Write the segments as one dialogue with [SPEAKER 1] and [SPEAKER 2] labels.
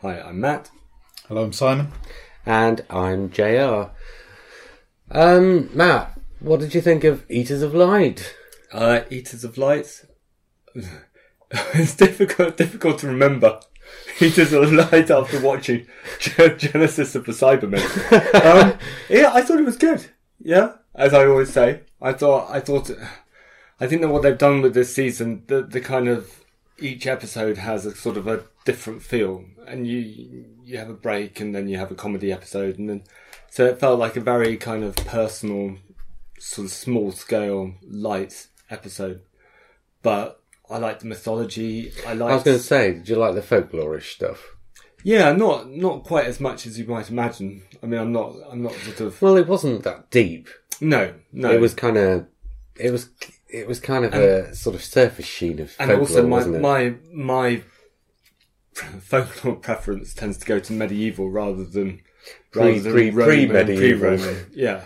[SPEAKER 1] Hi, I'm Matt.
[SPEAKER 2] Hello, I'm Simon.
[SPEAKER 1] And I'm JR. Um, Matt, what did you think of Eaters of Light?
[SPEAKER 3] Uh, Eaters of Light. it's difficult, difficult to remember. Eaters of Light after watching Gen- Genesis of the Cybermen. um, yeah, I thought it was good. Yeah, as I always say, I thought, I thought, I think that what they've done with this season, the the kind of each episode has a sort of a different feel, and you you have a break, and then you have a comedy episode, and then so it felt like a very kind of personal sort of small scale light episode. But I like the mythology. I
[SPEAKER 1] I was
[SPEAKER 3] like
[SPEAKER 1] going to say, did you like the folklorish stuff?
[SPEAKER 3] yeah, not not quite as much as you might imagine. I mean, I'm not I'm not sort of
[SPEAKER 1] Well, it wasn't that deep.
[SPEAKER 3] no no.
[SPEAKER 1] It was kind of, it was, it was kind of a sort of surface sheen of
[SPEAKER 3] and
[SPEAKER 1] folklore,
[SPEAKER 3] also my
[SPEAKER 1] wasn't it?
[SPEAKER 3] my my folklore preference tends to go to medieval rather than
[SPEAKER 1] Pre- pre-
[SPEAKER 3] Roman,
[SPEAKER 1] pre-medieval.
[SPEAKER 3] pre-Roman. Yeah,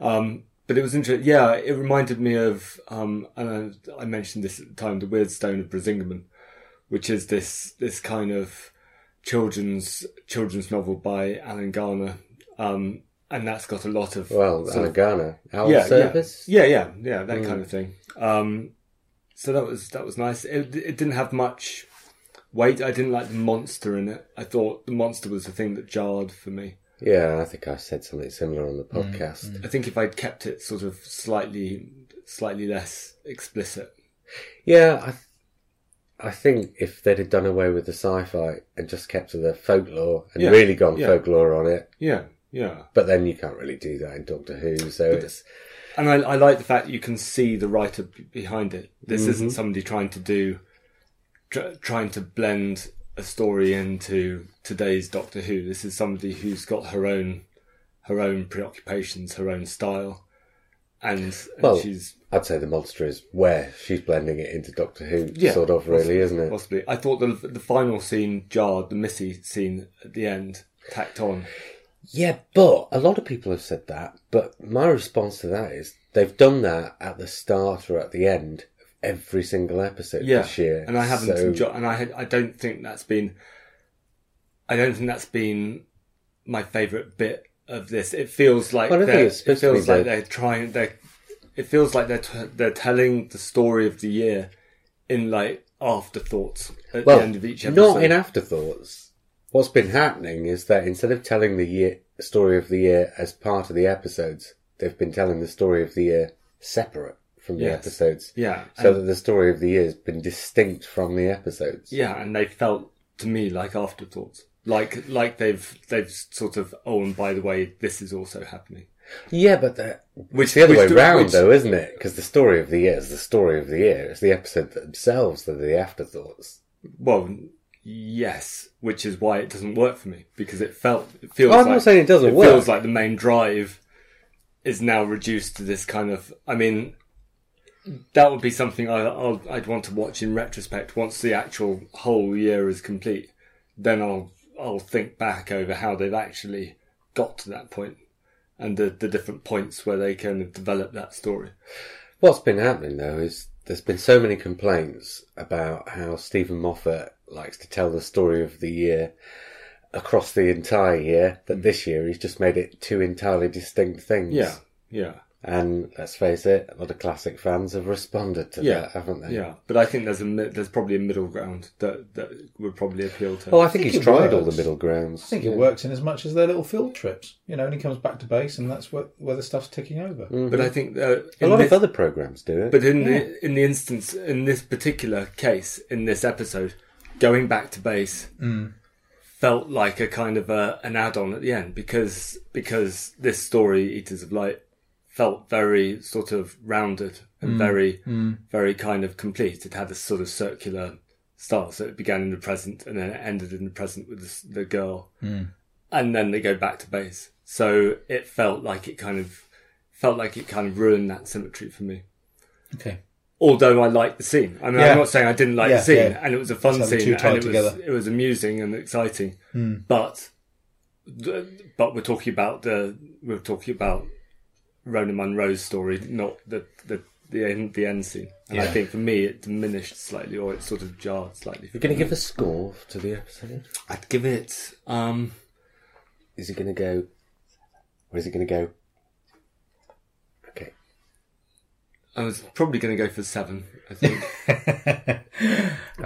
[SPEAKER 3] um, but it was interesting. Yeah, it reminded me of um, and I, I mentioned this at the time the Weird Stone of Brisingamen, which is this this kind of children's children's novel by Alan Garner, um, and that's got a lot of
[SPEAKER 1] Well,
[SPEAKER 3] sort of-
[SPEAKER 1] Alagana. Our
[SPEAKER 3] yeah,
[SPEAKER 1] service?
[SPEAKER 3] Yeah, yeah, yeah, that kind of thing. Um, so that was that was nice. It, it didn't have much weight. I didn't like the monster in it. I thought the monster was the thing that jarred for me.
[SPEAKER 1] Yeah, I think I said something similar on the
[SPEAKER 3] Mm,
[SPEAKER 1] podcast.
[SPEAKER 3] I think if I'd kept it sort of slightly slightly less explicit.
[SPEAKER 1] Yeah, I, th- I think if they'd have done away with the sci-fi and just kept to the folklore and
[SPEAKER 3] Yeah,
[SPEAKER 1] really gone
[SPEAKER 3] yeah.
[SPEAKER 1] folklore on it,
[SPEAKER 3] Yeah, yeah.
[SPEAKER 1] but then you can't really do that in Doctor Who, so it's
[SPEAKER 3] And I, I like the fact that you can see the writer b- behind it. This isn't somebody trying to do, tr- trying to blend a story into today's Doctor Who. This is somebody who's got her own, her own preoccupations, her own style, and, and
[SPEAKER 1] Well,
[SPEAKER 3] she's
[SPEAKER 1] I'd say the monster is where she's blending it into Doctor Who,
[SPEAKER 3] Yeah,
[SPEAKER 1] sort of, really, isn't it?
[SPEAKER 3] possibly. I thought the the final scene jarred. The Missy scene at the end tacked on.
[SPEAKER 1] Yeah, but a lot of people have said that, but my response to that is they've done that at the start or at the end of every single episode
[SPEAKER 3] yeah.
[SPEAKER 1] this year.
[SPEAKER 3] And I haven't
[SPEAKER 1] so-
[SPEAKER 3] enjoyed, and I had- I don't think that's been, I don't think that's been my favourite bit of this. It feels like
[SPEAKER 1] I don't think
[SPEAKER 3] they're-
[SPEAKER 1] it's
[SPEAKER 3] it
[SPEAKER 1] supposed to
[SPEAKER 3] feels
[SPEAKER 1] be
[SPEAKER 3] like
[SPEAKER 1] the-
[SPEAKER 3] they're trying. They, it feels like they're t- they're telling the story of the year in like afterthoughts at
[SPEAKER 1] well,
[SPEAKER 3] the end of each episode.
[SPEAKER 1] Not in afterthoughts. What's been happening is that instead of telling the year story of the year as part of the episodes, they've been telling the story of the year separate from the
[SPEAKER 3] Yes.
[SPEAKER 1] episodes.
[SPEAKER 3] yeah,
[SPEAKER 1] So
[SPEAKER 3] and-
[SPEAKER 1] that the story of the year has been distinct from the episodes.
[SPEAKER 3] yeah, and they felt to me like afterthoughts. Like, like they've they've sort of oh, and by the way, this is also happening.
[SPEAKER 1] Yeah, but that,
[SPEAKER 3] Which
[SPEAKER 1] it's the other
[SPEAKER 3] which
[SPEAKER 1] way
[SPEAKER 3] do-
[SPEAKER 1] round,
[SPEAKER 3] which-
[SPEAKER 1] though, isn't it? Because the story of the year is the story of the year. It's the episode themselves that are the afterthoughts.
[SPEAKER 3] Well, yes, which is why it doesn't work for me because it felt it feels.
[SPEAKER 1] I'm not
[SPEAKER 3] like,
[SPEAKER 1] saying it doesn't work.
[SPEAKER 3] Feels like the main drive is now reduced to this kind of. I mean, that would be something I, I'll, I'd want to watch in retrospect once the actual whole year is complete. Then I'll I'll think back over how they've actually got to that point and the the different points where they kind of develop that story.
[SPEAKER 1] What's been happening though is there's been so many complaints about how Stephen Moffat likes to tell the story of the year across the entire year that this year he's just made it two entirely distinct things.
[SPEAKER 3] Yeah, yeah.
[SPEAKER 1] And let's face it, a lot of classic fans have responded to
[SPEAKER 3] Yeah.
[SPEAKER 1] that, haven't they?
[SPEAKER 3] Yeah, but I think there's a mi- there's probably a middle ground that that would probably appeal to.
[SPEAKER 1] Well, I think,
[SPEAKER 2] think
[SPEAKER 1] he's
[SPEAKER 2] it
[SPEAKER 1] tried all
[SPEAKER 2] works.
[SPEAKER 1] the middle grounds.
[SPEAKER 2] I think it works in as much as their little field trips, you know, and he comes back to base and that's where, where the stuff's ticking over.
[SPEAKER 3] but I think uh,
[SPEAKER 1] A
[SPEAKER 3] in
[SPEAKER 1] lot
[SPEAKER 3] this-
[SPEAKER 1] of other programs do it.
[SPEAKER 3] But in the in the instance in this particular case in this episode, going back to base felt like a kind of a, an add-on at the end because because this story Eaters of Light felt very sort of rounded and very, very kind of complete. It had this sort of circular style, so it began in the present and then it ended in the present with this, the girl, and then they go back to base. So it felt like it kind of felt like it kind of ruined that symmetry for me.
[SPEAKER 2] Okay.
[SPEAKER 3] Although I liked the scene, I mean,
[SPEAKER 2] Yeah.
[SPEAKER 3] I'm not saying I didn't like
[SPEAKER 2] Yeah,
[SPEAKER 3] the scene,
[SPEAKER 2] yeah.
[SPEAKER 3] and it was a fun
[SPEAKER 2] So the
[SPEAKER 3] scene,
[SPEAKER 2] two tied
[SPEAKER 3] and it was
[SPEAKER 2] together. Hmm.
[SPEAKER 3] it was amusing and exciting. But the- but we're talking about the we're talking about Rona Munro's story, not the the the end the end scene. And I
[SPEAKER 2] Yeah.
[SPEAKER 3] think for me, it diminished slightly, or it sort of jarred slightly.
[SPEAKER 1] You're going to give a score to the episode?
[SPEAKER 3] I'd give it um
[SPEAKER 1] Is it going to go? Or is it going to go? Okay.
[SPEAKER 3] I was probably going to go for seven. I think.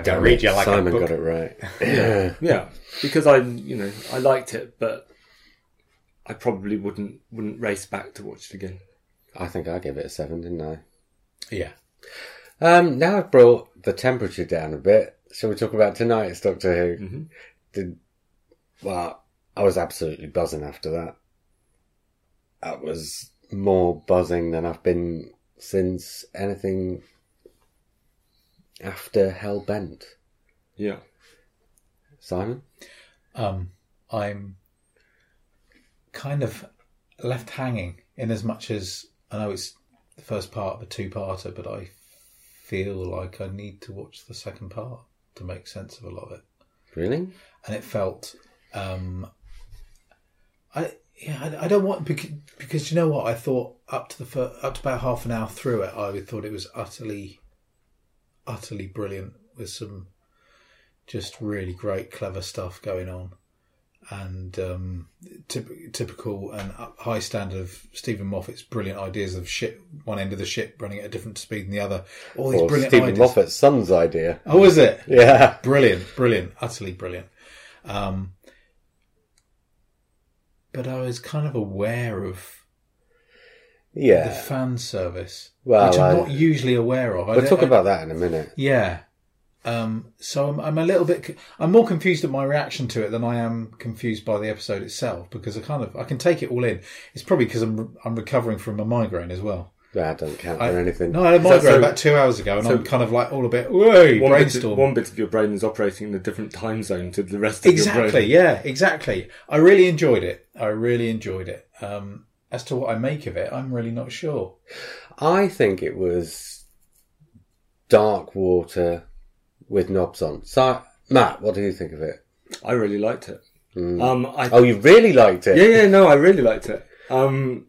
[SPEAKER 2] Don't read you like a
[SPEAKER 1] Simon
[SPEAKER 2] book.
[SPEAKER 1] got it right.
[SPEAKER 3] Yeah, because I, you know, I liked it, but I probably wouldn't wouldn't race back to watch it again.
[SPEAKER 1] I think I gave it a seven, didn't I?
[SPEAKER 2] Yeah.
[SPEAKER 1] Um, now I've brought the temperature down a bit. Shall we talk about tonight's Doctor Who?
[SPEAKER 2] Mm-hmm.
[SPEAKER 1] Did well, I was absolutely buzzing after that. That was more buzzing than I've been since anything after Hellbent.
[SPEAKER 3] Yeah,
[SPEAKER 1] Simon,
[SPEAKER 2] um, I'm kind of left hanging in as much as I know it's the first part of a two parter, but I feel like I need to watch the second part to make sense of a lot of it.
[SPEAKER 1] really?
[SPEAKER 2] And it felt, um, I yeah, I, I don't want because, because you know what I thought up to the fir- up to about half an hour through it, I thought it was utterly, utterly brilliant with some just really great clever stuff going on and um, typ- typical and up- high standard of Stephen Moffat's brilliant ideas of ship one end of the ship running at a different speed than the other. All these
[SPEAKER 1] Or
[SPEAKER 2] brilliant
[SPEAKER 1] Stephen
[SPEAKER 2] ideas.
[SPEAKER 1] Moffat's son's idea.
[SPEAKER 2] Oh, is it?
[SPEAKER 1] Yeah.
[SPEAKER 2] Brilliant, brilliant, utterly brilliant. Um, but I was kind of aware of the
[SPEAKER 1] Yeah.
[SPEAKER 2] fan service,
[SPEAKER 1] Well,
[SPEAKER 2] which I'm
[SPEAKER 1] I-
[SPEAKER 2] not usually aware of. I
[SPEAKER 1] We'll
[SPEAKER 2] don't-
[SPEAKER 1] talk
[SPEAKER 2] I-
[SPEAKER 1] about that in a minute.
[SPEAKER 2] yeah. Um, so I'm, I'm a little bit. c- I'm more confused at my reaction to it than I am confused by the episode itself because I kind of I can take it all in. It's probably because I'm re- I'm recovering from a migraine as well.
[SPEAKER 1] I don't count
[SPEAKER 2] I-
[SPEAKER 1] for anything.
[SPEAKER 2] No, I had a
[SPEAKER 3] So-
[SPEAKER 2] migraine
[SPEAKER 3] so-
[SPEAKER 2] about two hours ago, and
[SPEAKER 3] so-
[SPEAKER 2] I'm kind of like all a bit whoa
[SPEAKER 3] one bit,
[SPEAKER 2] brainstorm.
[SPEAKER 3] one bit of your brain is operating in a different time zone to the rest of your
[SPEAKER 2] exactly,
[SPEAKER 3] brain.
[SPEAKER 2] yeah, exactly. I really enjoyed it. I really enjoyed it. Um, as to what I make of it, I'm really not sure.
[SPEAKER 1] I think it was dark water with knobs on. So, Matt, what do you think of it?
[SPEAKER 3] I really liked it. Um, I
[SPEAKER 1] Oh, you really liked it.
[SPEAKER 3] yeah yeah no, I really liked it. Um,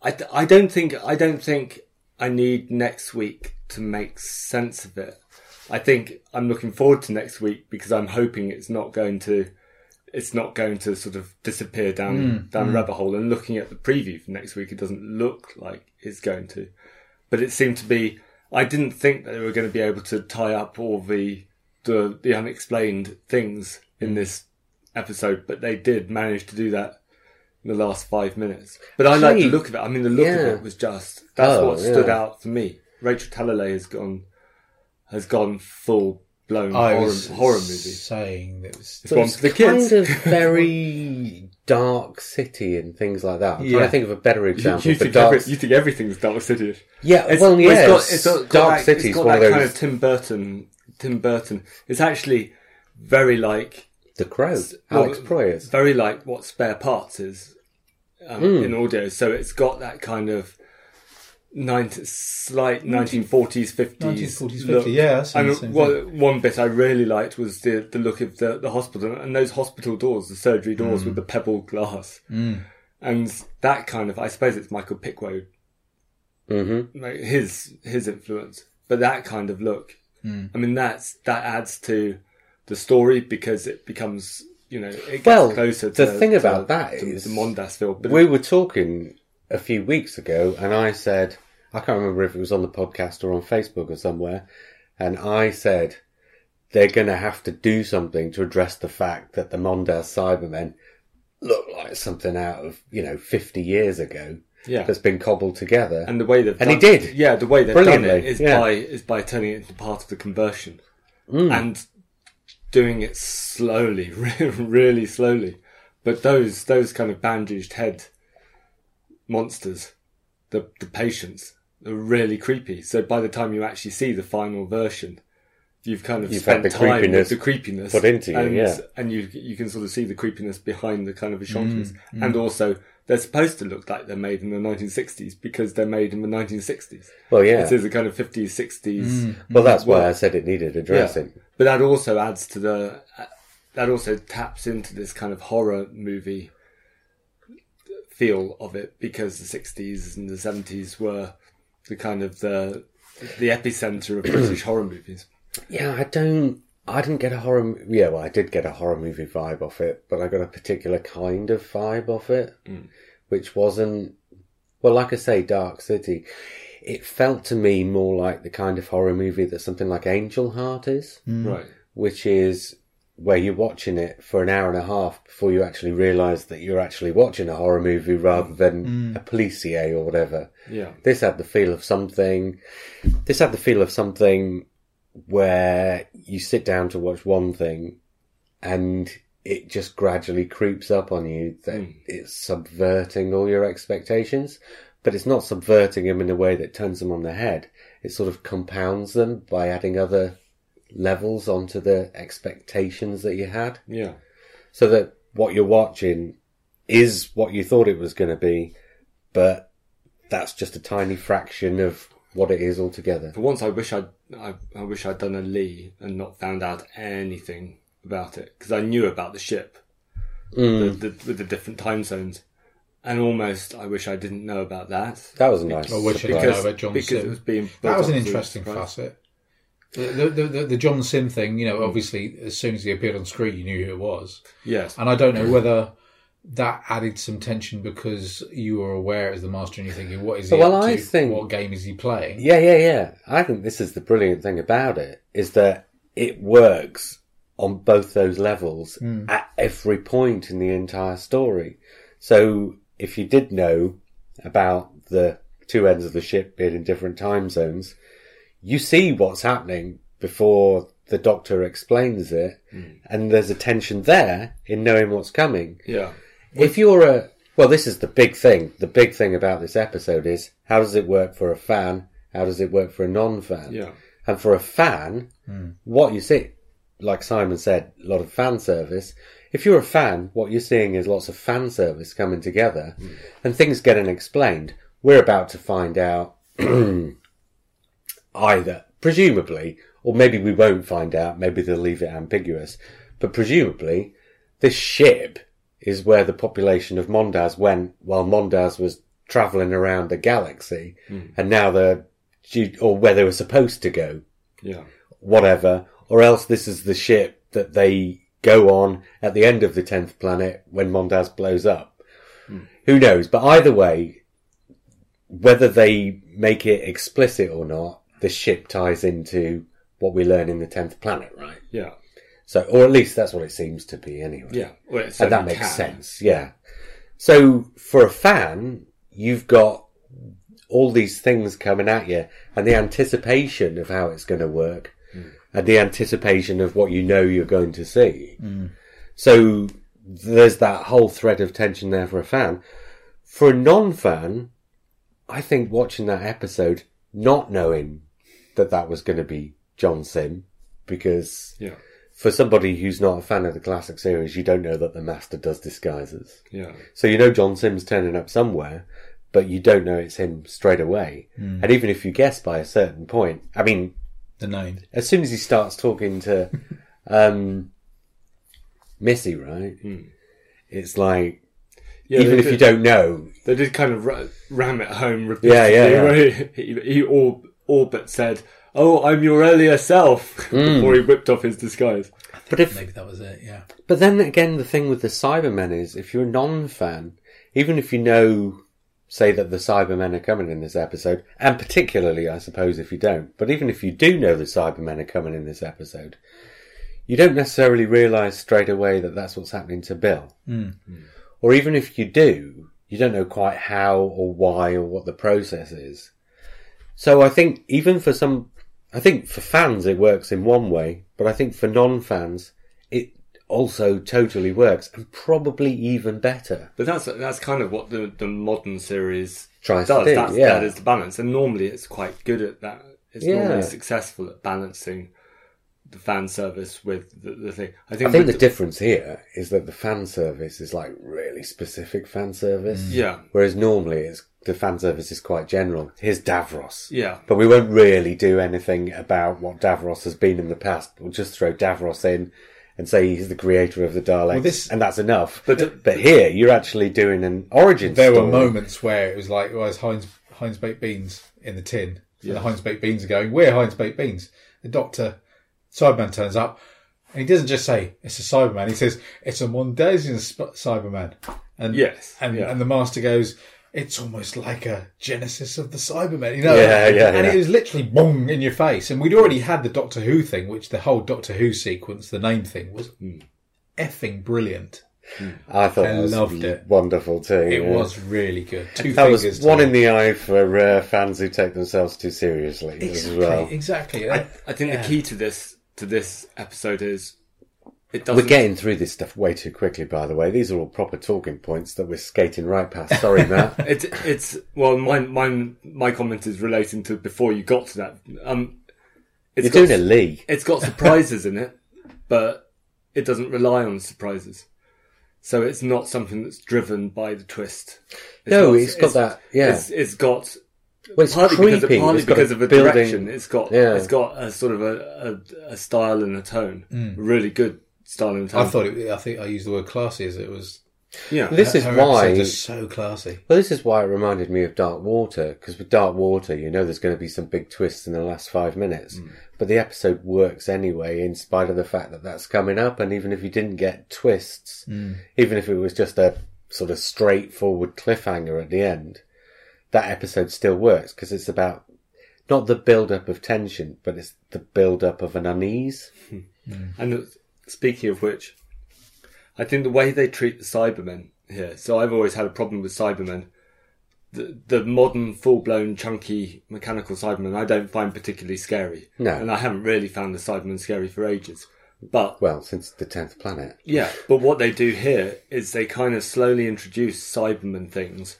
[SPEAKER 3] I d- I don't think I don't think I need next week to make sense of it. I think I'm looking forward to next week because I'm hoping it's not going to it's not going to sort of disappear down
[SPEAKER 2] Mm,
[SPEAKER 3] down a rabbit hole. And looking at the preview for next week, it doesn't look like it's going to. But it seemed to be. I didn't think that they were going to be able to tie up all the the, the unexplained things
[SPEAKER 1] Hmm.
[SPEAKER 3] in this episode, but they did manage to do that in the last five minutes. But I like the
[SPEAKER 1] Gee.
[SPEAKER 3] look of it. I mean, the look of
[SPEAKER 1] Yeah.
[SPEAKER 3] it was just that's
[SPEAKER 1] Oh,
[SPEAKER 3] what stood
[SPEAKER 1] yeah.
[SPEAKER 3] out for me. Rachel Talalay has gone has gone full blown
[SPEAKER 2] I
[SPEAKER 3] horror,
[SPEAKER 2] was
[SPEAKER 3] horror movie.
[SPEAKER 2] saying that it was
[SPEAKER 3] It's
[SPEAKER 1] Oh, So
[SPEAKER 3] one
[SPEAKER 1] it's
[SPEAKER 3] for the
[SPEAKER 1] kind
[SPEAKER 3] kids.
[SPEAKER 1] of very dark city and things like that. I'm trying
[SPEAKER 2] Yeah.
[SPEAKER 1] to think of a better
[SPEAKER 3] You,
[SPEAKER 1] example
[SPEAKER 3] you
[SPEAKER 1] for
[SPEAKER 3] think
[SPEAKER 1] dark.
[SPEAKER 3] every, you think everything's Dark City.
[SPEAKER 1] yeah, well, yeah, dark
[SPEAKER 3] that,
[SPEAKER 1] city
[SPEAKER 3] It's
[SPEAKER 1] is
[SPEAKER 3] got
[SPEAKER 1] one of
[SPEAKER 3] that
[SPEAKER 1] those.
[SPEAKER 3] kind of Tim Burton. Tim Burton. It's actually very like
[SPEAKER 1] the Crow,
[SPEAKER 3] well,
[SPEAKER 1] Alex Proy is.
[SPEAKER 3] very like what Spare Parts is um,
[SPEAKER 1] Hmm.
[SPEAKER 3] in audio. So it's got that kind of 90, slight 1940s, 50s.
[SPEAKER 2] 1940s,
[SPEAKER 3] look.
[SPEAKER 2] 50s, yeah, that's
[SPEAKER 3] I mean,
[SPEAKER 2] the same
[SPEAKER 3] one, one bit I really liked was the, the look of the, the hospital and those hospital doors, the surgery doors
[SPEAKER 2] Hmm.
[SPEAKER 3] with the pebble glass. And that kind of, I suppose it's Michael Pickwood,
[SPEAKER 1] Mm-hmm.
[SPEAKER 3] like his his influence, but that kind of look.
[SPEAKER 1] Hmm.
[SPEAKER 3] I mean, that's that adds to the story because it becomes you know it gets
[SPEAKER 1] Well,
[SPEAKER 3] closer.
[SPEAKER 1] the
[SPEAKER 3] to,
[SPEAKER 1] thing about
[SPEAKER 3] to,
[SPEAKER 1] that
[SPEAKER 3] to,
[SPEAKER 1] is-
[SPEAKER 3] the Mondas film, but
[SPEAKER 1] We were talking a few weeks ago, and I said I can't remember if it was on the podcast or on Facebook or somewhere, and I said they're going to have to do something to address the fact that the Mondas Cybermen look like something out of you know 50 years ago
[SPEAKER 3] yeah,
[SPEAKER 1] that's been cobbled together.
[SPEAKER 3] and the way they've
[SPEAKER 1] And
[SPEAKER 3] done,
[SPEAKER 1] he did.
[SPEAKER 3] yeah, the way they've done it
[SPEAKER 1] Brilliantly,
[SPEAKER 3] is
[SPEAKER 1] yeah. Mm.
[SPEAKER 3] by is by turning it into part of the conversion and doing it slowly, re- really slowly. But those those kind of bandaged head monsters the the patients are really creepy. So by the time you actually see the final version, you've kind of
[SPEAKER 1] You've
[SPEAKER 3] spent
[SPEAKER 1] had the
[SPEAKER 3] time
[SPEAKER 1] creepiness
[SPEAKER 3] with the creepiness
[SPEAKER 1] put into you,
[SPEAKER 3] and,
[SPEAKER 1] yeah.
[SPEAKER 3] and you you can sort of see the creepiness behind the kind of enchantments, and also. They're supposed to look like they're made in the 1960s because they're made in the 1960s.
[SPEAKER 1] Well, yeah.
[SPEAKER 3] This is a kind of 50s, 60s
[SPEAKER 1] well, that's why I said it needed addressing.
[SPEAKER 3] but that also adds to the. That also taps into this kind of horror movie feel of it because the 60s and the 70s were the kind of the the epicenter of British horror movies.
[SPEAKER 1] Yeah, I don't. I didn't get a horror. mo- Yeah, well, I did get a horror movie vibe off it, but I got a particular kind of vibe off it, which wasn't. Well, like I say, Dark City. It felt to me more like the kind of horror movie that something like Angel Heart is,
[SPEAKER 3] Right.
[SPEAKER 1] which is where you're watching it for an hour and a half before you actually realise that you're actually watching a horror movie rather than a policier or whatever
[SPEAKER 3] Yeah.
[SPEAKER 1] this had the feel of something. This had the feel of something where you sit down to watch one thing and it just gradually creeps up on you that it's subverting all your expectations, but it's not subverting them in a way that turns them on their head. It sort of compounds them by adding other levels onto the expectations that you had
[SPEAKER 3] Yeah.
[SPEAKER 1] so that what you're watching is what you thought it was going to be, but that's just a tiny fraction of what it is altogether.
[SPEAKER 3] For once, I wish I'd I, I wish I'd done a Lee and not found out anything about it because I knew about the ship,
[SPEAKER 2] Mm.
[SPEAKER 3] the, the, with the different time zones, and almost I wish I didn't know about that.
[SPEAKER 1] That was a nice.
[SPEAKER 2] I wish I didn't know
[SPEAKER 1] surprise.
[SPEAKER 2] about John
[SPEAKER 3] because
[SPEAKER 2] Sim.
[SPEAKER 3] it was being built
[SPEAKER 2] that was
[SPEAKER 3] up
[SPEAKER 2] an
[SPEAKER 3] to
[SPEAKER 2] interesting
[SPEAKER 3] surprise. Hmm.
[SPEAKER 2] facet. The, the, the, the, the John Sim thing, you know, obviously, as soon as he appeared on screen, you knew who it was.
[SPEAKER 3] Yes,
[SPEAKER 2] And I don't know whether that added some tension because you were aware as the master and you're thinking, what is he
[SPEAKER 1] Well,
[SPEAKER 2] up
[SPEAKER 1] I
[SPEAKER 2] to?
[SPEAKER 1] think-
[SPEAKER 2] What game is he playing?
[SPEAKER 1] Yeah, yeah, yeah. I think this is the brilliant thing about it is that it works on both those levels at every point in the entire story. So if you did know about the two ends of the ship being in different time zones, you see what's happening before the doctor explains it, and there's a tension there in knowing what's coming.
[SPEAKER 3] yeah,
[SPEAKER 1] If you're a well, this is the big thing. The big thing about this episode is how does it work for a fan? How does it work for a non-fan?
[SPEAKER 3] yeah,
[SPEAKER 1] And for a fan, what you see, like Simon said, a lot of fan service. If you're a fan, what you're seeing is lots of fan service coming together, and things getting explained. We're about to find out either, presumably, or maybe we won't find out. Maybe they'll leave it ambiguous, but presumably, this ship is where the population of Mondaz went while Mondaz was traveling around the galaxy, and now they're due- or where they were supposed to go,
[SPEAKER 3] yeah,
[SPEAKER 1] whatever, or else this is the ship that they go on at the end of the tenth planet when Mondaz blows up. Who knows? But either way, whether they make it explicit or not, the ship ties into what we learn in the tenth planet, right?
[SPEAKER 3] yeah,
[SPEAKER 1] So, or at least that's what it seems to be, anyway.
[SPEAKER 3] yeah. Well, it
[SPEAKER 1] And that
[SPEAKER 3] certainly
[SPEAKER 1] makes
[SPEAKER 3] can.
[SPEAKER 1] sense, yeah. So for a fan, you've got all these things coming at you and the anticipation of how it's going to work and the anticipation of what you know you're going to see. So there's that whole thread of tension there for a fan. For a non fan, I think watching that episode, not knowing that that was going to be John Sim, because
[SPEAKER 3] Yeah,
[SPEAKER 1] for somebody who's not a fan of the classic series, you don't know that the Master does disguises.
[SPEAKER 3] yeah,
[SPEAKER 1] So you know John Sim's turning up somewhere, but you don't know it's him straight away.
[SPEAKER 3] Hmm.
[SPEAKER 1] And even if you guess by a certain point, I mean,
[SPEAKER 2] The name.
[SPEAKER 1] as soon as he starts talking to um, Missy, right? It's like,
[SPEAKER 3] Hmm. yeah.
[SPEAKER 1] even
[SPEAKER 3] they
[SPEAKER 1] if
[SPEAKER 3] did,
[SPEAKER 1] you don't know,
[SPEAKER 3] they did kind of ra- ram it home repeatedly.
[SPEAKER 1] Yeah, yeah, yeah.
[SPEAKER 3] where He, he, he all, all but said, "Oh, I'm your earlier self,"
[SPEAKER 1] Hmm.
[SPEAKER 3] before he whipped off his disguise.
[SPEAKER 1] but if
[SPEAKER 2] Maybe that was it, yeah.
[SPEAKER 1] But then again, the thing with the Cybermen is, if you're a non-fan, even if you know, say that the Cybermen are coming in this episode, and particularly, I suppose, if you don't, but even if you do know the Cybermen are coming in this episode, you don't necessarily realise straight away that that's what's happening to Bill. Hmm. Or even if you do, you don't know quite how or why or what the process is. So I think even for some, I think for fans it works in one way, but I think for non-fans, it also totally works and probably even better.
[SPEAKER 3] But that's that's kind of what the, the modern series
[SPEAKER 1] Tries to
[SPEAKER 3] does.
[SPEAKER 1] do,
[SPEAKER 3] that's,
[SPEAKER 1] yeah.
[SPEAKER 3] That is the balance, and normally it's quite good at that. It's
[SPEAKER 1] Yeah.
[SPEAKER 3] normally successful at balancing the fan service with the, the thing. I think,
[SPEAKER 1] I think the
[SPEAKER 3] with
[SPEAKER 1] difference here is that the fan service is like really specific fan service.
[SPEAKER 2] Mm.
[SPEAKER 3] the- yeah,
[SPEAKER 1] Whereas normally it's the fan service is quite general. Here's Davros.
[SPEAKER 3] yeah,
[SPEAKER 1] But we won't really do anything about what Davros has been in the past. We'll just throw Davros in and say he's the creator of the Daleks,
[SPEAKER 2] Well, this-
[SPEAKER 1] and that's enough.
[SPEAKER 3] But-
[SPEAKER 1] But, here, you're actually doing an origin
[SPEAKER 2] There were
[SPEAKER 1] story.
[SPEAKER 2] moments where it was like, well, it's Heinz, Heinz baked beans in the tin. And the Heinz baked beans are going, we're Heinz baked beans. The doctor, Cyberman turns up and he doesn't just say, it's a Cyberman. He says, it's a Mondasian sp- Cyberman. And,
[SPEAKER 3] Yes,
[SPEAKER 2] And,
[SPEAKER 3] yeah.
[SPEAKER 2] and the master goes, it's almost like a genesis of the Cybermen, you know?
[SPEAKER 1] Yeah, yeah,
[SPEAKER 2] And
[SPEAKER 1] yeah.
[SPEAKER 2] it was literally boom in your face. And we'd already had the Doctor Who thing, which the whole Doctor Who sequence, the name thing, was
[SPEAKER 1] Hmm.
[SPEAKER 2] effing brilliant.
[SPEAKER 1] I thought
[SPEAKER 2] I
[SPEAKER 1] that was
[SPEAKER 2] loved it.
[SPEAKER 1] wonderful too.
[SPEAKER 2] It
[SPEAKER 1] yeah.
[SPEAKER 2] was really good. Two
[SPEAKER 1] That
[SPEAKER 2] fingers.
[SPEAKER 1] was
[SPEAKER 2] to
[SPEAKER 1] one
[SPEAKER 2] it.
[SPEAKER 1] in the eye for uh, fans who take themselves too seriously
[SPEAKER 2] Exactly.
[SPEAKER 1] as well.
[SPEAKER 2] Exactly.
[SPEAKER 3] I, I think
[SPEAKER 2] Yeah.
[SPEAKER 3] the key to this to this episode is it doesn't.
[SPEAKER 1] We're getting through this stuff way too quickly, by the way. These are all proper talking points that we're skating right past. Sorry, Matt.
[SPEAKER 3] it's it's well, mine mine my comment is relating to before you got to that. Um, it's
[SPEAKER 1] You're
[SPEAKER 3] got-
[SPEAKER 1] doing a Lee.
[SPEAKER 3] It's got surprises in it, but it doesn't rely on surprises. So it's not something that's driven by the twist. It's
[SPEAKER 1] No,
[SPEAKER 3] not-
[SPEAKER 1] it's got that- yeah.
[SPEAKER 3] It's, it's got
[SPEAKER 1] Well, it's
[SPEAKER 3] partly
[SPEAKER 1] creepy.
[SPEAKER 3] because of, partly
[SPEAKER 1] It's got
[SPEAKER 3] because of a
[SPEAKER 1] building-
[SPEAKER 3] direction. It's got
[SPEAKER 1] Yeah.
[SPEAKER 3] it's got a sort of a, a, a style and a tone. A really good style and tone.
[SPEAKER 2] Mm. I thought it, I think I used the word classy as it was.
[SPEAKER 3] yeah.
[SPEAKER 1] This is
[SPEAKER 2] her episode
[SPEAKER 1] why.
[SPEAKER 2] was so classy.
[SPEAKER 1] Well, this is why it reminded me of Dark Water, because with Dark Water, you know there's going to be some big twists in the last five minutes.
[SPEAKER 3] Mm.
[SPEAKER 1] But the episode works anyway, in spite of the fact that that's coming up. And even if you didn't get twists,
[SPEAKER 3] Mm.
[SPEAKER 1] even if it was just a sort of straightforward cliffhanger at the end, that episode still works because it's about not the build up of tension, but it's the build up of an unease.
[SPEAKER 3] And speaking of which, I think the way they treat the Cybermen here. So I've always had a problem with Cybermen. The, the modern, full-blown, chunky mechanical Cybermen I don't find particularly scary.
[SPEAKER 1] No.
[SPEAKER 3] and I haven't really found the Cybermen scary for ages. But
[SPEAKER 1] Well, since the 10th planet.
[SPEAKER 3] yeah, but what they do here is they kind of slowly introduce Cyberman things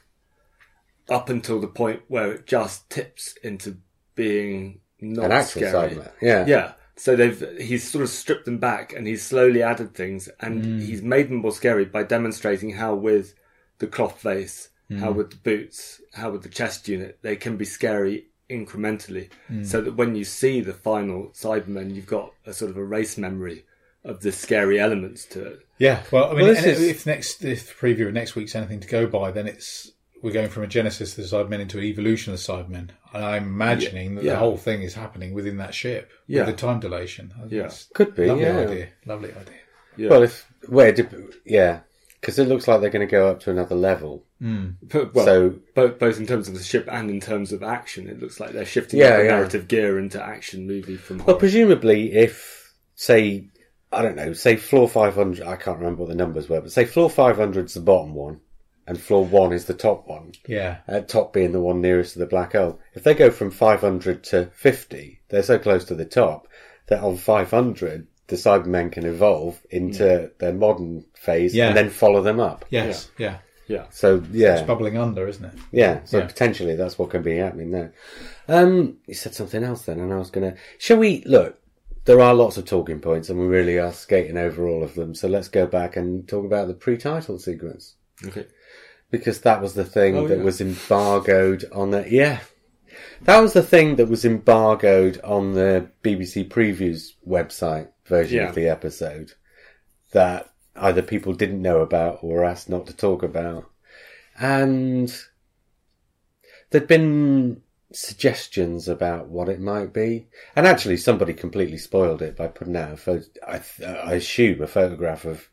[SPEAKER 3] up until the point where it just tips into being not
[SPEAKER 1] An actual
[SPEAKER 3] scary.
[SPEAKER 1] Cyberman. Yeah.
[SPEAKER 3] Yeah. So they've he's sort of stripped them back and he's slowly added things and
[SPEAKER 1] Hmm.
[SPEAKER 3] he's made them more scary by demonstrating how with the cloth face,
[SPEAKER 1] Hmm.
[SPEAKER 3] how with the boots, how with the chest unit, they can be scary incrementally.
[SPEAKER 1] Hmm.
[SPEAKER 3] So that when you see the final Cybermen, you've got a sort of a race memory of the scary elements to it.
[SPEAKER 2] Yeah. Well, I mean,
[SPEAKER 1] Well, this
[SPEAKER 2] and
[SPEAKER 1] is-
[SPEAKER 2] if next if the preview of next week's anything to go by, then it's we're going from a genesis of the Sidemen into an evolution of the Sidemen, and I'm imagining that
[SPEAKER 3] Yeah.
[SPEAKER 2] the whole thing is happening within that ship
[SPEAKER 3] Yeah.
[SPEAKER 2] with the time dilation. I think
[SPEAKER 3] Yeah.
[SPEAKER 2] it's
[SPEAKER 1] Could be,
[SPEAKER 2] Lovely
[SPEAKER 1] yeah.
[SPEAKER 2] idea. Lovely idea.
[SPEAKER 3] Yeah.
[SPEAKER 1] Well, if where did yeah, because it looks like they're going to go up to another level.
[SPEAKER 3] But- well,
[SPEAKER 1] So-
[SPEAKER 3] both both in terms of the ship and in terms of action, it looks like they're shifting
[SPEAKER 1] Yeah,
[SPEAKER 3] the
[SPEAKER 1] yeah.
[SPEAKER 3] narrative gear into action movie from
[SPEAKER 1] Well,
[SPEAKER 3] horror.
[SPEAKER 1] presumably, if say I don't know, say floor five hundred, I can't remember what the numbers were, but say floor five hundred's the bottom one, and floor one is the top one.
[SPEAKER 2] Yeah.
[SPEAKER 1] Uh, top being the one nearest to the black hole. If they go from five hundred to fifty, they're so close to the top that on five hundred. The Cybermen can evolve into their modern phase
[SPEAKER 2] Hmm. Yeah.
[SPEAKER 1] and then follow them up.
[SPEAKER 2] Yes. Yeah.
[SPEAKER 3] yeah.
[SPEAKER 1] So yeah,
[SPEAKER 2] It's bubbling under, isn't it?
[SPEAKER 1] Yeah, so
[SPEAKER 2] Yeah.
[SPEAKER 1] potentially that's what can be happening there. Um, you said something else then, and I was going to. Shall we look? There are lots of talking points, and we really are skating over all of them. So let's go back and talk about the pre-title sequence
[SPEAKER 3] Okay.
[SPEAKER 1] because that was the thing
[SPEAKER 3] Oh,
[SPEAKER 1] that
[SPEAKER 3] yeah.
[SPEAKER 1] was embargoed on the yeah. That was the thing that was embargoed on the BBC Previews website version
[SPEAKER 3] Yeah.
[SPEAKER 1] of the episode that either people didn't know about or were asked not to talk about. And there'd been suggestions about what it might be. And actually, somebody completely spoiled it by putting out a photo, I, th- I assume, a photograph of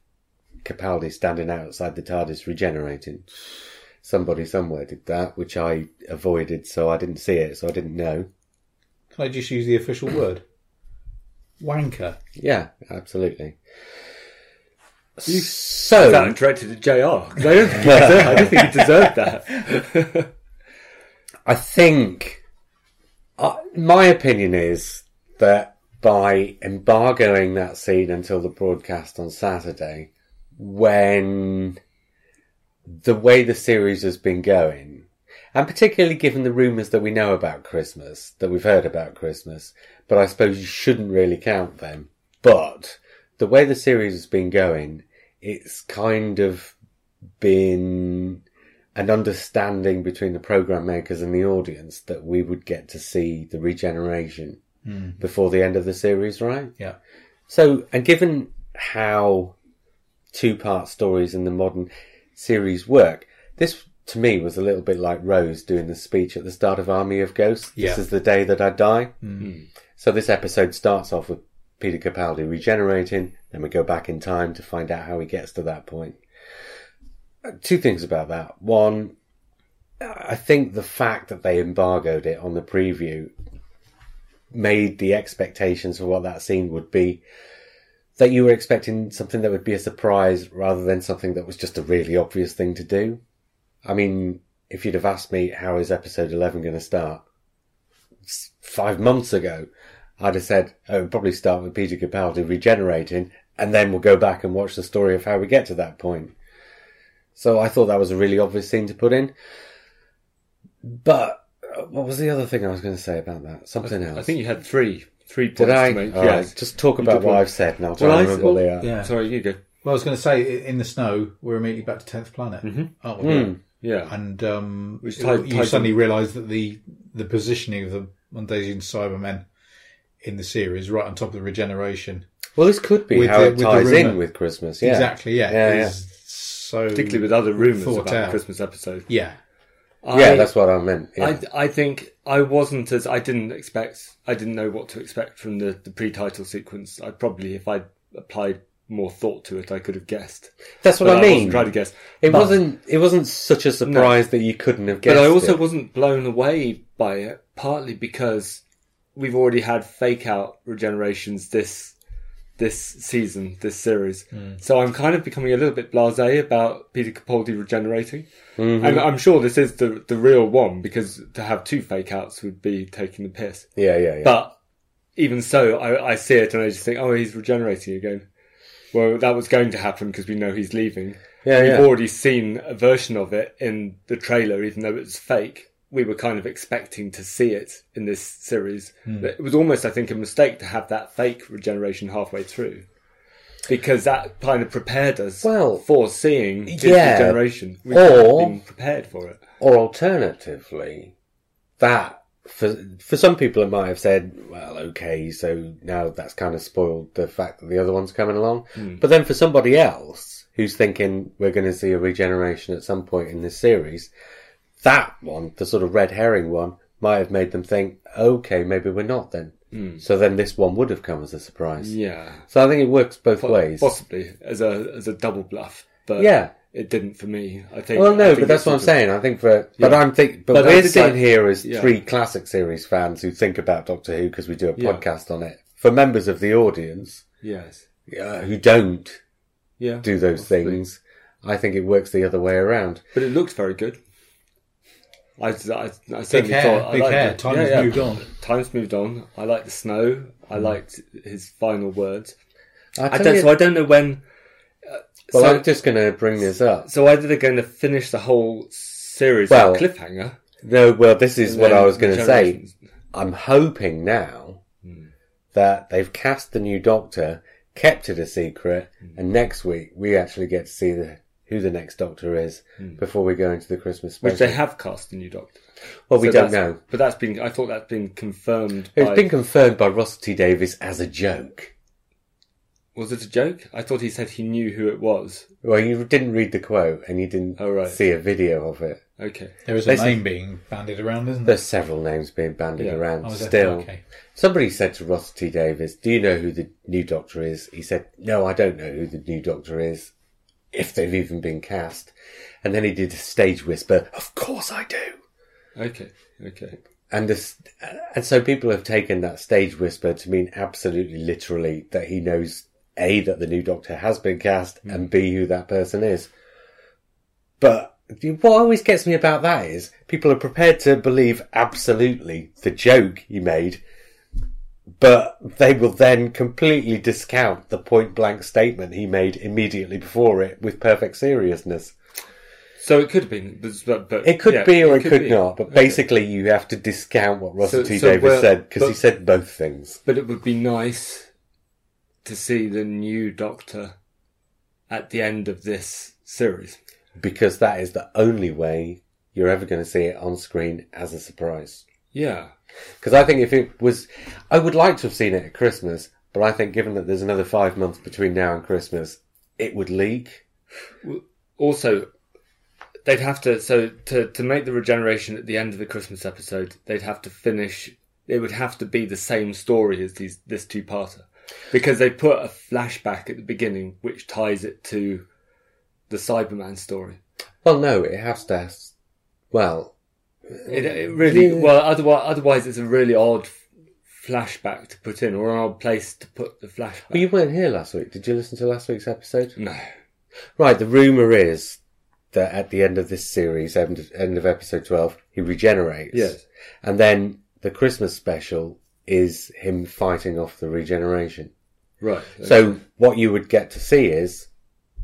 [SPEAKER 1] Capaldi standing outside the TARDIS regenerating. Somebody somewhere did that, which I avoided, so I didn't see it, so I didn't know.
[SPEAKER 2] Can I just use the official word? Wanker.
[SPEAKER 1] Yeah, absolutely. so,
[SPEAKER 3] That directed at JR. 'cause I don't think he deserved, I don't think he deserved that.
[SPEAKER 1] uh, I think I my opinion is that by embargoing that scene until the broadcast on Saturday when the way the series has been going, and particularly given the rumours that we know about Christmas, that we've heard about Christmas, but I suppose you shouldn't really count them. But the way the series has been going, it's kind of been an understanding between the program makers and the audience that we would get to see the regeneration before the end of the series, right?
[SPEAKER 2] Yeah.
[SPEAKER 1] So, and given how two part stories in the modern series work, this to me was a little bit like Rose doing the speech at the start of Army of Ghosts. This
[SPEAKER 2] Yeah.
[SPEAKER 1] is the day that I die. So, this episode starts off with Peter Capaldi regenerating, then we go back in time to find out how he gets to that point. Uh, Two things about that. One, I think the fact that they embargoed it on the preview made the expectations for what that scene would be that you were expecting something that would be a surprise rather than something that was just a really obvious thing to do. I mean, if you'd have asked me how is episode 11 going to start s- five months ago, I'd have said, oh, it'll probably start with Peter Capaldi regenerating and then we'll go back and watch the story of how we get to that point. So I thought that was a really obvious thing to put in. But uh, what was the other thing I was going to say about that? Something else.
[SPEAKER 3] I think you had three, three points
[SPEAKER 1] Did I?
[SPEAKER 3] to make.
[SPEAKER 1] All
[SPEAKER 3] yes.
[SPEAKER 1] right, Just talk
[SPEAKER 3] You
[SPEAKER 1] about
[SPEAKER 3] did
[SPEAKER 1] what
[SPEAKER 3] one.
[SPEAKER 1] I've said and I'll try
[SPEAKER 3] Well, I
[SPEAKER 1] and remember what
[SPEAKER 3] well,
[SPEAKER 1] they are.
[SPEAKER 2] Yeah.
[SPEAKER 3] Sorry, you go.
[SPEAKER 2] Well, I was going to say, i- in the snow, we're immediately back to Tenth Planet, aren't we?
[SPEAKER 1] Mm.
[SPEAKER 3] Yeah.
[SPEAKER 2] And um,
[SPEAKER 3] Which Mm-hmm. tied-
[SPEAKER 2] you
[SPEAKER 3] tied
[SPEAKER 2] suddenly realise that the the positioning of the Mondasian Cybermen in the series, right on top of the regeneration,
[SPEAKER 1] Well, this could be
[SPEAKER 2] With
[SPEAKER 1] how
[SPEAKER 2] the-
[SPEAKER 1] it
[SPEAKER 2] with the
[SPEAKER 1] ties in
[SPEAKER 2] rumour.
[SPEAKER 1] with Christmas. Yeah.
[SPEAKER 2] exactly, yeah,
[SPEAKER 1] Yeah, yeah.
[SPEAKER 2] is so
[SPEAKER 3] Particularly with other rumours
[SPEAKER 2] Thought
[SPEAKER 3] about the
[SPEAKER 2] out.
[SPEAKER 3] Christmas episode.
[SPEAKER 2] yeah,
[SPEAKER 1] Yeah,
[SPEAKER 3] I-
[SPEAKER 1] that's what I meant. Yeah.
[SPEAKER 3] I, I think I wasn't as I didn't expect I didn't know what to expect from the, the pre-title sequence. I probably if I applied more thought to it, I could have guessed.
[SPEAKER 1] that's what
[SPEAKER 3] But
[SPEAKER 1] I
[SPEAKER 3] I wasn't
[SPEAKER 1] mean.
[SPEAKER 3] trying to guess.
[SPEAKER 1] it
[SPEAKER 3] But-
[SPEAKER 1] wasn't. It wasn't such a surprise that you couldn't have guessed.
[SPEAKER 3] But I also
[SPEAKER 1] it.
[SPEAKER 3] wasn't blown away by it, partly because we've already had fake out regenerations this this season, this series.
[SPEAKER 1] Mm.
[SPEAKER 3] So I'm kind of becoming a little bit blasé about Peter Capaldi regenerating.
[SPEAKER 1] Mm-hmm.
[SPEAKER 3] And I'm sure this is the the real one because to have two fake outs would be taking the piss.
[SPEAKER 1] Yeah, yeah, yeah.
[SPEAKER 3] But even so, I, I see it and I just think, oh, he's regenerating again. Well, that was going to happen because we know he's leaving.
[SPEAKER 1] Yeah,
[SPEAKER 3] We've
[SPEAKER 1] yeah.
[SPEAKER 3] already seen a version of it in the trailer, even though it's fake. We were kind of expecting to see it in this series.
[SPEAKER 1] Hmm.
[SPEAKER 3] It was almost, I think, a mistake to have that fake regeneration halfway through. Because that kind of prepared us
[SPEAKER 1] Well,
[SPEAKER 3] for seeing this
[SPEAKER 1] yeah.
[SPEAKER 3] regeneration. We
[SPEAKER 1] Or-
[SPEAKER 3] should have been prepared for it.
[SPEAKER 1] or alternatively, that for for some people it might have said, well, okay, so now that's kind of spoiled the fact that the other one's coming along. But then for somebody else who's thinking we're going to see a regeneration at some point in this series, that one, the sort of red herring one, might have made them think, okay, maybe we're not then. So then this one would have come as a surprise.
[SPEAKER 3] Yeah.
[SPEAKER 1] So I think it works both ways.
[SPEAKER 3] Possibly as a as a double bluff, but
[SPEAKER 1] Yeah.
[SPEAKER 3] it didn't for me. I think.
[SPEAKER 1] Well,
[SPEAKER 3] I
[SPEAKER 1] no,
[SPEAKER 3] think
[SPEAKER 1] but that's
[SPEAKER 3] it's
[SPEAKER 1] what I'm
[SPEAKER 3] sort of-
[SPEAKER 1] saying. I think for, but
[SPEAKER 3] Yeah.
[SPEAKER 1] I'm think, but,
[SPEAKER 3] But I
[SPEAKER 1] we're
[SPEAKER 3] think
[SPEAKER 1] sitting
[SPEAKER 3] I-
[SPEAKER 1] here as
[SPEAKER 3] yeah.
[SPEAKER 1] three classic series fans who think about Doctor Who because we do a
[SPEAKER 3] Yeah.
[SPEAKER 1] podcast on it. For members of the audience
[SPEAKER 3] Yes.
[SPEAKER 1] uh, who don't
[SPEAKER 3] Yeah.
[SPEAKER 1] do those
[SPEAKER 3] Possibly.
[SPEAKER 1] things, I think it works the other way around.
[SPEAKER 3] But it looked very good. I, I, I
[SPEAKER 2] big
[SPEAKER 3] certainly
[SPEAKER 2] hair,
[SPEAKER 3] thought.
[SPEAKER 2] big
[SPEAKER 3] I liked
[SPEAKER 2] hair.
[SPEAKER 3] it.
[SPEAKER 2] Time
[SPEAKER 3] Yeah,
[SPEAKER 2] has
[SPEAKER 3] yeah.
[SPEAKER 2] moved on.
[SPEAKER 3] Time's moved on. I liked the snow.
[SPEAKER 1] Mm.
[SPEAKER 3] I liked his final words.
[SPEAKER 1] I,
[SPEAKER 3] I
[SPEAKER 1] tell
[SPEAKER 3] don't,
[SPEAKER 1] you-
[SPEAKER 3] so I don't know when.
[SPEAKER 1] well,
[SPEAKER 3] so-
[SPEAKER 1] I'm just going to bring this up.
[SPEAKER 3] So either they're going to finish the whole series
[SPEAKER 1] Well,
[SPEAKER 3] with a cliffhanger.
[SPEAKER 1] No, well, this is
[SPEAKER 3] and
[SPEAKER 1] what
[SPEAKER 3] then
[SPEAKER 1] I was going to say.
[SPEAKER 3] generations-
[SPEAKER 1] I'm hoping now
[SPEAKER 3] Hmm.
[SPEAKER 1] that they've cast the new Doctor, kept it a secret,
[SPEAKER 3] Hmm.
[SPEAKER 1] and next week we actually get to see the, who the next Doctor is before we go into the Christmas
[SPEAKER 3] Hmm. Which
[SPEAKER 1] special.
[SPEAKER 3] they have cast the new Doctor.
[SPEAKER 1] well, we
[SPEAKER 3] So
[SPEAKER 1] don't
[SPEAKER 3] that's-
[SPEAKER 1] know.
[SPEAKER 3] But that's been. I thought that's been confirmed.
[SPEAKER 1] It's
[SPEAKER 3] by-
[SPEAKER 1] been confirmed by Russell T Davis as a joke.
[SPEAKER 3] Was it a joke? I thought he said he knew who it was.
[SPEAKER 1] Well, you didn't read the quote and you didn't
[SPEAKER 3] Oh, right.
[SPEAKER 1] see a video of it.
[SPEAKER 3] Okay.
[SPEAKER 2] There is a
[SPEAKER 1] Listen-
[SPEAKER 2] name being bandied around, isn't there?
[SPEAKER 1] There's several names being bandied
[SPEAKER 3] Yeah. Oh,
[SPEAKER 1] around
[SPEAKER 2] I was
[SPEAKER 1] still.
[SPEAKER 2] FYK.
[SPEAKER 1] Somebody said to Ross T. Davis, Do you know who the new doctor is? He said, No, I don't know who the new doctor is, if they've even been cast. And then he did a stage whisper, Of course I do.
[SPEAKER 3] Okay. Okay.
[SPEAKER 1] And, this, and so people have taken that stage whisper to mean absolutely literally that he knows A, that the new doctor has been cast, and B, who that person is. But what always gets me about that is people are prepared to believe absolutely the joke he made but they will then completely discount the point blank statement he made immediately before it with perfect seriousness.
[SPEAKER 3] So it could have been, but, but
[SPEAKER 1] It could
[SPEAKER 3] yeah,
[SPEAKER 1] be or it, could,
[SPEAKER 3] be.
[SPEAKER 1] not, but
[SPEAKER 3] Okay.
[SPEAKER 1] basically you have to discount what Russell
[SPEAKER 3] So-
[SPEAKER 1] T
[SPEAKER 3] so
[SPEAKER 1] Davis
[SPEAKER 3] we're-
[SPEAKER 1] said because he
[SPEAKER 3] but-
[SPEAKER 1] said both things.
[SPEAKER 3] But it would be nice to see the new Doctor at the end of this series.
[SPEAKER 1] Because that is the only way you're ever going to see it on screen as a surprise.
[SPEAKER 3] Yeah,
[SPEAKER 1] Because I think if it was, I would like to have seen it at Christmas, but I think given that there's another five months between now and Christmas, it would leak.
[SPEAKER 3] also they'd have to so to to make the regeneration at the end of the christmas episode they'd have to finish it would have to be the same story as these this two-parter because they put a flashback at the beginning which ties it to the cyberman story
[SPEAKER 1] Well, no, it has to. has- Well,
[SPEAKER 3] it, it really
[SPEAKER 1] Um, Yeah.
[SPEAKER 3] well otherwise otherwise it's a really odd f- flashback to put in or an odd place to put the flashback
[SPEAKER 1] well, you weren't here last week. Did you listen to last week's episode?
[SPEAKER 3] no
[SPEAKER 1] Right. The rumor is that at the end of this series, end of, end of episode twelve, he regenerates.
[SPEAKER 3] Yes.
[SPEAKER 1] And then the Christmas special is him fighting off the regeneration.
[SPEAKER 3] right Uh,
[SPEAKER 1] So what you would get to see is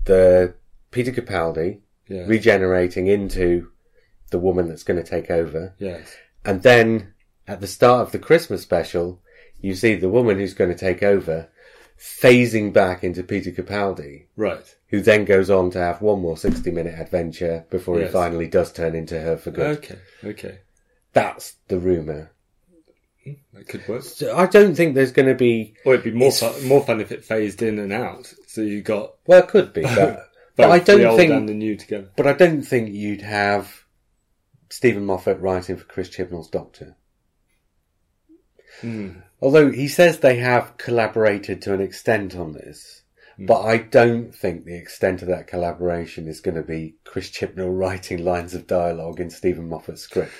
[SPEAKER 1] the Peter Capaldi
[SPEAKER 3] yeah.
[SPEAKER 1] regenerating into the woman that's going to take over.
[SPEAKER 3] yes
[SPEAKER 1] And then at the start of the Christmas special, you see the woman who's going to take over phasing back into Peter Capaldi,
[SPEAKER 3] right
[SPEAKER 1] who then goes on to have one more 60 minute adventure before
[SPEAKER 3] Yes. Uh,
[SPEAKER 1] he finally does turn into her for good.
[SPEAKER 3] okay okay
[SPEAKER 1] That's the rumour.
[SPEAKER 3] that could work
[SPEAKER 1] So I don't think there's going to be,
[SPEAKER 3] Or it'd be more
[SPEAKER 1] It's-
[SPEAKER 3] fun, more fun if it phased in and out. So you got
[SPEAKER 1] well, it could be, but, but I
[SPEAKER 3] both the
[SPEAKER 1] don't
[SPEAKER 3] old
[SPEAKER 1] think,
[SPEAKER 3] and the new together.
[SPEAKER 1] but I don't think you'd have Stephen Moffat writing for Chris Chibnall's Doctor. Although he says they have collaborated to an extent on this, but I don't think the extent of that collaboration is going to be Chris Chibnall writing lines of dialogue in Stephen Moffat's script.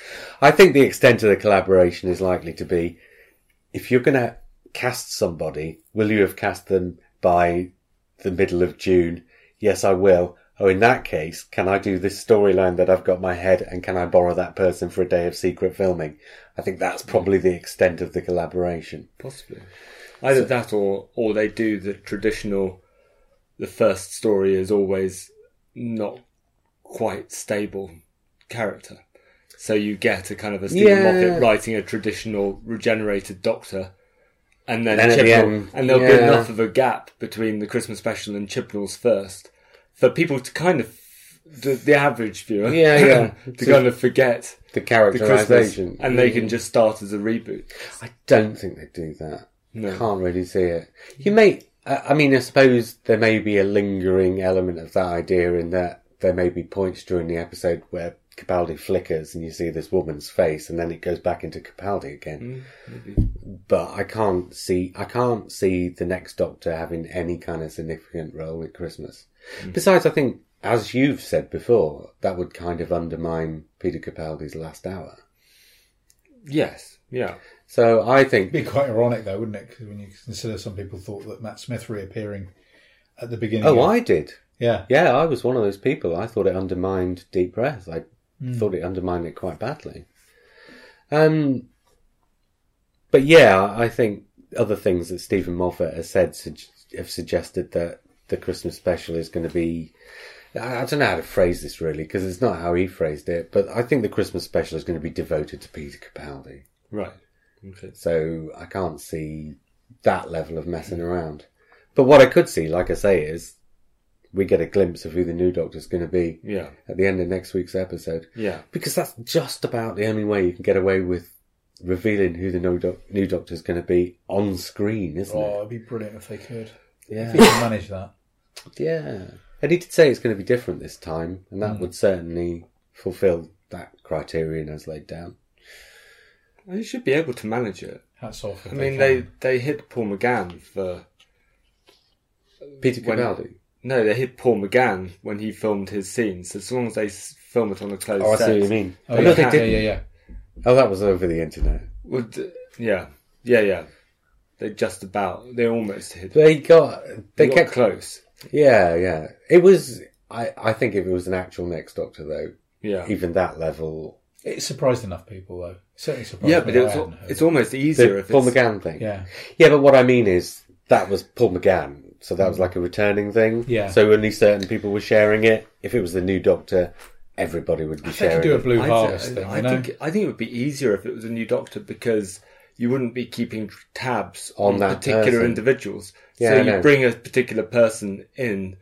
[SPEAKER 1] I think the extent of the collaboration is likely to be if you're going to cast somebody, will you have cast them by the middle of June? Yes, I will. Oh, in that case, can I do this storyline that I've got in my head and can I borrow that person for a day of secret filming? I think that's probably the extent of the collaboration.
[SPEAKER 3] Possibly. Either that or or they do the traditional the first story is always not quite stable character. So you get a kind of a Stephen
[SPEAKER 1] Yeah.
[SPEAKER 3] Moffat writing a traditional regenerated doctor and then,
[SPEAKER 1] And then at the
[SPEAKER 3] Chibnall
[SPEAKER 1] end,
[SPEAKER 3] and there'll be
[SPEAKER 1] yeah.
[SPEAKER 3] enough of a gap between the Christmas special and Chibnall's first for people to kind of the, the average viewer
[SPEAKER 1] Yeah, yeah.
[SPEAKER 3] to kind of forget
[SPEAKER 1] The
[SPEAKER 3] the Christmas
[SPEAKER 1] characterization.
[SPEAKER 3] and they can just start as a reboot.
[SPEAKER 1] I don't think they do that.
[SPEAKER 3] No.
[SPEAKER 1] Can't really see it. You may, I I mean, I suppose there may be a lingering element of that idea in that there may be points during the episode where Capaldi flickers and you see this woman's face and then it goes back into Capaldi again. But I can't see, I can't see the next Doctor having any kind of significant role at Christmas. Besides, I think, as you've said before, that would kind of undermine Peter Capaldi's last hour.
[SPEAKER 3] Yes. Yeah.
[SPEAKER 1] So I think
[SPEAKER 2] It'd be quite ironic, though, wouldn't it? 'Cause when you consider some people thought that Matt Smith reappearing at the beginning.
[SPEAKER 1] Oh,
[SPEAKER 2] of-
[SPEAKER 1] I did.
[SPEAKER 2] Yeah.
[SPEAKER 1] Yeah, I was one of those people. I thought it undermined deep breath. I thought it undermined it quite badly. Um, but yeah, I think other things that Stephen Moffat has said sug- have suggested that the Christmas special is going to be. I I don't know how to phrase this really because it's not how he phrased it, but I think the Christmas special is going to be devoted to Peter Capaldi.
[SPEAKER 3] Right. Okay.
[SPEAKER 1] So I can't see that level of messing around. But what I could see, like I say, is we get a glimpse of who the new Doctor's going to be
[SPEAKER 3] Yeah.
[SPEAKER 1] at the end of next week's episode.
[SPEAKER 3] Yeah.
[SPEAKER 1] Because that's just about the only way you can get away with revealing who the new, doc- new Doctor's going to be on screen, isn't
[SPEAKER 2] Oh,
[SPEAKER 1] it?
[SPEAKER 2] it'd be brilliant if they could. If
[SPEAKER 1] Yeah.
[SPEAKER 2] they could manage that.
[SPEAKER 1] yeah. And he did say it's going to be different this time, and that would certainly fulfill that criterion as laid down.
[SPEAKER 3] They should be able to manage it.
[SPEAKER 2] Hats off. If
[SPEAKER 3] I mean,
[SPEAKER 2] can. Oh,
[SPEAKER 3] they, they hit Paul McGann for.
[SPEAKER 1] Peter
[SPEAKER 3] When-
[SPEAKER 1] Capaldi.
[SPEAKER 3] No, they hit Paul McGann when he filmed his scenes. As long as they s- film it on a closed
[SPEAKER 1] Oh, I
[SPEAKER 3] set.
[SPEAKER 1] see what you mean.
[SPEAKER 2] Oh,
[SPEAKER 1] I
[SPEAKER 2] yeah.
[SPEAKER 1] know they
[SPEAKER 2] yeah,
[SPEAKER 1] didn't.
[SPEAKER 2] yeah, yeah.
[SPEAKER 1] Oh, that was over the internet.
[SPEAKER 3] Would, yeah. Yeah, yeah. They just about. They almost hit.
[SPEAKER 1] They got. They
[SPEAKER 3] got
[SPEAKER 1] kept
[SPEAKER 3] close.
[SPEAKER 1] Yeah, yeah. It was. I, I think if it was an actual next Doctor, though,
[SPEAKER 3] Yeah.
[SPEAKER 1] even that level
[SPEAKER 2] It surprised enough people, though. It certainly surprised.
[SPEAKER 3] Yeah,
[SPEAKER 2] me
[SPEAKER 3] but
[SPEAKER 2] that I
[SPEAKER 3] it's,
[SPEAKER 2] hadn't heard
[SPEAKER 3] it's
[SPEAKER 2] it.
[SPEAKER 3] almost easier
[SPEAKER 1] The
[SPEAKER 3] if
[SPEAKER 1] Paul
[SPEAKER 3] it's.
[SPEAKER 1] McGann thing.
[SPEAKER 2] yeah,
[SPEAKER 1] Yeah, but what I mean is that was Paul McGann, so that was
[SPEAKER 3] Mm.
[SPEAKER 1] like a returning thing.
[SPEAKER 2] Yeah.
[SPEAKER 1] So only certain people were sharing it. If it was the new Doctor, everybody would be
[SPEAKER 2] they
[SPEAKER 1] sharing.
[SPEAKER 2] could do a
[SPEAKER 1] it.
[SPEAKER 2] blue
[SPEAKER 3] I,
[SPEAKER 2] harvest
[SPEAKER 3] th-
[SPEAKER 2] thing.
[SPEAKER 3] I
[SPEAKER 2] you know?
[SPEAKER 3] think I think it would be easier if it was a new doctor because you wouldn't be keeping tabs
[SPEAKER 1] On
[SPEAKER 3] on,
[SPEAKER 1] that
[SPEAKER 3] particular
[SPEAKER 1] person.
[SPEAKER 3] individuals.
[SPEAKER 1] Yeah,
[SPEAKER 3] so
[SPEAKER 1] I
[SPEAKER 3] you
[SPEAKER 1] know.
[SPEAKER 3] bring a particular person in.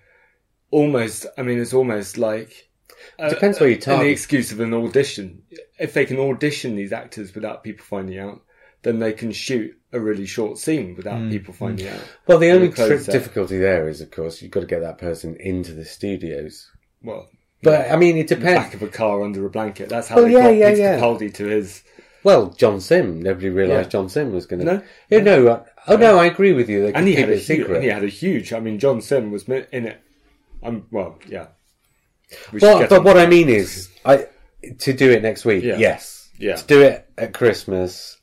[SPEAKER 3] Almost, I mean, it's almost like uh,
[SPEAKER 1] Depends where you
[SPEAKER 3] an
[SPEAKER 1] target.
[SPEAKER 3] excuse of an audition. If they can audition these actors without people finding out, then they can shoot a really short scene without
[SPEAKER 1] Mm.
[SPEAKER 3] people finding out.
[SPEAKER 1] Well, the only
[SPEAKER 3] the clothes
[SPEAKER 1] trick
[SPEAKER 3] set.
[SPEAKER 1] difficulty there is, of course, you've got to get that person into the studios.
[SPEAKER 3] Well,
[SPEAKER 1] But I mean, it
[SPEAKER 3] back
[SPEAKER 1] depends.
[SPEAKER 3] of a car under a blanket. That's how
[SPEAKER 1] Well,
[SPEAKER 3] they
[SPEAKER 1] Oh, yeah,
[SPEAKER 3] got
[SPEAKER 1] yeah,
[SPEAKER 3] Peter
[SPEAKER 1] yeah.
[SPEAKER 3] Capaldi to his.
[SPEAKER 1] Well, John Sim. Nobody realised
[SPEAKER 3] Yeah.
[SPEAKER 1] John Sim was going to.
[SPEAKER 3] No?
[SPEAKER 1] Yeah, no. uh, Oh no, I agree with you. They
[SPEAKER 3] and
[SPEAKER 1] could
[SPEAKER 3] he
[SPEAKER 1] keep
[SPEAKER 3] had a
[SPEAKER 1] it
[SPEAKER 3] huge, and
[SPEAKER 1] secret.
[SPEAKER 3] he had a huge. I mean, John Sim was mi- in it. I'm well, yeah. We should
[SPEAKER 1] Well,
[SPEAKER 3] get
[SPEAKER 1] but
[SPEAKER 3] on.
[SPEAKER 1] what I mean is, I to do it next week.
[SPEAKER 3] Yeah.
[SPEAKER 1] Yes.
[SPEAKER 3] Yeah.
[SPEAKER 1] To do it at Christmas,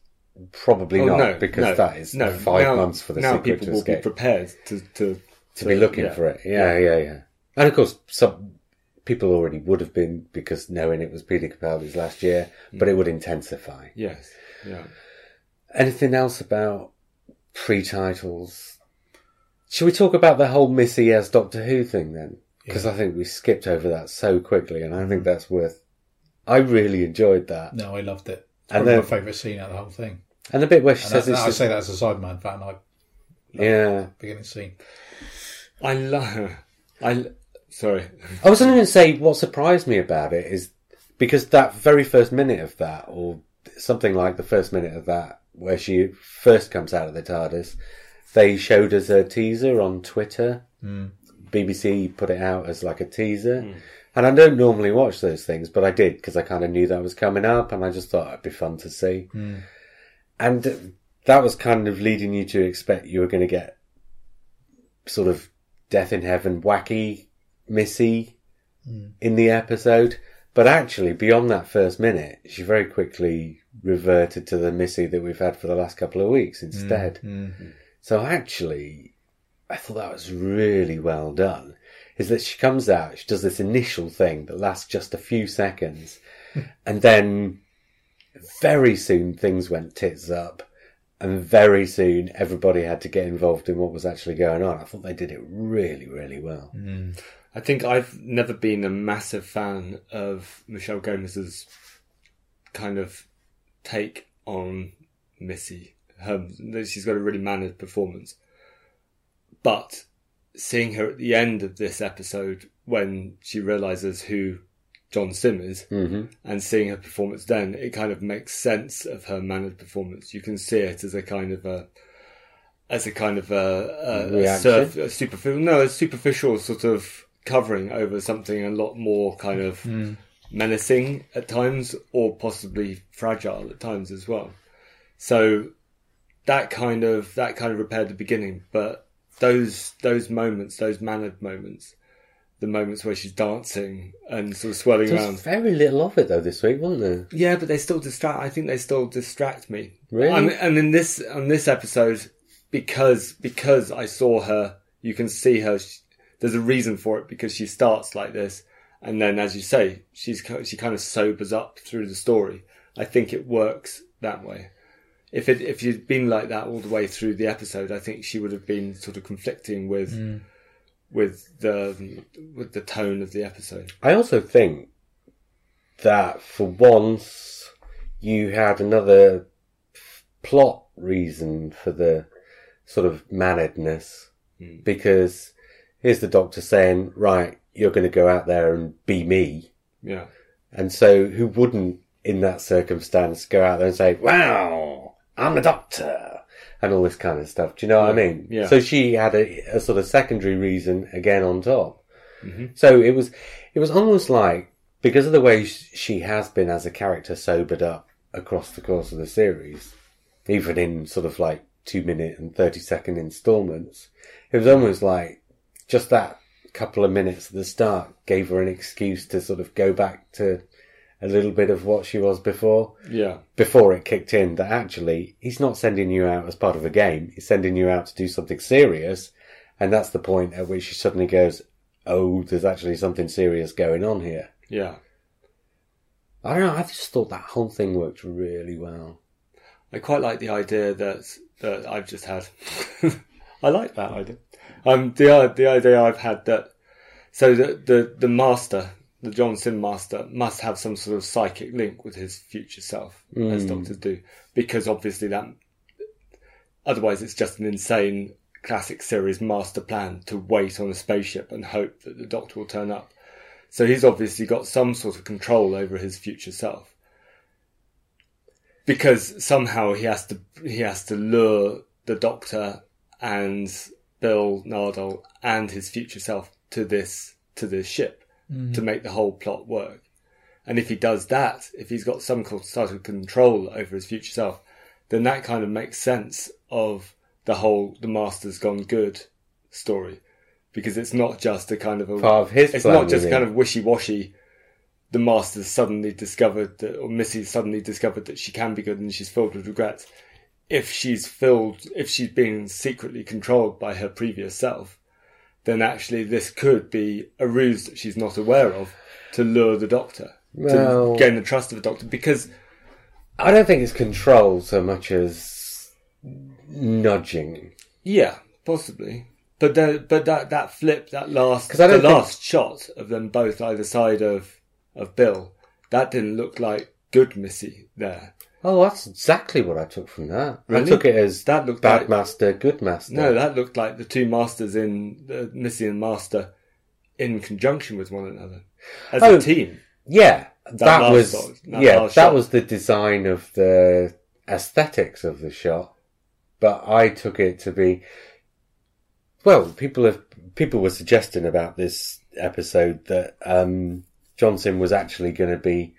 [SPEAKER 1] probably
[SPEAKER 3] Oh,
[SPEAKER 1] not
[SPEAKER 3] no,
[SPEAKER 1] because
[SPEAKER 3] no,
[SPEAKER 1] that is
[SPEAKER 3] no.
[SPEAKER 1] five
[SPEAKER 3] Now-
[SPEAKER 1] months for the
[SPEAKER 3] now
[SPEAKER 1] secret
[SPEAKER 3] people
[SPEAKER 1] to
[SPEAKER 3] will
[SPEAKER 1] escape
[SPEAKER 3] be prepared to to,
[SPEAKER 1] to be looking for it. Yeah, yeah, yeah, And of course, some people already would have been because knowing it was Peter Capaldi's last year,
[SPEAKER 3] Mm.
[SPEAKER 1] but it would intensify.
[SPEAKER 3] Yes, yeah.
[SPEAKER 1] Anything else about pre-titles? Should we talk about the whole Missy as Doctor Who thing then? Because I think we skipped over that so quickly, and I think that's worth. I really enjoyed that,
[SPEAKER 2] Mm. No, I loved it. It's
[SPEAKER 1] And
[SPEAKER 2] probably
[SPEAKER 1] then-
[SPEAKER 2] my favourite scene out of the whole thing.
[SPEAKER 1] and the bit where she
[SPEAKER 2] And
[SPEAKER 1] says
[SPEAKER 2] I,
[SPEAKER 1] it's
[SPEAKER 2] I
[SPEAKER 1] just,
[SPEAKER 2] say that as a sideman fan. I
[SPEAKER 1] yeah.
[SPEAKER 2] beginning scene.
[SPEAKER 3] I love. I lo- sorry.
[SPEAKER 1] I was going to say what surprised me about it is because that very first minute of that, or something like the first minute of that, where she first comes out of the TARDIS, they showed us a teaser on Twitter. BBC put it out as like a teaser. And I don't normally watch those things, but I did because I kind of knew that was coming up and I just thought it'd be fun to see. And that was kind of leading you to expect you were going to get sort of Death in Heaven wacky Missy in the episode. But actually, beyond that first minute, she very quickly reverted to the Missy that we've had for the last couple of weeks instead. So actually, I thought that was really well done. Is that she comes out, she does this initial thing that lasts just a few seconds, and then very soon things went tits up, and very soon everybody had to get involved in what was actually going on. I thought they did it really, really well.
[SPEAKER 3] I think I've never been a massive fan of Michelle Gomez's kind of take on Missy. Her, she's got a really mannered performance. But seeing her at the end of this episode when she realizes who John Sim is and seeing her performance then, it kind of makes sense of her mannered performance. You can see it as a kind of a as a kind of a, a, a,
[SPEAKER 1] Reaction?
[SPEAKER 3] surf, a superficial no a superficial sort of covering over something a lot more kind of menacing at times or possibly fragile at times as well. So that kind of that kind of repaired the beginning, but those those moments, those mannered moments, the moments where she's dancing and sort of swirling
[SPEAKER 1] There
[SPEAKER 3] around.
[SPEAKER 1] was very little of it though this week, wasn't there?
[SPEAKER 3] Yeah, but they still distract. I think they still distract me.
[SPEAKER 1] Really?
[SPEAKER 3] I mean, and in this on this episode, because because I saw her, you can see her. She, there's a reason for it because she starts like this, and then as you say, she's ki- she kind of sobers up through the story. I think it works that way. If it if you'd been like that all the way through the episode, I think she would have been sort of conflicting with
[SPEAKER 2] Mm.
[SPEAKER 3] with the with the tone of the episode.
[SPEAKER 1] I also think that for once you had another plot reason for the sort of manneredness because here's the doctor saying, right, you're going to go out there and be me.
[SPEAKER 3] Yeah.
[SPEAKER 1] And so who wouldn't in that circumstance go out there and say, wow, I'm the doctor and all this kind of stuff. Do you know what I mean?
[SPEAKER 3] Yeah.
[SPEAKER 1] So she had a, a sort of secondary reason again on top.
[SPEAKER 3] Mm-hmm.
[SPEAKER 1] So it was, it was almost like because of the way sh- she has been as a character sobered up across the course of the series, even in sort of like two minute and 30 second installments, it was almost like just that couple of minutes at the start gave her an excuse to sort of go back to a little bit of what she was before,
[SPEAKER 3] Yeah.
[SPEAKER 1] before it kicked in that actually he's not sending you out as part of a game, he's sending you out to do something serious. And that's the point at which she suddenly goes, Oh, there's actually something serious going on here.
[SPEAKER 3] Yeah.
[SPEAKER 1] I don't know. I just thought that whole thing worked really well.
[SPEAKER 3] I quite like the idea that that I've just had. I like that idea. Um, the the idea I've had that so the the, the master, the John Sim master, must have some sort of psychic link with his future self, as doctors do, because obviously that. Otherwise, it's just an insane classic series master plan to wait on a spaceship and hope that the doctor will turn up. So he's obviously got some sort of control over his future self because somehow he has to he has to lure the doctor and Bill Nardole and his future self to this to this ship to make the whole plot work. And if he does that, if he's got some co- sort of control over his future self, then that kind of makes sense of the whole the master's gone good story because it's not just a kind of a
[SPEAKER 1] Part of his
[SPEAKER 3] it's
[SPEAKER 1] plan,
[SPEAKER 3] not just
[SPEAKER 1] isn't it?
[SPEAKER 3] kind of wishy-washy the master's suddenly discovered that, or Missy's suddenly discovered that she can be good and she's filled with regrets. If she's filled, if she's being secretly controlled by her previous self, then actually this could be a ruse that she's not aware of to lure the doctor,
[SPEAKER 1] Well-
[SPEAKER 3] to gain the trust of the doctor. Because,
[SPEAKER 1] I don't think it's control so much as nudging.
[SPEAKER 3] yeah, possibly. But the, but that, that flip, that last,
[SPEAKER 1] 'Cause I
[SPEAKER 3] the
[SPEAKER 1] don't think-
[SPEAKER 3] last shot of them both either side of, of Bill, that didn't look like good Missy there.
[SPEAKER 1] Oh, that's exactly what I took from that. I
[SPEAKER 3] Really?
[SPEAKER 1] took it as
[SPEAKER 3] That looked
[SPEAKER 1] bad
[SPEAKER 3] like-
[SPEAKER 1] master, good master.
[SPEAKER 3] No, that looked like the two masters in uh, Missy and Master in conjunction with one another as
[SPEAKER 1] Oh,
[SPEAKER 3] a team.
[SPEAKER 1] yeah, that,
[SPEAKER 3] last
[SPEAKER 1] was
[SPEAKER 3] shot, that
[SPEAKER 1] yeah, that
[SPEAKER 3] last shot.
[SPEAKER 1] was the design of the aesthetics of the shot. But I took it to be well. People have people were suggesting about this episode that um, Johnson was actually going to be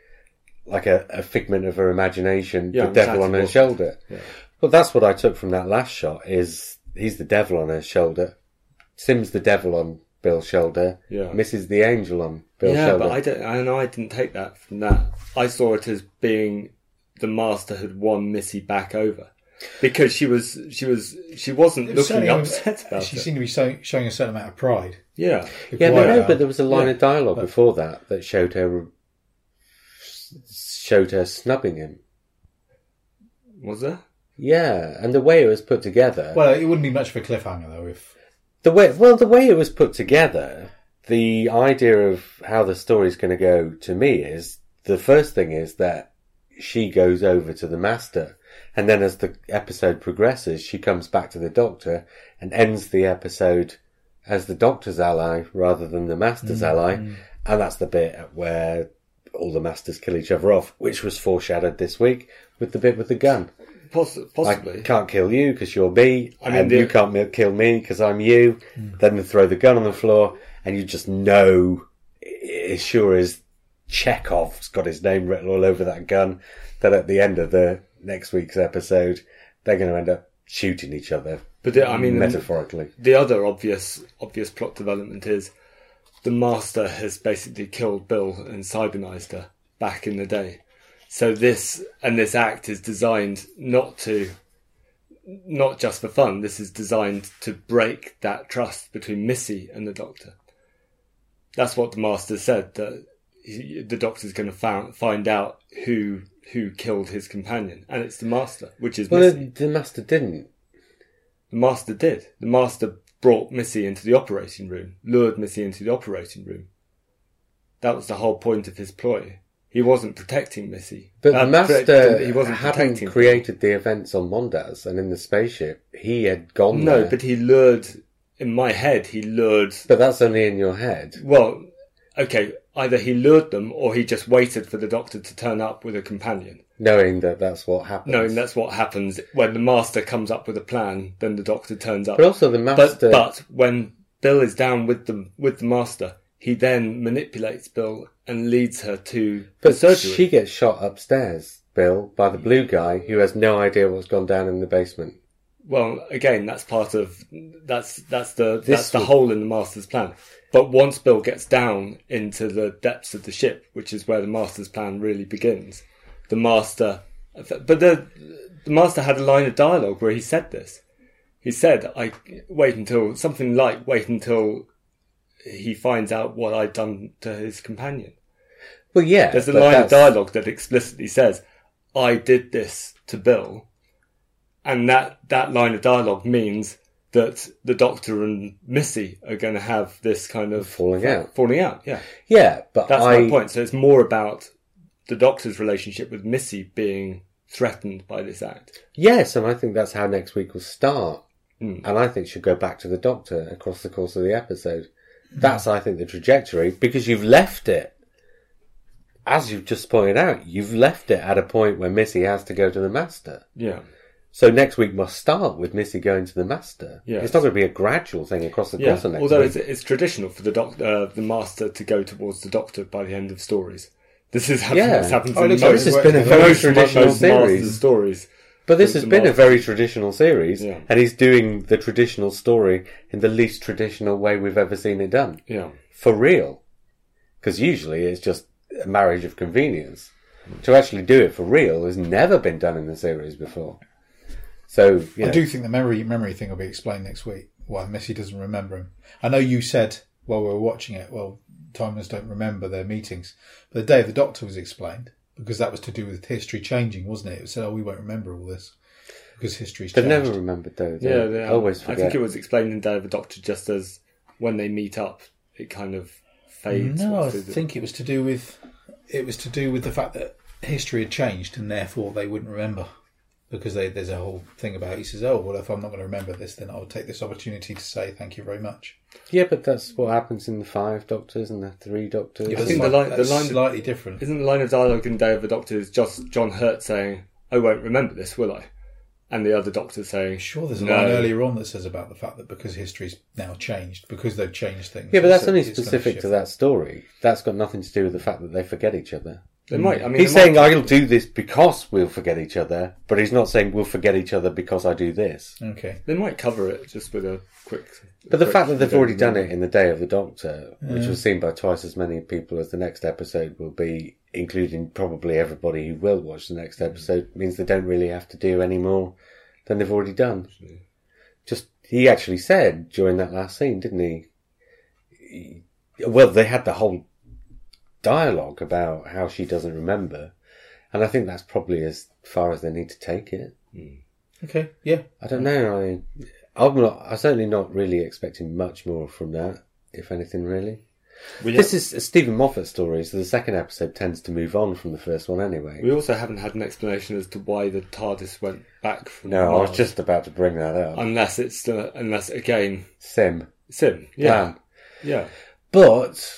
[SPEAKER 1] like a, a figment of her imagination,
[SPEAKER 3] Yeah,
[SPEAKER 1] the devil
[SPEAKER 3] exactly
[SPEAKER 1] on her
[SPEAKER 3] what-
[SPEAKER 1] shoulder.
[SPEAKER 3] yeah.
[SPEAKER 1] Well, that's what I took from that last shot. Is he's the devil on her shoulder? Sim's the devil on Bill's shoulder.
[SPEAKER 3] Yeah.
[SPEAKER 1] Mrs. the angel on Bill's
[SPEAKER 3] yeah,
[SPEAKER 1] shoulder.
[SPEAKER 3] but I don't. I know I didn't take that from that. I saw it as being the master had won Missy back over because she was she was she wasn't looking
[SPEAKER 2] Certainly,
[SPEAKER 3] upset about
[SPEAKER 2] she
[SPEAKER 3] it.
[SPEAKER 2] seemed to be showing, showing a certain amount of pride.
[SPEAKER 3] Yeah,
[SPEAKER 1] Yeah, but
[SPEAKER 2] Quite,
[SPEAKER 1] no,
[SPEAKER 2] uh,
[SPEAKER 1] but there was a line
[SPEAKER 3] yeah.
[SPEAKER 1] of dialogue before that that showed her showed her snubbing him.
[SPEAKER 3] was there?
[SPEAKER 1] Yeah, and the way it was put together,
[SPEAKER 2] well, it wouldn't be much of a cliffhanger though if
[SPEAKER 1] the way well, the way it was put together, the idea of how the story's going to go to me is the first thing is that she goes over to the master, and then as the episode progresses, she comes back to the doctor and ends the episode as the doctor's ally rather than the master's ally, and that's the bit where all the masters kill each other off, which was foreshadowed this week with the bit with the gun.
[SPEAKER 3] Poss-
[SPEAKER 1] I
[SPEAKER 3] possibly.
[SPEAKER 1] can't kill you because you're me,
[SPEAKER 3] I mean,
[SPEAKER 1] and
[SPEAKER 3] the- Hmm.
[SPEAKER 1] you can't mi- kill me because I'm you. Then they throw the gun on the floor, and you just know i- as sure as Chekhov's got his name written all over that gun that at the end of the next week's episode, they're going to end up shooting each other.
[SPEAKER 3] But the- I mean,
[SPEAKER 1] metaphorically.
[SPEAKER 3] the other obvious obvious plot development is the master has basically killed Bill and cybernized her back in the day. So this and this act is designed not to not just for fun, this is designed to break that trust between Missy and the doctor. That's what the master said that he, the doctor's going to found, find out who who killed his companion and it's the master, which is
[SPEAKER 1] Well,
[SPEAKER 3] Missy.
[SPEAKER 1] the, the master didn't.
[SPEAKER 3] The master did. The master brought Missy into the operating room, lured Missy into the operating room. That was the whole point of his ploy. He wasn't protecting Missy.
[SPEAKER 1] But
[SPEAKER 3] Uh,
[SPEAKER 1] the
[SPEAKER 3] protect-
[SPEAKER 1] master,
[SPEAKER 3] he wasn't
[SPEAKER 1] having
[SPEAKER 3] protecting.
[SPEAKER 1] created the events on Mondas and in the spaceship, he had gone
[SPEAKER 3] no,
[SPEAKER 1] there.
[SPEAKER 3] but he lured. In my head, he lured.
[SPEAKER 1] but that's only in your head.
[SPEAKER 3] Well, okay, either he lured them or he just waited for the doctor to turn up with a companion.
[SPEAKER 1] knowing that that's what happens.
[SPEAKER 3] Knowing that's what happens when the master comes up with a plan, then the doctor turns up.
[SPEAKER 1] But also the
[SPEAKER 3] But
[SPEAKER 1] master.
[SPEAKER 3] but when Bill is down with the with the master, he then manipulates Bill and leads her to the
[SPEAKER 1] but
[SPEAKER 3] surgery.
[SPEAKER 1] she gets shot upstairs, Bill, by the blue guy who has no idea what's gone down in the basement.
[SPEAKER 3] Well, again, that's part of that's that's the
[SPEAKER 1] This
[SPEAKER 3] that's the
[SPEAKER 1] would-
[SPEAKER 3] hole in the master's plan. But once Bill gets down into the depths of the ship, which is where the master's plan really begins, the master. But the the master had a line of dialogue where he said this. He said, "I wait until something like wait until he finds out what I've done to his companion."
[SPEAKER 1] Well, yeah.
[SPEAKER 3] There's a
[SPEAKER 1] but
[SPEAKER 3] line of
[SPEAKER 1] that's-
[SPEAKER 3] dialogue that explicitly says, "I did this to Bill," and that that line of dialogue means that the Doctor and Missy are going to have this kind of
[SPEAKER 1] Falling out.
[SPEAKER 3] Falling out. Yeah,
[SPEAKER 1] Yeah, but
[SPEAKER 3] that's
[SPEAKER 1] I.
[SPEAKER 3] my point. So it's more about the Doctor's relationship with Missy being threatened by this act.
[SPEAKER 1] Yes, and I think that's how next week will start.
[SPEAKER 3] Mm.
[SPEAKER 1] And I think she'll go back to the doctor across the course of the episode. That's, I think, the trajectory because you've left it. As you've just pointed out, you've left it at a point where Missy has to go to the master.
[SPEAKER 3] Yeah,
[SPEAKER 1] So next week must start with Missy going to the master.
[SPEAKER 3] Yeah.
[SPEAKER 1] It's not going to be a gradual thing across the
[SPEAKER 3] yeah.
[SPEAKER 1] course of next
[SPEAKER 3] Although
[SPEAKER 1] week.
[SPEAKER 3] it's, it's traditional for the Doctor, uh, the Master, to go towards the Doctor by the end of stories. This is happened,
[SPEAKER 1] Yeah.
[SPEAKER 3] this happens
[SPEAKER 2] Oh, it
[SPEAKER 3] in
[SPEAKER 2] looks
[SPEAKER 3] most,
[SPEAKER 2] like this has been a
[SPEAKER 3] most-
[SPEAKER 1] very
[SPEAKER 3] most
[SPEAKER 1] traditional
[SPEAKER 3] Master
[SPEAKER 1] series.
[SPEAKER 3] stories.
[SPEAKER 1] But this
[SPEAKER 3] It's
[SPEAKER 1] has been a
[SPEAKER 3] not-
[SPEAKER 1] very traditional series,
[SPEAKER 3] Yeah.
[SPEAKER 1] and he's doing the traditional story in the least traditional way we've ever seen it done.
[SPEAKER 3] Yeah.
[SPEAKER 1] For real. Because usually it's just a marriage of convenience.
[SPEAKER 3] Hmm.
[SPEAKER 1] To actually do it for real has never been done in the series before. So, you
[SPEAKER 2] I
[SPEAKER 1] know,
[SPEAKER 2] do think the memory memory thing will be explained next week. Why Messi doesn't remember him. I know you said while we were watching it, well, timers don't remember their meetings. But the day of the doctor was explained because that was to do with history changing, wasn't it? It said, oh, we won't remember all this because history's
[SPEAKER 1] they've
[SPEAKER 2] changed.
[SPEAKER 1] never remembered though. They
[SPEAKER 3] Yeah, they
[SPEAKER 1] always
[SPEAKER 3] I
[SPEAKER 1] forget.
[SPEAKER 3] think it was explained in Day of the Doctor just as when they meet up, it kind of fades.
[SPEAKER 2] No, I
[SPEAKER 3] once they-
[SPEAKER 2] think it was to do with it was to do with the fact that history had changed and therefore they wouldn't remember because they, there's a whole thing about he says, oh, well, if I'm not going to remember this, then I'll take this opportunity to say thank you very much.
[SPEAKER 1] Yeah, but that's what happens in the five doctors and the three doctors.
[SPEAKER 3] Yeah, I
[SPEAKER 2] That's
[SPEAKER 3] think the
[SPEAKER 2] like-
[SPEAKER 3] line- the
[SPEAKER 2] that's
[SPEAKER 3] line-
[SPEAKER 2] slightly different.
[SPEAKER 3] Isn't the line of dialogue in Day of the Doctor is just John Hurt saying, I won't remember this, will I? And the other Doctor saying,
[SPEAKER 2] I'm sure there's a
[SPEAKER 3] No.
[SPEAKER 2] line earlier on that says about the fact that because history's now changed, because they've changed things.
[SPEAKER 1] yeah, but that's
[SPEAKER 2] it's-
[SPEAKER 1] only
[SPEAKER 2] it's gonna
[SPEAKER 1] specific to
[SPEAKER 2] shift.
[SPEAKER 1] that story. That's got nothing to do with the fact that they forget each other.
[SPEAKER 3] They might. I mean,
[SPEAKER 1] He's
[SPEAKER 3] they might-
[SPEAKER 1] saying I'll do this because we'll forget each other, but he's not saying we'll forget each other because I do this.
[SPEAKER 2] Okay.
[SPEAKER 3] they might cover it just with a quick.
[SPEAKER 1] But the
[SPEAKER 3] quick-
[SPEAKER 1] fact that they've
[SPEAKER 3] don't
[SPEAKER 1] already done
[SPEAKER 3] remember.
[SPEAKER 1] it in the Day of the Doctor, which was seen by twice as many people as the next episode will be, including probably everybody who will watch the next episode, means they don't really have to do any more than they've already done. Just he actually said during that last scene, didn't he? He- Well, they had the whole dialogue about how she doesn't remember, and I think that's probably as far as they need to take it.
[SPEAKER 2] Okay. Yeah.
[SPEAKER 1] I don't know. I, I'm not. I'm certainly not really expecting much more from that, if anything, really.
[SPEAKER 3] We,
[SPEAKER 1] This is a Stephen Moffat story, so the second episode tends to move on from the first one anyway.
[SPEAKER 3] we also haven't had an explanation as to why the TARDIS went back from.
[SPEAKER 1] No, I
[SPEAKER 3] Mars.
[SPEAKER 1] was just about to bring that up.
[SPEAKER 3] Unless it's the. Unless, again,
[SPEAKER 1] Sim. Ah.
[SPEAKER 3] Sim.
[SPEAKER 1] Yeah.
[SPEAKER 3] Yeah. Yeah.
[SPEAKER 1] But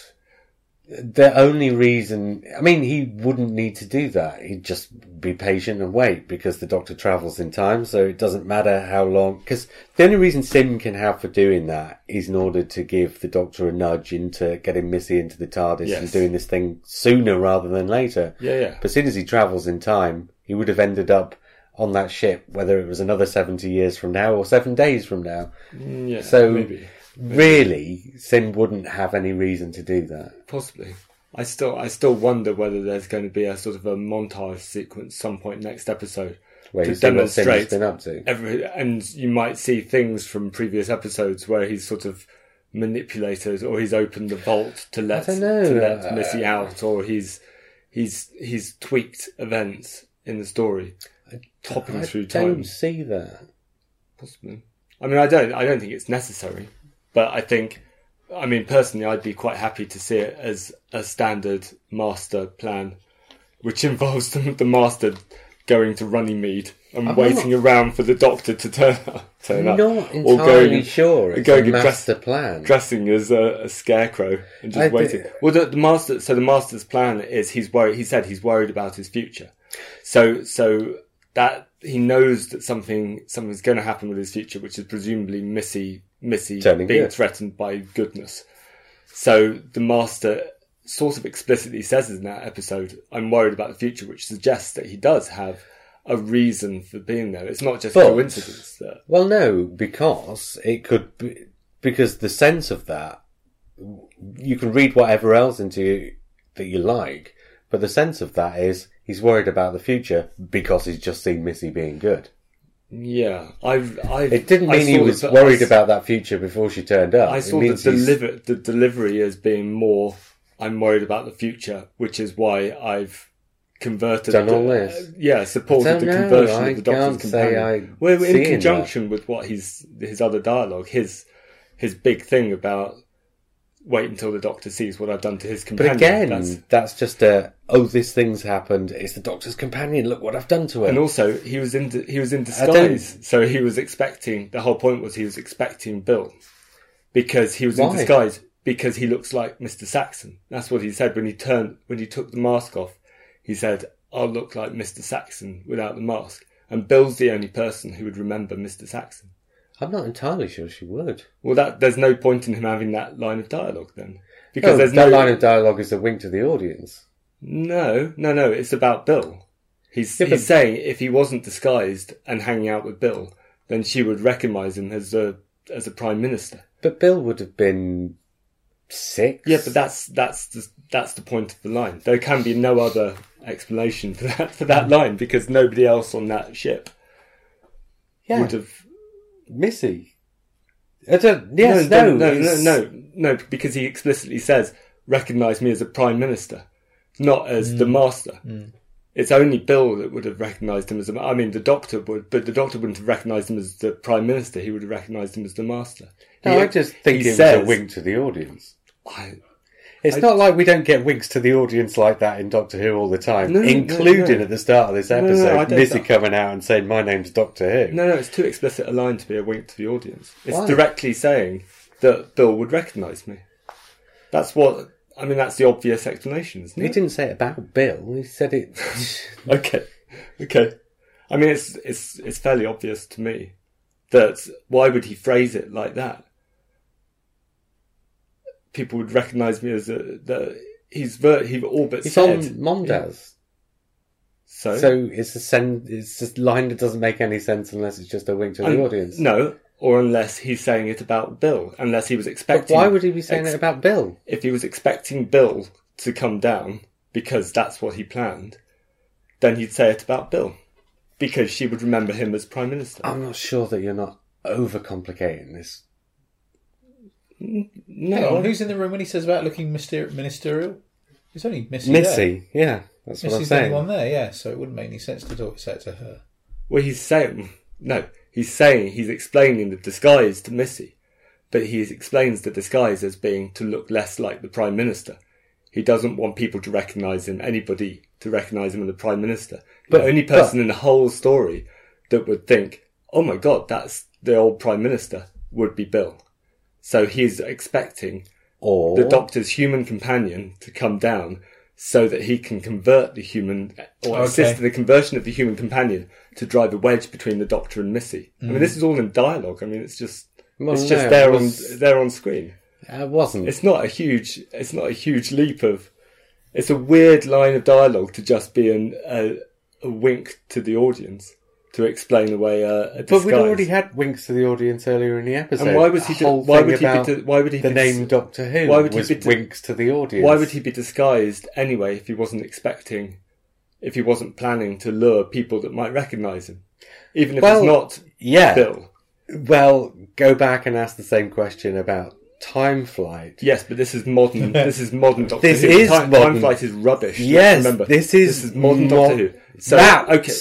[SPEAKER 1] the only reason, I mean, he wouldn't need to do that. He'd just be patient and wait because the doctor travels in time, so it doesn't matter how long. Because the only reason Sim can have for doing that is in order to give the doctor a nudge into getting Missy into the TARDIS and
[SPEAKER 3] Yes.
[SPEAKER 1] doing this thing sooner rather than later.
[SPEAKER 3] Yeah, yeah.
[SPEAKER 1] But as soon as he travels in time, he would have ended up on that ship, whether it was another 70 years from now or seven days from now.
[SPEAKER 3] Mm, yeah
[SPEAKER 1] So-
[SPEAKER 3] maybe.
[SPEAKER 1] Really, Sim wouldn't have any reason to do that.
[SPEAKER 3] Possibly. I still, I still wonder whether there's going to be a sort of a montage sequence some point next episode
[SPEAKER 1] Where
[SPEAKER 3] to
[SPEAKER 1] you see what Sim's
[SPEAKER 3] demonstrate
[SPEAKER 1] been up to.
[SPEAKER 3] every, and you might see things from previous episodes where he's sort of manipulated or he's opened the vault to let
[SPEAKER 1] don't know.
[SPEAKER 3] to let Missy out or he's he's he's tweaked events in the story, topping
[SPEAKER 1] I
[SPEAKER 3] through
[SPEAKER 1] don't
[SPEAKER 3] time.
[SPEAKER 1] see that.
[SPEAKER 3] Possibly. I mean, I don't. I don't think it's necessary, but I think. I mean, personally, I'd be quite happy to see it as a standard master plan, which involves the, the master going to Runnymede and waiting around for the doctor to turn up, turn
[SPEAKER 1] I'm
[SPEAKER 3] up,
[SPEAKER 1] not
[SPEAKER 3] or
[SPEAKER 1] entirely
[SPEAKER 3] going
[SPEAKER 1] sure it's
[SPEAKER 3] going
[SPEAKER 1] a
[SPEAKER 3] in dress-
[SPEAKER 1] master plan.
[SPEAKER 3] dressing as a, a scarecrow and just
[SPEAKER 1] I
[SPEAKER 3] waiting.
[SPEAKER 1] think-
[SPEAKER 3] Well, the, the master. So the master's plan is he's worried. He said he's worried about his future. So so that he knows that something something's going to happen with his future, which is presumably Missy Missy
[SPEAKER 1] Turning
[SPEAKER 3] being
[SPEAKER 1] good.
[SPEAKER 3] threatened by goodness. So the master sort of explicitly says in that episode, "I'm worried about the future," which suggests that he does have a reason for being there. It's not just
[SPEAKER 1] But-
[SPEAKER 3] coincidence. That,
[SPEAKER 1] well, no, because it could be, because the sense of that, you can read whatever else into that you like, but the sense of that is he's worried about the future because he's just seen Missy being good.
[SPEAKER 3] yeah, I've, I've
[SPEAKER 1] It didn't
[SPEAKER 3] I
[SPEAKER 1] mean he
[SPEAKER 3] saw
[SPEAKER 1] was
[SPEAKER 3] the-
[SPEAKER 1] worried
[SPEAKER 3] I-
[SPEAKER 1] about that future before she turned up.
[SPEAKER 3] I
[SPEAKER 1] It
[SPEAKER 3] saw the,
[SPEAKER 1] means he's-
[SPEAKER 3] deliver, the delivery as being more I'm worried about the future, which is why I've converted.
[SPEAKER 1] Done all
[SPEAKER 3] the-
[SPEAKER 1] this?
[SPEAKER 3] uh, yeah, supported
[SPEAKER 1] don't
[SPEAKER 3] the
[SPEAKER 1] know.
[SPEAKER 3] conversion
[SPEAKER 1] I
[SPEAKER 3] of the Doctor's
[SPEAKER 1] can't say
[SPEAKER 3] companion.
[SPEAKER 1] I
[SPEAKER 3] Well, in
[SPEAKER 1] see in
[SPEAKER 3] conjunction with what he's his other dialogue, his his big thing about wait until the Doctor sees what I've done to his
[SPEAKER 1] But
[SPEAKER 3] companion.
[SPEAKER 1] again,
[SPEAKER 3] That's-
[SPEAKER 1] that's, just a oh, this thing's happened. It's the Doctor's companion. Look what I've done to
[SPEAKER 3] and
[SPEAKER 1] it.
[SPEAKER 3] also he was in he was in
[SPEAKER 1] I don't-
[SPEAKER 3] disguise, so he was expecting. The whole point was he was expecting Bill because he was in
[SPEAKER 1] Why?
[SPEAKER 3] disguise because he looks like Mister Saxon. That's what he said when he turned when he took the mask off. He said, "I'll look like Mister Saxon without the mask." And Bill's the only person who would remember Mister Saxon.
[SPEAKER 1] I'm not entirely sure she would.
[SPEAKER 3] Well, that there's no point in him having that line of dialogue then, because
[SPEAKER 1] No,
[SPEAKER 3] there's no
[SPEAKER 1] that line of dialogue is a wink to the audience.
[SPEAKER 3] No, no, no. It's about Bill. He's,
[SPEAKER 1] Yeah,
[SPEAKER 3] he's
[SPEAKER 1] but-
[SPEAKER 3] saying if he wasn't disguised and hanging out with Bill, then she would recognise him as a as a prime minister.
[SPEAKER 1] But Bill would have been six.
[SPEAKER 3] Yeah, but that's that's the, that's the point of the line. There can be no other explanation for that for that line because nobody else on that ship
[SPEAKER 1] yeah,
[SPEAKER 3] would have.
[SPEAKER 1] Missy. I don't, yes, no,
[SPEAKER 3] no, no,
[SPEAKER 1] it's-
[SPEAKER 3] no, no, no, because he explicitly says recognise me as a prime minister, not as
[SPEAKER 1] Mm.
[SPEAKER 3] the master. It's only Bill that would have recognised him as a. I mean, the doctor would, but the doctor wouldn't have recognised him as the prime minister. He would have recognised him as the master.
[SPEAKER 1] No,
[SPEAKER 3] He-
[SPEAKER 1] I just think
[SPEAKER 3] he
[SPEAKER 1] it was
[SPEAKER 3] says-
[SPEAKER 1] a wink to the audience.
[SPEAKER 3] I,
[SPEAKER 1] It's not like we don't get winks to the audience like that in Doctor Who all the time,
[SPEAKER 3] No, no,
[SPEAKER 1] including
[SPEAKER 3] no, no.
[SPEAKER 1] at the start of this
[SPEAKER 3] no,
[SPEAKER 1] episode,
[SPEAKER 3] I don't-
[SPEAKER 1] Missy coming out and saying, "My name's Doctor Who."
[SPEAKER 3] no, no, it's too explicit a line to be a wink to the audience. It's
[SPEAKER 1] Why?
[SPEAKER 3] directly saying that Bill would recognise me. That's what. I mean, that's the obvious explanation, isn't
[SPEAKER 1] He
[SPEAKER 3] it?
[SPEAKER 1] didn't say it about Bill. He said it.
[SPEAKER 3] Okay, okay. I mean, it's it's it's fairly obvious to me that why would he phrase it like that? People would recognise me as a, the he's ver- he all but
[SPEAKER 1] it's on
[SPEAKER 3] said Oh.
[SPEAKER 1] Mondas.
[SPEAKER 3] so.
[SPEAKER 1] So it's a sen- It's just line that doesn't make any sense unless it's just a wink to the
[SPEAKER 3] Un-
[SPEAKER 1] audience.
[SPEAKER 3] Oh, No, or unless he's saying it about Bill, unless he was
[SPEAKER 1] But
[SPEAKER 3] expecting.
[SPEAKER 1] why would he be saying
[SPEAKER 3] ex-
[SPEAKER 1] it about Bill?
[SPEAKER 3] if he was expecting Bill to come down because that's what he planned? Then he'd say it about Bill because she would remember him as prime minister.
[SPEAKER 1] I'm not sure that you're not overcomplicating this.
[SPEAKER 2] Hang
[SPEAKER 3] no,
[SPEAKER 2] on, who's in the room when he says about looking myster- ministerial? It's only Missy. there.
[SPEAKER 1] Missy, yeah, that's what I'm
[SPEAKER 2] Missy's the only
[SPEAKER 1] saying.
[SPEAKER 2] one there, yeah. So it wouldn't make any sense to talk say it to her.
[SPEAKER 3] Well, he's saying no. He's saying he's explaining the disguise to Missy, but he explains the disguise as being to look less like the prime minister. He doesn't want people to recognise him. Anybody to recognise him as the prime minister.
[SPEAKER 1] But-
[SPEAKER 3] the only person in the whole story that would think, "Oh my God, that's the old prime minister," would be Bill. So he's expecting
[SPEAKER 1] Or
[SPEAKER 3] the doctor's human companion to come down so that he can convert the human or
[SPEAKER 2] Okay.
[SPEAKER 3] assist in the conversion of the human companion to drive a wedge between the doctor and Missy. I mean, this is all in dialogue. I mean, it's just
[SPEAKER 1] Mm. Well,
[SPEAKER 3] it's
[SPEAKER 1] no,
[SPEAKER 3] just
[SPEAKER 1] it
[SPEAKER 3] there
[SPEAKER 1] was-
[SPEAKER 3] on there on screen.
[SPEAKER 1] I wasn't.
[SPEAKER 3] It's not a huge it's not a huge leap of it's a weird line of dialogue to just be an, a, a wink to the audience to explain away a, a
[SPEAKER 1] but
[SPEAKER 3] disguise.
[SPEAKER 1] we'd already had winks to the audience earlier in the episode.
[SPEAKER 3] and why was he?
[SPEAKER 1] The
[SPEAKER 3] di-
[SPEAKER 1] whole
[SPEAKER 3] why
[SPEAKER 1] thing
[SPEAKER 3] would he?
[SPEAKER 1] about
[SPEAKER 3] Be, di- why would he?
[SPEAKER 1] the
[SPEAKER 3] be-
[SPEAKER 1] name Doctor Who?
[SPEAKER 3] why would he
[SPEAKER 1] was
[SPEAKER 3] be di-
[SPEAKER 1] winks to the audience?
[SPEAKER 3] Why would he be disguised anyway if he wasn't expecting, if he wasn't planning to lure people that might recognise him? Even if
[SPEAKER 1] Well,
[SPEAKER 3] it's
[SPEAKER 1] Yeah.
[SPEAKER 3] not Bill.
[SPEAKER 1] Well, go back and ask the same question about time flight.
[SPEAKER 3] Yes, but this is modern. this is modern Doctor
[SPEAKER 1] This
[SPEAKER 3] Who.
[SPEAKER 1] is
[SPEAKER 3] time,
[SPEAKER 1] modern.
[SPEAKER 3] time flight is rubbish. let's
[SPEAKER 1] Yes,
[SPEAKER 3] remember
[SPEAKER 1] this is
[SPEAKER 3] modern
[SPEAKER 1] mo-
[SPEAKER 3] Doctor Who. So
[SPEAKER 1] That-
[SPEAKER 3] okay,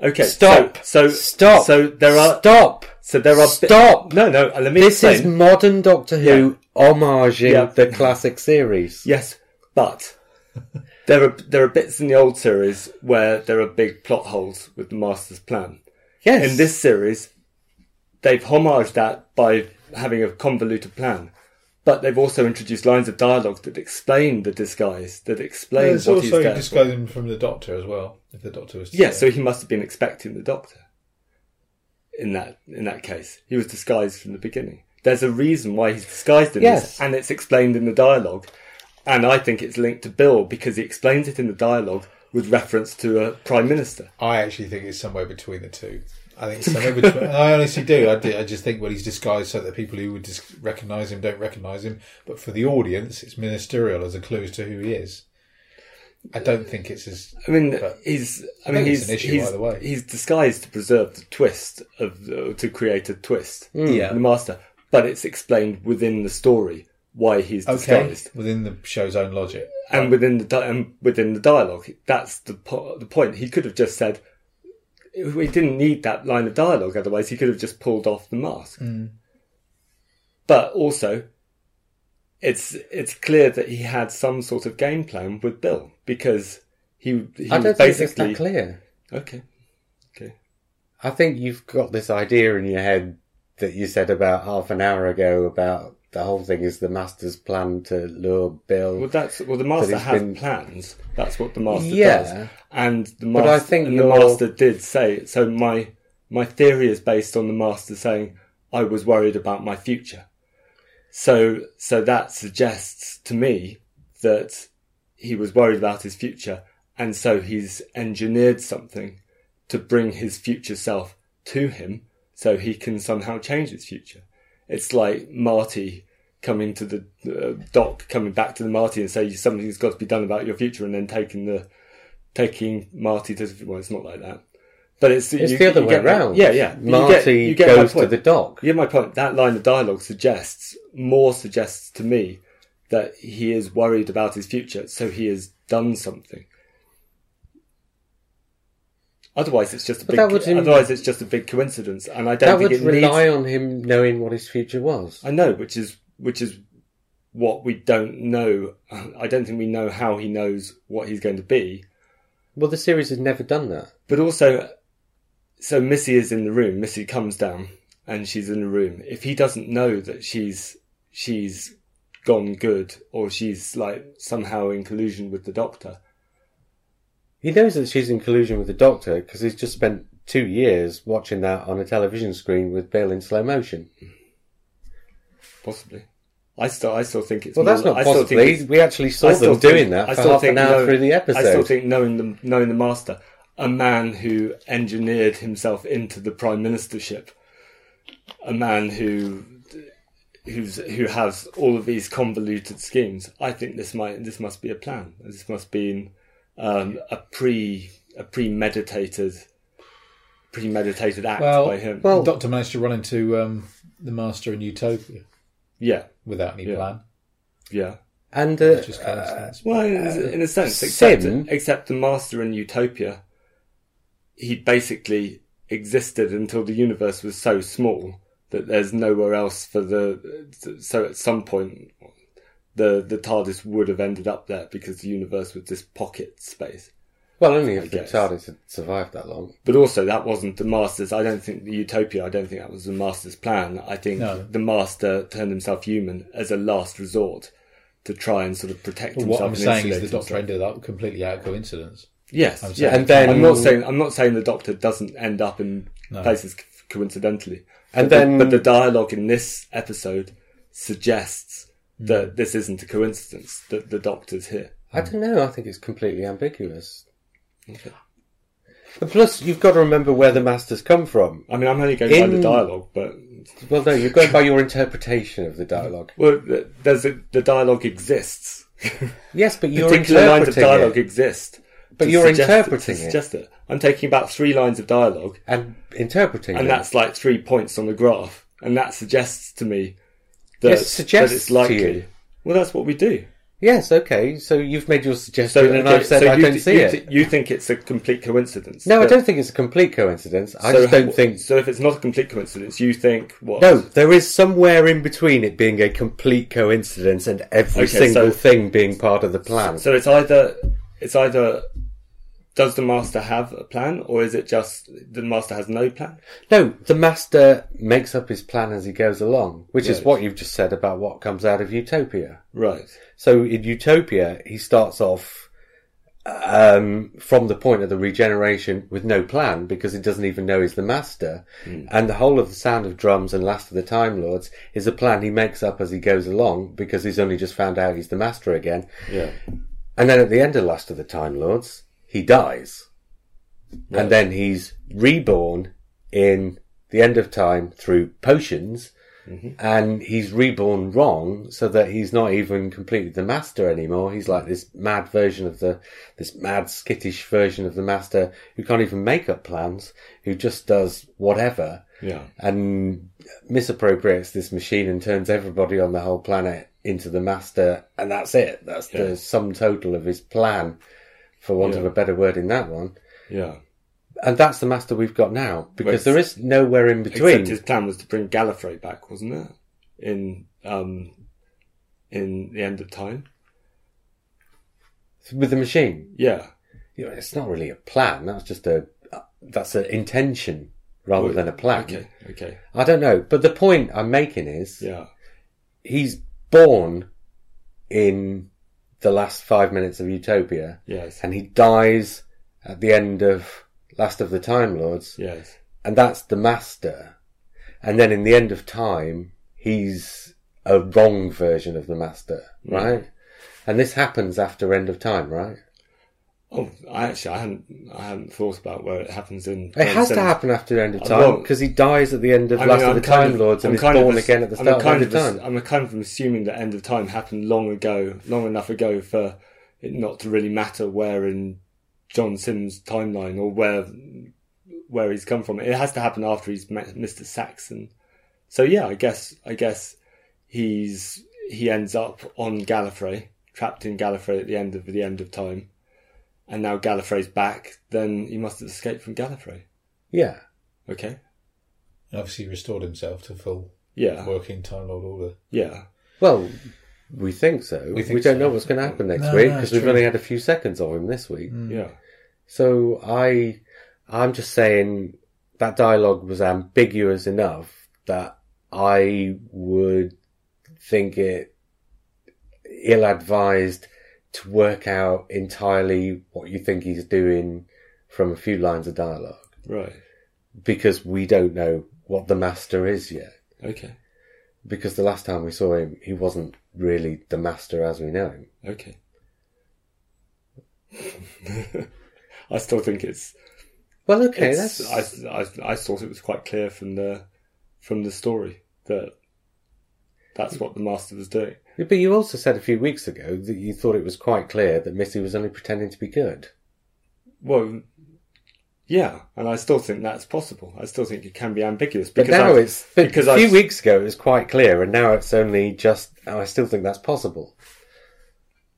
[SPEAKER 3] okay.
[SPEAKER 1] Stop.
[SPEAKER 3] So, so
[SPEAKER 1] stop.
[SPEAKER 3] So there are.
[SPEAKER 1] stop.
[SPEAKER 3] So there are. bi-
[SPEAKER 1] Stop.
[SPEAKER 3] no, no. Let me
[SPEAKER 1] This is
[SPEAKER 3] explain.
[SPEAKER 1] modern Doctor Who homaging
[SPEAKER 3] Yeah.
[SPEAKER 1] the classic series.
[SPEAKER 3] Yes, but there are there are bits in the old series where there are big plot holes with the Master's plan.
[SPEAKER 1] Yes.
[SPEAKER 3] in this series, they've homaged that by having a convoluted plan. But they've also introduced lines of dialogue that explain the disguise, that explain
[SPEAKER 2] There's
[SPEAKER 3] what he's
[SPEAKER 2] also
[SPEAKER 3] there for.
[SPEAKER 2] disguising from the doctor as well, if the doctor was. to
[SPEAKER 3] Yeah, so
[SPEAKER 2] say.
[SPEAKER 3] he must have been expecting the Doctor. In that in that case, he was disguised from the beginning. There's a reason why he's disguised in
[SPEAKER 1] Yes.
[SPEAKER 3] this, and it's explained in the dialogue. And I think it's linked to Bill because he explains it in the dialogue with reference to a prime minister.
[SPEAKER 2] I actually think it's somewhere between the two. I think it's somewhere between. I honestly do. I, do. I just think well, he's disguised so that people who would dis- recognise him don't recognise him, but for the audience, it's ministerial as a clue as to who he is. I don't think it's as.
[SPEAKER 3] I mean,
[SPEAKER 2] But
[SPEAKER 3] he's. I
[SPEAKER 2] I
[SPEAKER 3] mean,
[SPEAKER 2] think it's
[SPEAKER 3] he's.
[SPEAKER 2] an issue
[SPEAKER 3] he's,
[SPEAKER 2] either way.
[SPEAKER 3] he's disguised to preserve the twist of the, to create a twist.
[SPEAKER 2] Yeah.
[SPEAKER 3] in The master, but it's explained within the story why he's
[SPEAKER 2] Okay,
[SPEAKER 3] disguised.
[SPEAKER 2] within the show's own logic.
[SPEAKER 3] and within the di- and within the dialogue, that's the po- the point. He could have just said he didn't need that line of dialogue. Otherwise, he could have just pulled off the mask. But also, it's it's clear that he had some sort of game plan with Bill because he he
[SPEAKER 1] I don't think it's
[SPEAKER 3] basically
[SPEAKER 1] that clear.
[SPEAKER 3] okay okay
[SPEAKER 1] I think you've got this idea in your head that you said about half an hour ago about the whole thing is the master's plan to lure Bill.
[SPEAKER 3] well that's well the master
[SPEAKER 1] he's
[SPEAKER 3] has
[SPEAKER 1] been-
[SPEAKER 3] plans that's what the master
[SPEAKER 1] Yeah.
[SPEAKER 3] does and the
[SPEAKER 1] But
[SPEAKER 3] master
[SPEAKER 1] I think
[SPEAKER 3] and the
[SPEAKER 1] you're-
[SPEAKER 3] master did say so my my theory is based on the master saying I was worried about my future so so that suggests to me that he was worried about his future and so he's engineered something to bring his future self to him so he can somehow change his future. It's like Marty coming to the uh, doc, coming back to the Marty and say something's got to be done about your future, and then taking the taking Marty to well, it's not like that, but it's
[SPEAKER 1] it's
[SPEAKER 3] you-
[SPEAKER 1] the other
[SPEAKER 3] you
[SPEAKER 1] way
[SPEAKER 3] get my-
[SPEAKER 1] round.
[SPEAKER 3] Yeah, yeah. You get-
[SPEAKER 1] Marty
[SPEAKER 3] you get my
[SPEAKER 1] goes to
[SPEAKER 3] point.
[SPEAKER 1] the dock.
[SPEAKER 3] You get my point. That line of dialogue suggests more suggests to me that he is worried about his future, so he has done something. Otherwise, it's just a big.
[SPEAKER 1] that would im-
[SPEAKER 3] otherwise, it's just a big coincidence, and I
[SPEAKER 1] That
[SPEAKER 3] don't
[SPEAKER 1] would
[SPEAKER 3] think it needs.
[SPEAKER 1] rely on him knowing what his future was.
[SPEAKER 3] I know, which is which is what we don't know. I don't think we know how he knows what he's going to be.
[SPEAKER 1] Well, the series has never done that.
[SPEAKER 3] But also, so Missy is in the room. Missy comes down and she's in the room. If he doesn't know that she's she's gone good or she's like somehow in collusion with the doctor,
[SPEAKER 1] He knows that she's in collusion with the doctor because he's just spent two years watching that on a television screen with Bill in slow motion.
[SPEAKER 3] possibly. I still I still think it's
[SPEAKER 1] Well,
[SPEAKER 3] more-
[SPEAKER 1] that's not
[SPEAKER 3] I still think
[SPEAKER 1] possibly.
[SPEAKER 3] it's-
[SPEAKER 1] We actually saw
[SPEAKER 3] I still
[SPEAKER 1] them
[SPEAKER 3] think-
[SPEAKER 1] doing that
[SPEAKER 3] I
[SPEAKER 1] for
[SPEAKER 3] still
[SPEAKER 1] half
[SPEAKER 3] think
[SPEAKER 1] an hour
[SPEAKER 3] know-
[SPEAKER 1] through the
[SPEAKER 3] I still
[SPEAKER 1] episode.
[SPEAKER 3] think knowing the knowing the master, a man who engineered himself into the prime ministership, a man who who's who has all of these convoluted schemes. I think this might this must be a plan. This must be um, a pre a premeditated premeditated act
[SPEAKER 2] Well,
[SPEAKER 3] by him.
[SPEAKER 1] well-
[SPEAKER 2] the Doctor managed to run into um, the Master in Utopia
[SPEAKER 3] yeah,
[SPEAKER 2] without any
[SPEAKER 3] Yeah.
[SPEAKER 2] plan.
[SPEAKER 3] yeah.
[SPEAKER 1] and uh,
[SPEAKER 2] Just coincidence.
[SPEAKER 3] Well, in, in a sense, except,
[SPEAKER 1] Sim-
[SPEAKER 3] except the Master in Utopia, he basically existed until the universe was so small that there's nowhere else for the. So at some point, the the TARDIS would have ended up there because the universe was this pocket space.
[SPEAKER 1] well, only if the
[SPEAKER 3] guess.
[SPEAKER 1] TARDIS had survived that long.
[SPEAKER 3] But also, that wasn't the Master's. I don't think the Utopia. I don't think that was the Master's plan. I think
[SPEAKER 2] No.
[SPEAKER 3] the Master turned himself human as a last resort to try and sort of protect
[SPEAKER 2] But
[SPEAKER 3] himself.
[SPEAKER 2] what I'm
[SPEAKER 3] and
[SPEAKER 2] saying is
[SPEAKER 3] insulate
[SPEAKER 2] the Doctor
[SPEAKER 3] himself.
[SPEAKER 2] ended up completely out of coincidence.
[SPEAKER 3] Yes,
[SPEAKER 2] I'm
[SPEAKER 3] yeah.
[SPEAKER 2] saying-
[SPEAKER 1] And then-
[SPEAKER 3] I'm not saying I'm not saying the Doctor doesn't end up in places co- coincidentally,
[SPEAKER 1] And
[SPEAKER 3] But the-
[SPEAKER 1] then-
[SPEAKER 3] but the dialogue in this episode suggests that this isn't a coincidence that the Doctor's here.
[SPEAKER 1] I don't know. I think it's completely ambiguous. And plus, you've got to remember where the masters come from.
[SPEAKER 3] I mean, I'm only going by
[SPEAKER 1] In-
[SPEAKER 3] the dialogue, but
[SPEAKER 1] Well, no, you're going by your interpretation of the dialogue.
[SPEAKER 3] well, th- there's a, the dialogue exists.
[SPEAKER 1] Yes, but you're
[SPEAKER 3] Particular lines of
[SPEAKER 1] interpreting
[SPEAKER 3] dialogue
[SPEAKER 1] it.
[SPEAKER 3] exist,
[SPEAKER 1] But
[SPEAKER 3] to
[SPEAKER 1] you're
[SPEAKER 3] suggest it-
[SPEAKER 1] interpreting
[SPEAKER 3] to
[SPEAKER 1] it.
[SPEAKER 3] suggest it. I'm taking about three lines of dialogue.
[SPEAKER 1] and interpreting
[SPEAKER 3] and
[SPEAKER 1] it.
[SPEAKER 3] that's like three points on the graph, and that suggests to me that,
[SPEAKER 1] It suggests
[SPEAKER 3] that it's
[SPEAKER 1] to
[SPEAKER 3] likely.
[SPEAKER 1] you.
[SPEAKER 3] Well, that's what we do.
[SPEAKER 1] Yes, okay. So you've made your
[SPEAKER 3] So,
[SPEAKER 1] suggestion, and
[SPEAKER 3] okay,
[SPEAKER 1] I've said
[SPEAKER 3] so
[SPEAKER 1] I
[SPEAKER 3] you
[SPEAKER 1] don't
[SPEAKER 3] th-
[SPEAKER 1] see
[SPEAKER 3] you
[SPEAKER 1] it.
[SPEAKER 3] th- you think it's a complete coincidence?
[SPEAKER 1] no, I
[SPEAKER 3] but-
[SPEAKER 1] don't think it's a complete coincidence. I
[SPEAKER 3] so
[SPEAKER 1] just don't
[SPEAKER 3] how-
[SPEAKER 1] think.
[SPEAKER 3] So if it's not a complete coincidence, you think what?
[SPEAKER 1] No, there is somewhere in between it being a complete coincidence and every
[SPEAKER 3] Okay,
[SPEAKER 1] single
[SPEAKER 3] so-
[SPEAKER 1] thing being part of the plan.
[SPEAKER 3] So it's either it's either does the master have a plan, or is it just the master has no plan?
[SPEAKER 1] no, the master makes up his plan as he goes along, which is
[SPEAKER 3] Right.
[SPEAKER 1] what you've just said about what comes out of Utopia.
[SPEAKER 3] Right.
[SPEAKER 1] So in Utopia, he starts off um, from the point of the regeneration with no plan because he doesn't even know he's the master. And the whole of the Sound of Drums and Last of the Time Lords is a plan he makes up as he goes along because he's only just found out he's the master again.
[SPEAKER 3] Yeah.
[SPEAKER 1] And then at the end of Last of the Time Lords, he dies.
[SPEAKER 3] Right.
[SPEAKER 1] And then he's reborn in the end of time through potions. And he's reborn wrong, so that he's not even completely the master anymore. He's like this mad version of the, this mad skittish version of the master who can't even make up plans, who just does whatever
[SPEAKER 3] Yeah.
[SPEAKER 1] and misappropriates this machine and turns everybody on the whole planet into the master, and that's it. That's
[SPEAKER 3] Yeah.
[SPEAKER 1] the sum total of his plan, for want of
[SPEAKER 3] Yeah.
[SPEAKER 1] a better word, in that one.
[SPEAKER 3] Yeah.
[SPEAKER 1] And that's the master we've got now, because
[SPEAKER 3] Wait.
[SPEAKER 1] there is nowhere in between.
[SPEAKER 3] Except his plan was to bring Gallifrey back, wasn't it? In um, in the end of time.
[SPEAKER 1] With the machine,
[SPEAKER 3] Yeah.
[SPEAKER 1] you know, it's not really a plan. That's just a that's an intention rather
[SPEAKER 3] Well,
[SPEAKER 1] than a plan.
[SPEAKER 3] Okay. Okay.
[SPEAKER 1] I don't know, but the point I'm making is
[SPEAKER 3] Yeah.
[SPEAKER 1] he's born in the last five minutes of Utopia,
[SPEAKER 3] Yes.
[SPEAKER 1] and he dies at the end of Last of the Time Lords,
[SPEAKER 3] Yes.
[SPEAKER 1] and that's the Master. And then in the end of time, he's a wrong version of the Master, right? And this happens after End of Time, right?
[SPEAKER 3] Oh, I actually I hadn't I hadn't thought about where it happens in.
[SPEAKER 1] It has to happen after End of
[SPEAKER 3] I
[SPEAKER 1] Time
[SPEAKER 3] won't.
[SPEAKER 1] because he dies at the end of Last of the Time Lords and
[SPEAKER 3] I'm
[SPEAKER 1] is
[SPEAKER 3] kind of
[SPEAKER 1] born
[SPEAKER 3] ass-
[SPEAKER 1] again at the
[SPEAKER 3] I'm
[SPEAKER 1] start of End
[SPEAKER 3] kind
[SPEAKER 1] of
[SPEAKER 3] ass-
[SPEAKER 1] Time.
[SPEAKER 3] I'm kind of assuming that end of time happened long ago, long enough ago for it not to really matter where in John Sims' timeline or where where he's come from. It has to happen after he's met Mr. Saxon. So yeah, I guess I guess he's he ends up on Gallifrey, trapped in Gallifrey at the end of the end of time. And now Gallifrey's back, then he must have escaped from Gallifrey.
[SPEAKER 1] Yeah,
[SPEAKER 3] Okay.
[SPEAKER 2] And obviously, he restored himself to full
[SPEAKER 3] Yeah.
[SPEAKER 2] working Time Lord order.
[SPEAKER 3] Yeah.
[SPEAKER 1] well, we think so. We,
[SPEAKER 2] think
[SPEAKER 1] don't
[SPEAKER 2] so.
[SPEAKER 1] know what's going to happen next
[SPEAKER 2] No,
[SPEAKER 1] week
[SPEAKER 2] no,
[SPEAKER 1] because
[SPEAKER 2] it's
[SPEAKER 1] we've
[SPEAKER 2] true.
[SPEAKER 1] only had a few seconds of him this week.
[SPEAKER 3] Yeah.
[SPEAKER 1] So I, I'm just saying that dialogue was ambiguous enough that I would think it ill-advised to work out entirely what you think he's doing from a few lines of dialogue.
[SPEAKER 3] Right.
[SPEAKER 1] because we don't know what the master is yet.
[SPEAKER 3] Okay.
[SPEAKER 1] Because the last time we saw him, he wasn't really the master as we know him.
[SPEAKER 3] Okay. I still think it's.
[SPEAKER 1] Well, okay,
[SPEAKER 3] it's-
[SPEAKER 1] that's
[SPEAKER 3] I, I I thought it was quite clear from the from the story that that's what the master was doing.
[SPEAKER 1] but you also said a few weeks ago that you thought it was quite clear that Missy was only pretending to be good.
[SPEAKER 3] Well, yeah, and I still think that's possible. I still think it can be ambiguous
[SPEAKER 1] But
[SPEAKER 3] because
[SPEAKER 1] now
[SPEAKER 3] I've-
[SPEAKER 1] it's but
[SPEAKER 3] because
[SPEAKER 1] a few
[SPEAKER 3] I've-
[SPEAKER 1] weeks ago it was quite clear, and now it's only just. oh, I still think that's possible.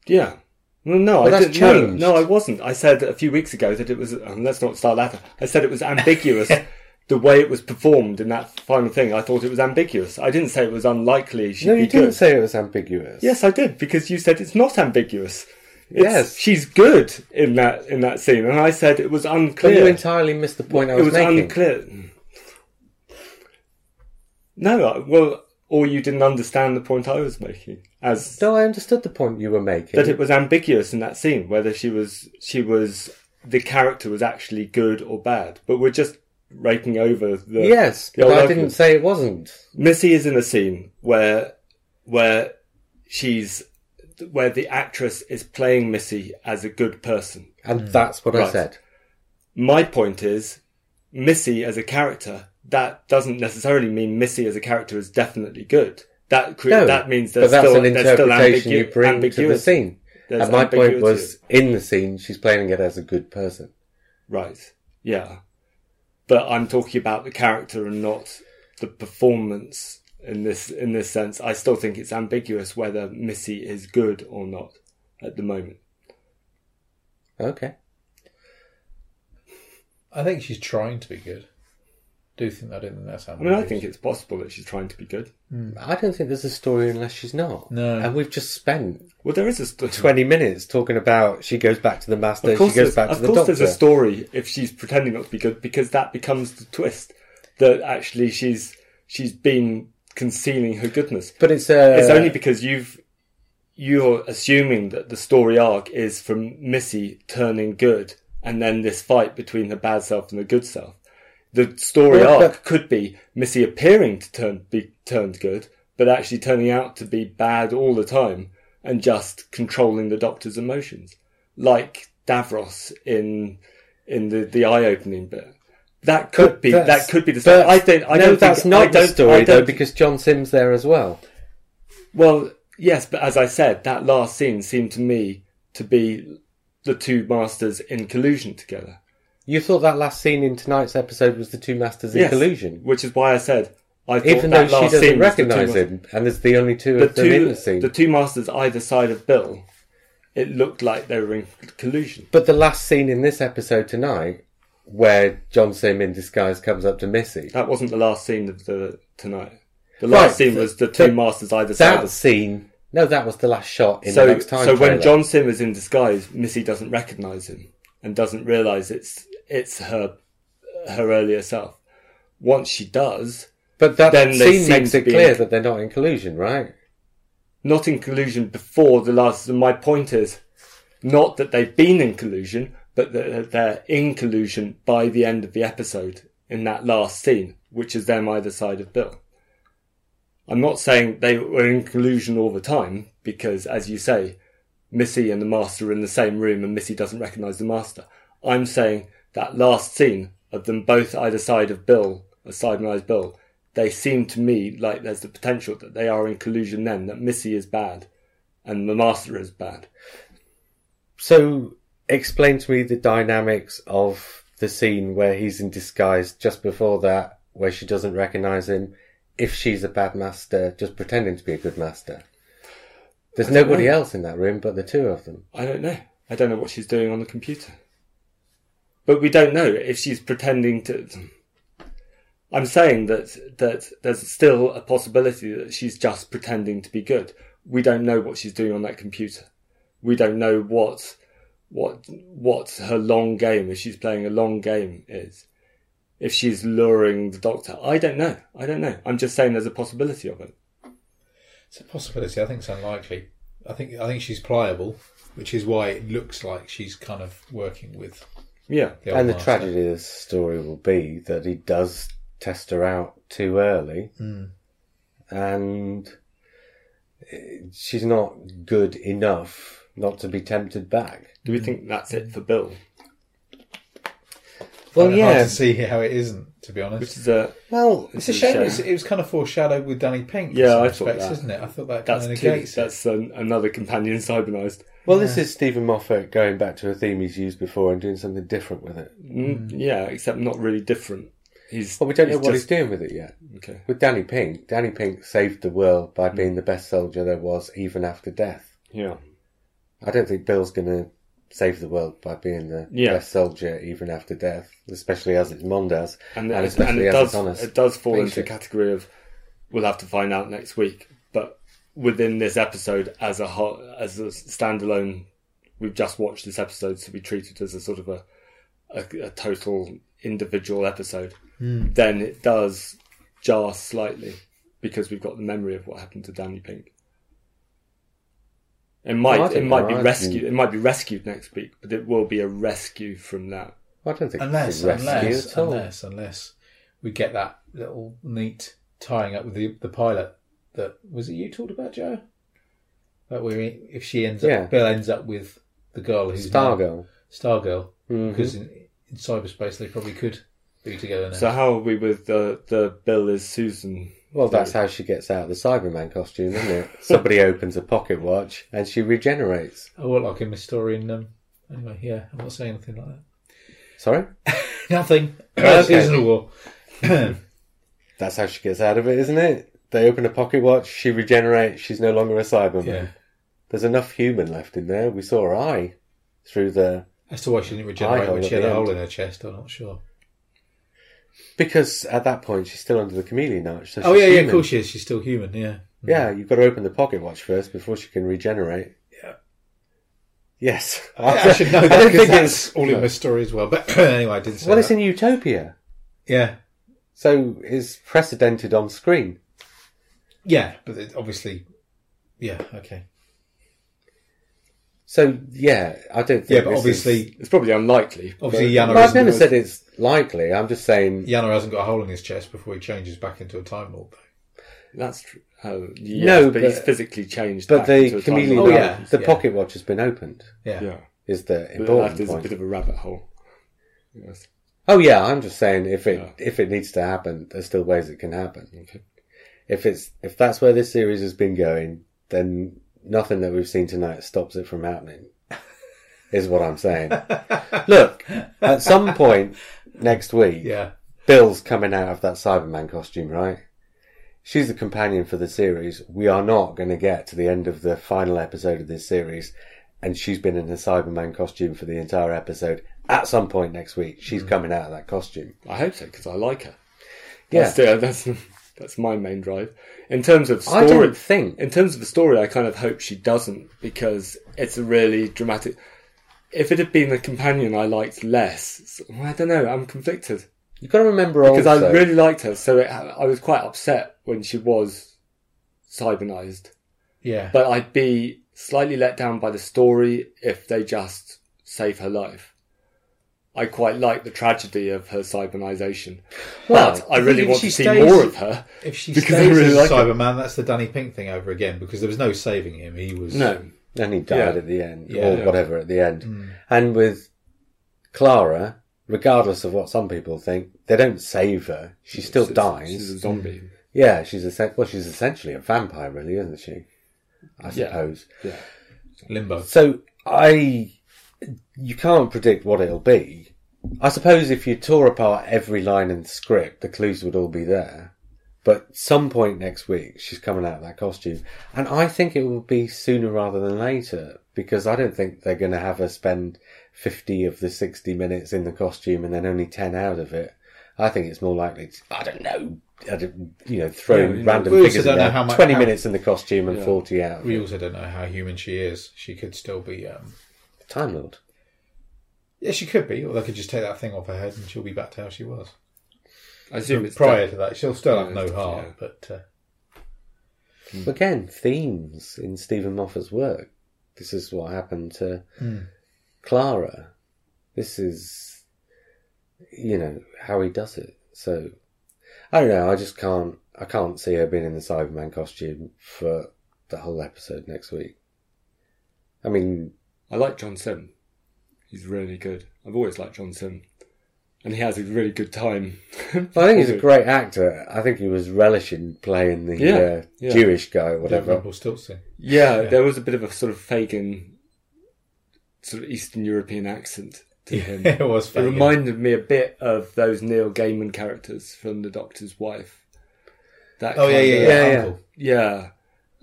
[SPEAKER 3] Yeah. Well, no,
[SPEAKER 1] Well,
[SPEAKER 3] I
[SPEAKER 1] that's
[SPEAKER 3] didn't. No,
[SPEAKER 1] changed.
[SPEAKER 3] no, I wasn't. I said a few weeks ago that it was. Um, let's not start that. I said it was ambiguous. the way it was performed in that final thing, I thought it was ambiguous. I didn't say it was unlikely. She'd
[SPEAKER 1] No,
[SPEAKER 3] be
[SPEAKER 1] you didn't
[SPEAKER 3] good.
[SPEAKER 1] say it was ambiguous.
[SPEAKER 3] Yes, I did because you said it's not ambiguous. It's,
[SPEAKER 1] Yes.
[SPEAKER 3] she's good in that in that scene, and I said it was
[SPEAKER 1] but Oh, you
[SPEAKER 3] unclear.
[SPEAKER 1] entirely missed the point I
[SPEAKER 3] it
[SPEAKER 1] was,
[SPEAKER 3] was
[SPEAKER 1] making.
[SPEAKER 3] unclear. No, I- well, or you didn't understand the point I was making. As
[SPEAKER 1] No, I understood the point you were making.
[SPEAKER 3] that it was ambiguous in that scene whether she was she was the character was actually good or bad. But we're just raking over the
[SPEAKER 1] yes,
[SPEAKER 3] the
[SPEAKER 1] but
[SPEAKER 3] old
[SPEAKER 1] I
[SPEAKER 3] argument.
[SPEAKER 1] didn't say it wasn't.
[SPEAKER 3] Missy is in a scene where where she's where the actress is playing Missy as a good person.
[SPEAKER 1] And that's what I
[SPEAKER 3] Mm. Right.
[SPEAKER 1] said.
[SPEAKER 3] My point is Missy as a character that doesn't necessarily mean Missy as a character is definitely good. That cre-
[SPEAKER 1] No,
[SPEAKER 3] that means
[SPEAKER 1] but
[SPEAKER 3] there's
[SPEAKER 1] that's
[SPEAKER 3] still
[SPEAKER 1] an
[SPEAKER 3] there's still
[SPEAKER 1] interpretation
[SPEAKER 3] ambigu-
[SPEAKER 1] you bring to the
[SPEAKER 3] ambiguity.
[SPEAKER 1] scene.
[SPEAKER 3] There's
[SPEAKER 1] and my point
[SPEAKER 3] ambiguity.
[SPEAKER 1] was, in the scene, she's playing it as a good person.
[SPEAKER 3] Right. Yeah. But I'm talking about the character and not the performance in this in this sense. I still think it's ambiguous whether Missy is good or not at the moment.
[SPEAKER 1] Okay.
[SPEAKER 2] I think she's trying to be good. Do think I don't think that's how.
[SPEAKER 3] I mean, I think it's possible that she's trying to be good.
[SPEAKER 1] I don't think there's a story unless she's not.
[SPEAKER 2] No.
[SPEAKER 1] And we've just spent
[SPEAKER 3] Well, there is a story.
[SPEAKER 1] 20 minutes talking about she goes back to the master,
[SPEAKER 3] Of
[SPEAKER 1] she
[SPEAKER 3] course,
[SPEAKER 1] goes
[SPEAKER 3] there's,
[SPEAKER 1] back to
[SPEAKER 3] of
[SPEAKER 1] the
[SPEAKER 3] course
[SPEAKER 1] doctor.
[SPEAKER 3] there's a story if she's pretending not to be good because that becomes the twist that actually she's she's been concealing her goodness.
[SPEAKER 1] But it's uh, a.
[SPEAKER 3] it's only because you've you're assuming that the story arc is from Missy turning good and then this fight between her bad self and the good self. The story
[SPEAKER 1] Well,
[SPEAKER 3] arc
[SPEAKER 1] but-
[SPEAKER 3] could be Missy appearing to turn be turned good, but actually turning out to be bad all the time and just controlling the doctor's emotions. Like Davros in in the, the eye opening bit. That could be that could be the story.
[SPEAKER 1] but
[SPEAKER 3] I think I
[SPEAKER 1] no,
[SPEAKER 3] don't
[SPEAKER 1] that's
[SPEAKER 3] think,
[SPEAKER 1] not
[SPEAKER 3] I
[SPEAKER 1] the
[SPEAKER 3] don't- I
[SPEAKER 1] story,
[SPEAKER 3] don't
[SPEAKER 1] though,
[SPEAKER 3] think-
[SPEAKER 1] because John Sim's there as well.
[SPEAKER 3] well, yes, but as I said, that last scene seemed to me to be the two masters in collusion together.
[SPEAKER 1] You thought that last scene in tonight's episode was the two masters in
[SPEAKER 3] Yes,
[SPEAKER 1] collusion.
[SPEAKER 3] Which is why I said I thought
[SPEAKER 1] Even though
[SPEAKER 3] that
[SPEAKER 1] she
[SPEAKER 3] last
[SPEAKER 1] doesn't
[SPEAKER 3] scene was the two
[SPEAKER 1] recognise
[SPEAKER 3] mas-
[SPEAKER 1] him, and there's the only two
[SPEAKER 3] The
[SPEAKER 1] of them in the
[SPEAKER 3] two,
[SPEAKER 1] scene.
[SPEAKER 3] the two masters either side of Bill, it looked like they were in collusion.
[SPEAKER 1] But the last scene in this episode tonight, where John Sim in disguise comes up to Missy,
[SPEAKER 3] That wasn't the last scene of the tonight. The last
[SPEAKER 1] Right,
[SPEAKER 3] scene was the
[SPEAKER 1] th-
[SPEAKER 3] two
[SPEAKER 1] th-
[SPEAKER 3] masters either side.
[SPEAKER 1] that
[SPEAKER 3] Of,
[SPEAKER 1] scene, no, that was the last shot in
[SPEAKER 3] so,
[SPEAKER 1] the next time.
[SPEAKER 3] so when
[SPEAKER 1] trailer.
[SPEAKER 3] John Sim is in disguise, Missy doesn't recognise him and doesn't realise it's it's her her earlier self. Once she does,
[SPEAKER 1] but that
[SPEAKER 3] then they
[SPEAKER 1] scene
[SPEAKER 3] seem
[SPEAKER 1] makes
[SPEAKER 3] to
[SPEAKER 1] it
[SPEAKER 3] be
[SPEAKER 1] clear
[SPEAKER 3] in-
[SPEAKER 1] that they're not in collusion, right?
[SPEAKER 3] not in collusion before the last. My point is not that they've been in collusion, but that they're in collusion by the end of the episode in that last scene, which is them either side of Bill. I'm not saying they were in collusion all the time, because as you say, Missy and the Master are in the same room and Missy doesn't recognise the Master. I'm saying that last scene of them both either side of Bill, aside and eyes Bill, they seem to me like there's the potential that they are in collusion then, that Missy is bad and the Master is bad.
[SPEAKER 1] So explain to me the dynamics of the scene where he's in disguise just before that, where she doesn't recognise him, if she's a bad master, just pretending to be a good master. There's
[SPEAKER 3] I don't
[SPEAKER 1] nobody
[SPEAKER 3] know.
[SPEAKER 1] else in that room but the two of them.
[SPEAKER 3] I don't know. I don't know what she's doing on the computer. But we don't know if she's pretending to. I'm saying that that there's still a possibility that she's just pretending to be good. We don't know what she's doing on that computer. We don't know what what what her long game, if she's playing a long game, is. If she's luring the doctor, I don't know. I don't know. I'm just saying there's a possibility of it.
[SPEAKER 2] It's a possibility. I think it's unlikely. I think I think she's pliable, which is why it looks like she's kind of working with
[SPEAKER 3] Yeah.
[SPEAKER 2] the old
[SPEAKER 1] and the
[SPEAKER 2] master.
[SPEAKER 1] tragedy of the story will be that he does test her out too early, and eh, she's not good enough not to be tempted back.
[SPEAKER 3] Do we think that's it for Bill?
[SPEAKER 1] Well,
[SPEAKER 2] Kind of hard
[SPEAKER 1] yeah.
[SPEAKER 2] to see how it isn't. To be honest,
[SPEAKER 3] Which is a
[SPEAKER 1] Well,
[SPEAKER 2] It's a shame. It's, it was kind of foreshadowed with Danny Pink.
[SPEAKER 3] Yeah,
[SPEAKER 2] in some
[SPEAKER 3] I thought
[SPEAKER 2] respects,
[SPEAKER 3] that.
[SPEAKER 2] isn't it? I thought that kind
[SPEAKER 3] That's
[SPEAKER 2] of
[SPEAKER 3] two.
[SPEAKER 2] negates it.
[SPEAKER 3] That's an, another companion cybernised.
[SPEAKER 1] well, this is Stephen Moffat going back to a theme he's used before and doing something different with it.
[SPEAKER 3] Mm, Yeah, except not really different. He's
[SPEAKER 1] Well, we don't know what he's
[SPEAKER 3] just-
[SPEAKER 1] doing with it yet.
[SPEAKER 3] Okay.
[SPEAKER 1] With Danny Pink, Danny Pink saved the world by being the best soldier there was, even after death.
[SPEAKER 3] Yeah,
[SPEAKER 1] I don't think Bill's going to save the world by being the
[SPEAKER 3] Yeah.
[SPEAKER 1] best soldier even after death, especially as it's Mondas.
[SPEAKER 3] and,
[SPEAKER 1] And
[SPEAKER 3] and,
[SPEAKER 1] especially
[SPEAKER 3] it
[SPEAKER 1] as it's
[SPEAKER 3] does
[SPEAKER 1] honest.
[SPEAKER 3] it does fall
[SPEAKER 1] Thank
[SPEAKER 3] into
[SPEAKER 1] you.
[SPEAKER 3] the category of we'll have to find out next week. But within this episode, as a hot, as a standalone, we've just watched this episode to be treated as a sort of a a, a total individual episode.
[SPEAKER 1] Hmm.
[SPEAKER 3] Then it does jar slightly because we've got the memory of what happened to Danny Pink. It might
[SPEAKER 1] I
[SPEAKER 3] it
[SPEAKER 1] don't
[SPEAKER 3] might
[SPEAKER 1] know,
[SPEAKER 3] be
[SPEAKER 1] I
[SPEAKER 3] rescued. It might be rescued next week, but it will be a rescue from that.
[SPEAKER 1] I don't think it's
[SPEAKER 2] Unless,
[SPEAKER 1] a rescue
[SPEAKER 2] unless,
[SPEAKER 1] at all.
[SPEAKER 2] unless, unless we get that little neat tying up with the the pilot that was it you talked about, Joe? That we if she ends
[SPEAKER 1] Yeah.
[SPEAKER 2] up, Bill ends up with the girl who's
[SPEAKER 1] Stargirl.
[SPEAKER 2] Stargirl,
[SPEAKER 1] Mm-hmm.
[SPEAKER 2] because in, in cyberspace they probably could be together now.
[SPEAKER 3] So how are we with the the Bill is Susan?
[SPEAKER 1] Well, that's how she gets out of the Cyberman costume, isn't it? Somebody opens a pocket watch and she regenerates.
[SPEAKER 2] oh, well, like in the story in um, anyway. Yeah, I'm not saying anything like that.
[SPEAKER 1] Sorry?
[SPEAKER 2] Nothing. That
[SPEAKER 1] Okay.
[SPEAKER 2] isn't a war.
[SPEAKER 1] That's how she gets out of it, isn't it? They open a pocket watch, she regenerates, she's no longer a Cyberman.
[SPEAKER 2] Yeah,
[SPEAKER 1] There's enough human left in there. We saw her eye through the.
[SPEAKER 2] as to why she didn't
[SPEAKER 1] Eye
[SPEAKER 2] regenerate
[SPEAKER 1] hole
[SPEAKER 2] when she
[SPEAKER 1] at
[SPEAKER 2] had
[SPEAKER 1] the
[SPEAKER 2] a hole
[SPEAKER 1] end.
[SPEAKER 2] in her chest. I'm not sure.
[SPEAKER 1] Because at that point, she's still under the chameleon arch. So
[SPEAKER 2] Oh
[SPEAKER 1] she's
[SPEAKER 2] yeah, yeah. Of
[SPEAKER 1] human.
[SPEAKER 2] course she is. She's still human. Yeah.
[SPEAKER 1] Yeah, you've got to open the pocket watch first before she can regenerate.
[SPEAKER 2] Yeah.
[SPEAKER 1] Yes.
[SPEAKER 2] Yeah, I should know that
[SPEAKER 1] don't
[SPEAKER 2] because
[SPEAKER 1] think
[SPEAKER 2] that's
[SPEAKER 1] it's.
[SPEAKER 2] all in my story as well. But anyway, I didn't say
[SPEAKER 1] Well,
[SPEAKER 2] that.
[SPEAKER 1] it's in Utopia.
[SPEAKER 2] yeah,
[SPEAKER 1] So it's precedented on screen.
[SPEAKER 2] yeah, but it, obviously, yeah, okay,
[SPEAKER 1] So yeah, I don't think.
[SPEAKER 2] yeah, but
[SPEAKER 1] this
[SPEAKER 2] obviously,
[SPEAKER 1] is-
[SPEAKER 3] It's probably unlikely.
[SPEAKER 2] obviously,
[SPEAKER 1] Well,
[SPEAKER 2] Yana
[SPEAKER 1] I've
[SPEAKER 2] hasn't,
[SPEAKER 1] never said it's likely. I'm just saying.
[SPEAKER 2] Yana hasn't got a hole in his chest before he changes back into a time lord.
[SPEAKER 3] That's true. Oh, yeah,
[SPEAKER 1] No,
[SPEAKER 3] but, he's
[SPEAKER 1] but-
[SPEAKER 3] physically changed.
[SPEAKER 1] But
[SPEAKER 3] back to
[SPEAKER 1] the
[SPEAKER 3] a time
[SPEAKER 1] chameleon,
[SPEAKER 2] Oh,
[SPEAKER 3] warp.
[SPEAKER 2] yeah.
[SPEAKER 1] the pocket watch has been opened.
[SPEAKER 2] Yeah,
[SPEAKER 3] yeah.
[SPEAKER 1] Is the
[SPEAKER 3] But that
[SPEAKER 1] important
[SPEAKER 3] is a
[SPEAKER 1] point?
[SPEAKER 3] bit of a rabbit hole. Yes.
[SPEAKER 1] Oh yeah, I'm just saying if it
[SPEAKER 3] Yeah.
[SPEAKER 1] if it needs to happen, there's still ways it can happen.
[SPEAKER 3] Okay.
[SPEAKER 1] If it's if that's where this series has been going, then nothing that we've seen tonight stops it from happening. is what I'm saying. Look, at some point next week,
[SPEAKER 2] yeah,
[SPEAKER 1] Bill's coming out of that Cyberman costume, right? she's the companion for the series. We are not going to get to the end of the final episode of this series, and she's been in a Cyberman costume for the entire episode. At some point next week,
[SPEAKER 3] Mm.
[SPEAKER 1] she's coming out of that costume.
[SPEAKER 3] I hope so because I like her.
[SPEAKER 1] Yeah.
[SPEAKER 3] That's, yeah, that's that's my main drive. In terms of
[SPEAKER 1] I
[SPEAKER 3] story,
[SPEAKER 1] don't think
[SPEAKER 3] in terms of the story, I kind of hope she doesn't because it's a really dramatic. If it had been the companion I liked less, well, I don't know. I'm conflicted
[SPEAKER 1] you've got to remember
[SPEAKER 3] because
[SPEAKER 1] also.
[SPEAKER 3] I really liked her, so it, I was quite upset when she was cybernized.
[SPEAKER 2] Yeah.
[SPEAKER 3] But I'd be slightly let down by the story if they just save her life. I quite like the tragedy of her cybernization,
[SPEAKER 1] Well,
[SPEAKER 3] but I really
[SPEAKER 2] if
[SPEAKER 3] want
[SPEAKER 2] she
[SPEAKER 3] to see
[SPEAKER 2] stays-
[SPEAKER 3] more of her.
[SPEAKER 2] if she
[SPEAKER 3] because I
[SPEAKER 2] stays
[SPEAKER 3] really
[SPEAKER 2] as
[SPEAKER 3] like it.
[SPEAKER 2] Cyberman, that's the Danny Pink thing over again because there was no saving him. He was
[SPEAKER 3] No,
[SPEAKER 1] and he died
[SPEAKER 3] Yeah. Mm.
[SPEAKER 1] at the end,
[SPEAKER 2] Yeah.
[SPEAKER 1] or
[SPEAKER 2] Yeah.
[SPEAKER 1] whatever at the end. And with Clara, regardless of what some people think, they don't save her. She still
[SPEAKER 3] She's-
[SPEAKER 1] dies.
[SPEAKER 3] She's a zombie.
[SPEAKER 1] Yeah, she's essen- well, she's essentially a vampire, really, isn't she? I
[SPEAKER 3] Yeah.
[SPEAKER 1] suppose.
[SPEAKER 3] Yeah,
[SPEAKER 2] limbo.
[SPEAKER 1] So I, you can't predict what it'll be. I suppose if you tore apart every line in the script, the clues would all be there. But some point next week, she's coming out of that costume, and I think it will be sooner rather than later because I don't think they're going to have her spend fifty of the sixty minutes in the costume and then only ten out of it. I think it's more likely. To, I don't know. I don't, you know, throw
[SPEAKER 3] Yeah, you know,
[SPEAKER 1] random
[SPEAKER 2] we also
[SPEAKER 1] figures.
[SPEAKER 2] don't
[SPEAKER 1] in
[SPEAKER 2] know
[SPEAKER 1] there.
[SPEAKER 2] how mu-
[SPEAKER 1] Twenty
[SPEAKER 2] how-
[SPEAKER 1] minutes in the costume and
[SPEAKER 3] Yeah.
[SPEAKER 1] forty out. of
[SPEAKER 2] We
[SPEAKER 1] it.
[SPEAKER 2] also don't know how human she is. She could still be. Um,
[SPEAKER 1] Time Lord.
[SPEAKER 2] yeah, she could be, or they could just take that thing off her head and she'll be back to how she was.
[SPEAKER 3] I assume it's
[SPEAKER 2] Prior to that, she'll still have
[SPEAKER 3] Yeah,
[SPEAKER 2] no heart,
[SPEAKER 3] yeah.
[SPEAKER 2] but uh,
[SPEAKER 1] Again, themes in Stephen Moffat's work. This is what happened to
[SPEAKER 3] Hmm.
[SPEAKER 1] Clara. This is, you know, how he does it. So, I don't know. I just can't. I can't see her being in the Cyberman costume for the whole episode next week. I mean,
[SPEAKER 3] I like John Sim. He's really good. I've always liked John Sim, and he has a really good time.
[SPEAKER 1] I think he's a great actor. I think he was relishing playing the
[SPEAKER 3] Yeah,
[SPEAKER 1] uh,
[SPEAKER 3] yeah.
[SPEAKER 1] Jewish guy or whatever.
[SPEAKER 2] Rumpelstiltskin.
[SPEAKER 3] Yeah,
[SPEAKER 2] Yeah.
[SPEAKER 3] there was a bit of a sort of Fagin, sort of Eastern European accent to him.
[SPEAKER 2] it was.
[SPEAKER 3] It
[SPEAKER 2] Fagin.
[SPEAKER 3] reminded me a bit of those Neil Gaiman characters from The Doctor's Wife. That
[SPEAKER 2] oh yeah,
[SPEAKER 3] kind
[SPEAKER 2] yeah,
[SPEAKER 3] of-
[SPEAKER 2] yeah,
[SPEAKER 1] Yeah, yeah.
[SPEAKER 2] Uncle.
[SPEAKER 3] yeah.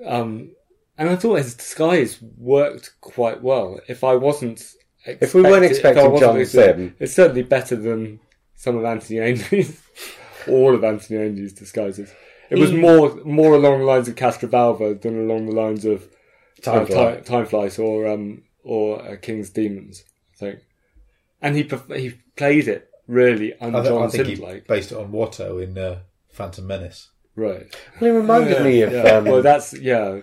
[SPEAKER 3] Um, and I thought his disguise worked quite well. If I wasn't, expect-
[SPEAKER 1] If we weren't
[SPEAKER 3] if I
[SPEAKER 1] expecting
[SPEAKER 3] wasn't
[SPEAKER 1] John
[SPEAKER 3] expecting-
[SPEAKER 1] Sim.
[SPEAKER 3] it's certainly better than some of Anthony Andrews, all of Anthony Andrews' disguises. It was
[SPEAKER 1] He-
[SPEAKER 3] more more along the lines of Castrovalva than along the lines of
[SPEAKER 1] Time
[SPEAKER 3] uh,
[SPEAKER 1] Fly.
[SPEAKER 3] Ti- time flies or um or uh, King's Demons. I think, and he perf- he played it really un
[SPEAKER 2] I, th- I
[SPEAKER 3] John
[SPEAKER 2] think he
[SPEAKER 3] Sim like.
[SPEAKER 2] based it on Watto in uh, Phantom Menace.
[SPEAKER 3] Right.
[SPEAKER 1] Well, he reminded
[SPEAKER 3] Yeah,
[SPEAKER 1] me of.
[SPEAKER 3] yeah.
[SPEAKER 1] Um,
[SPEAKER 3] well, that's yeah.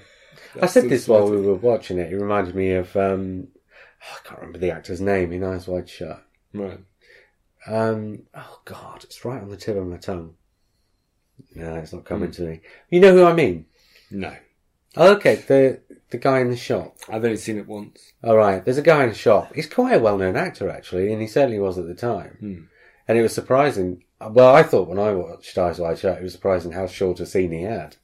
[SPEAKER 1] I
[SPEAKER 3] That's
[SPEAKER 1] said this
[SPEAKER 3] sort
[SPEAKER 1] while
[SPEAKER 3] of-
[SPEAKER 1] we were watching it. It reminded me of um, I can't remember the actor's name in Eyes Wide Shut.
[SPEAKER 3] Right.
[SPEAKER 1] Um, oh God, it's right on the tip of my tongue. No, it's not coming to me. You know who I mean? Oh,
[SPEAKER 3] No,
[SPEAKER 1] Okay, the the guy in the shop.
[SPEAKER 3] I've only seen it once.
[SPEAKER 1] All right, there's a guy in the shop. He's quite a well-known actor actually, and he certainly was at the time. And it was surprising. Well, I thought when I watched Eyes Wide Shut, it was surprising how short a scene he had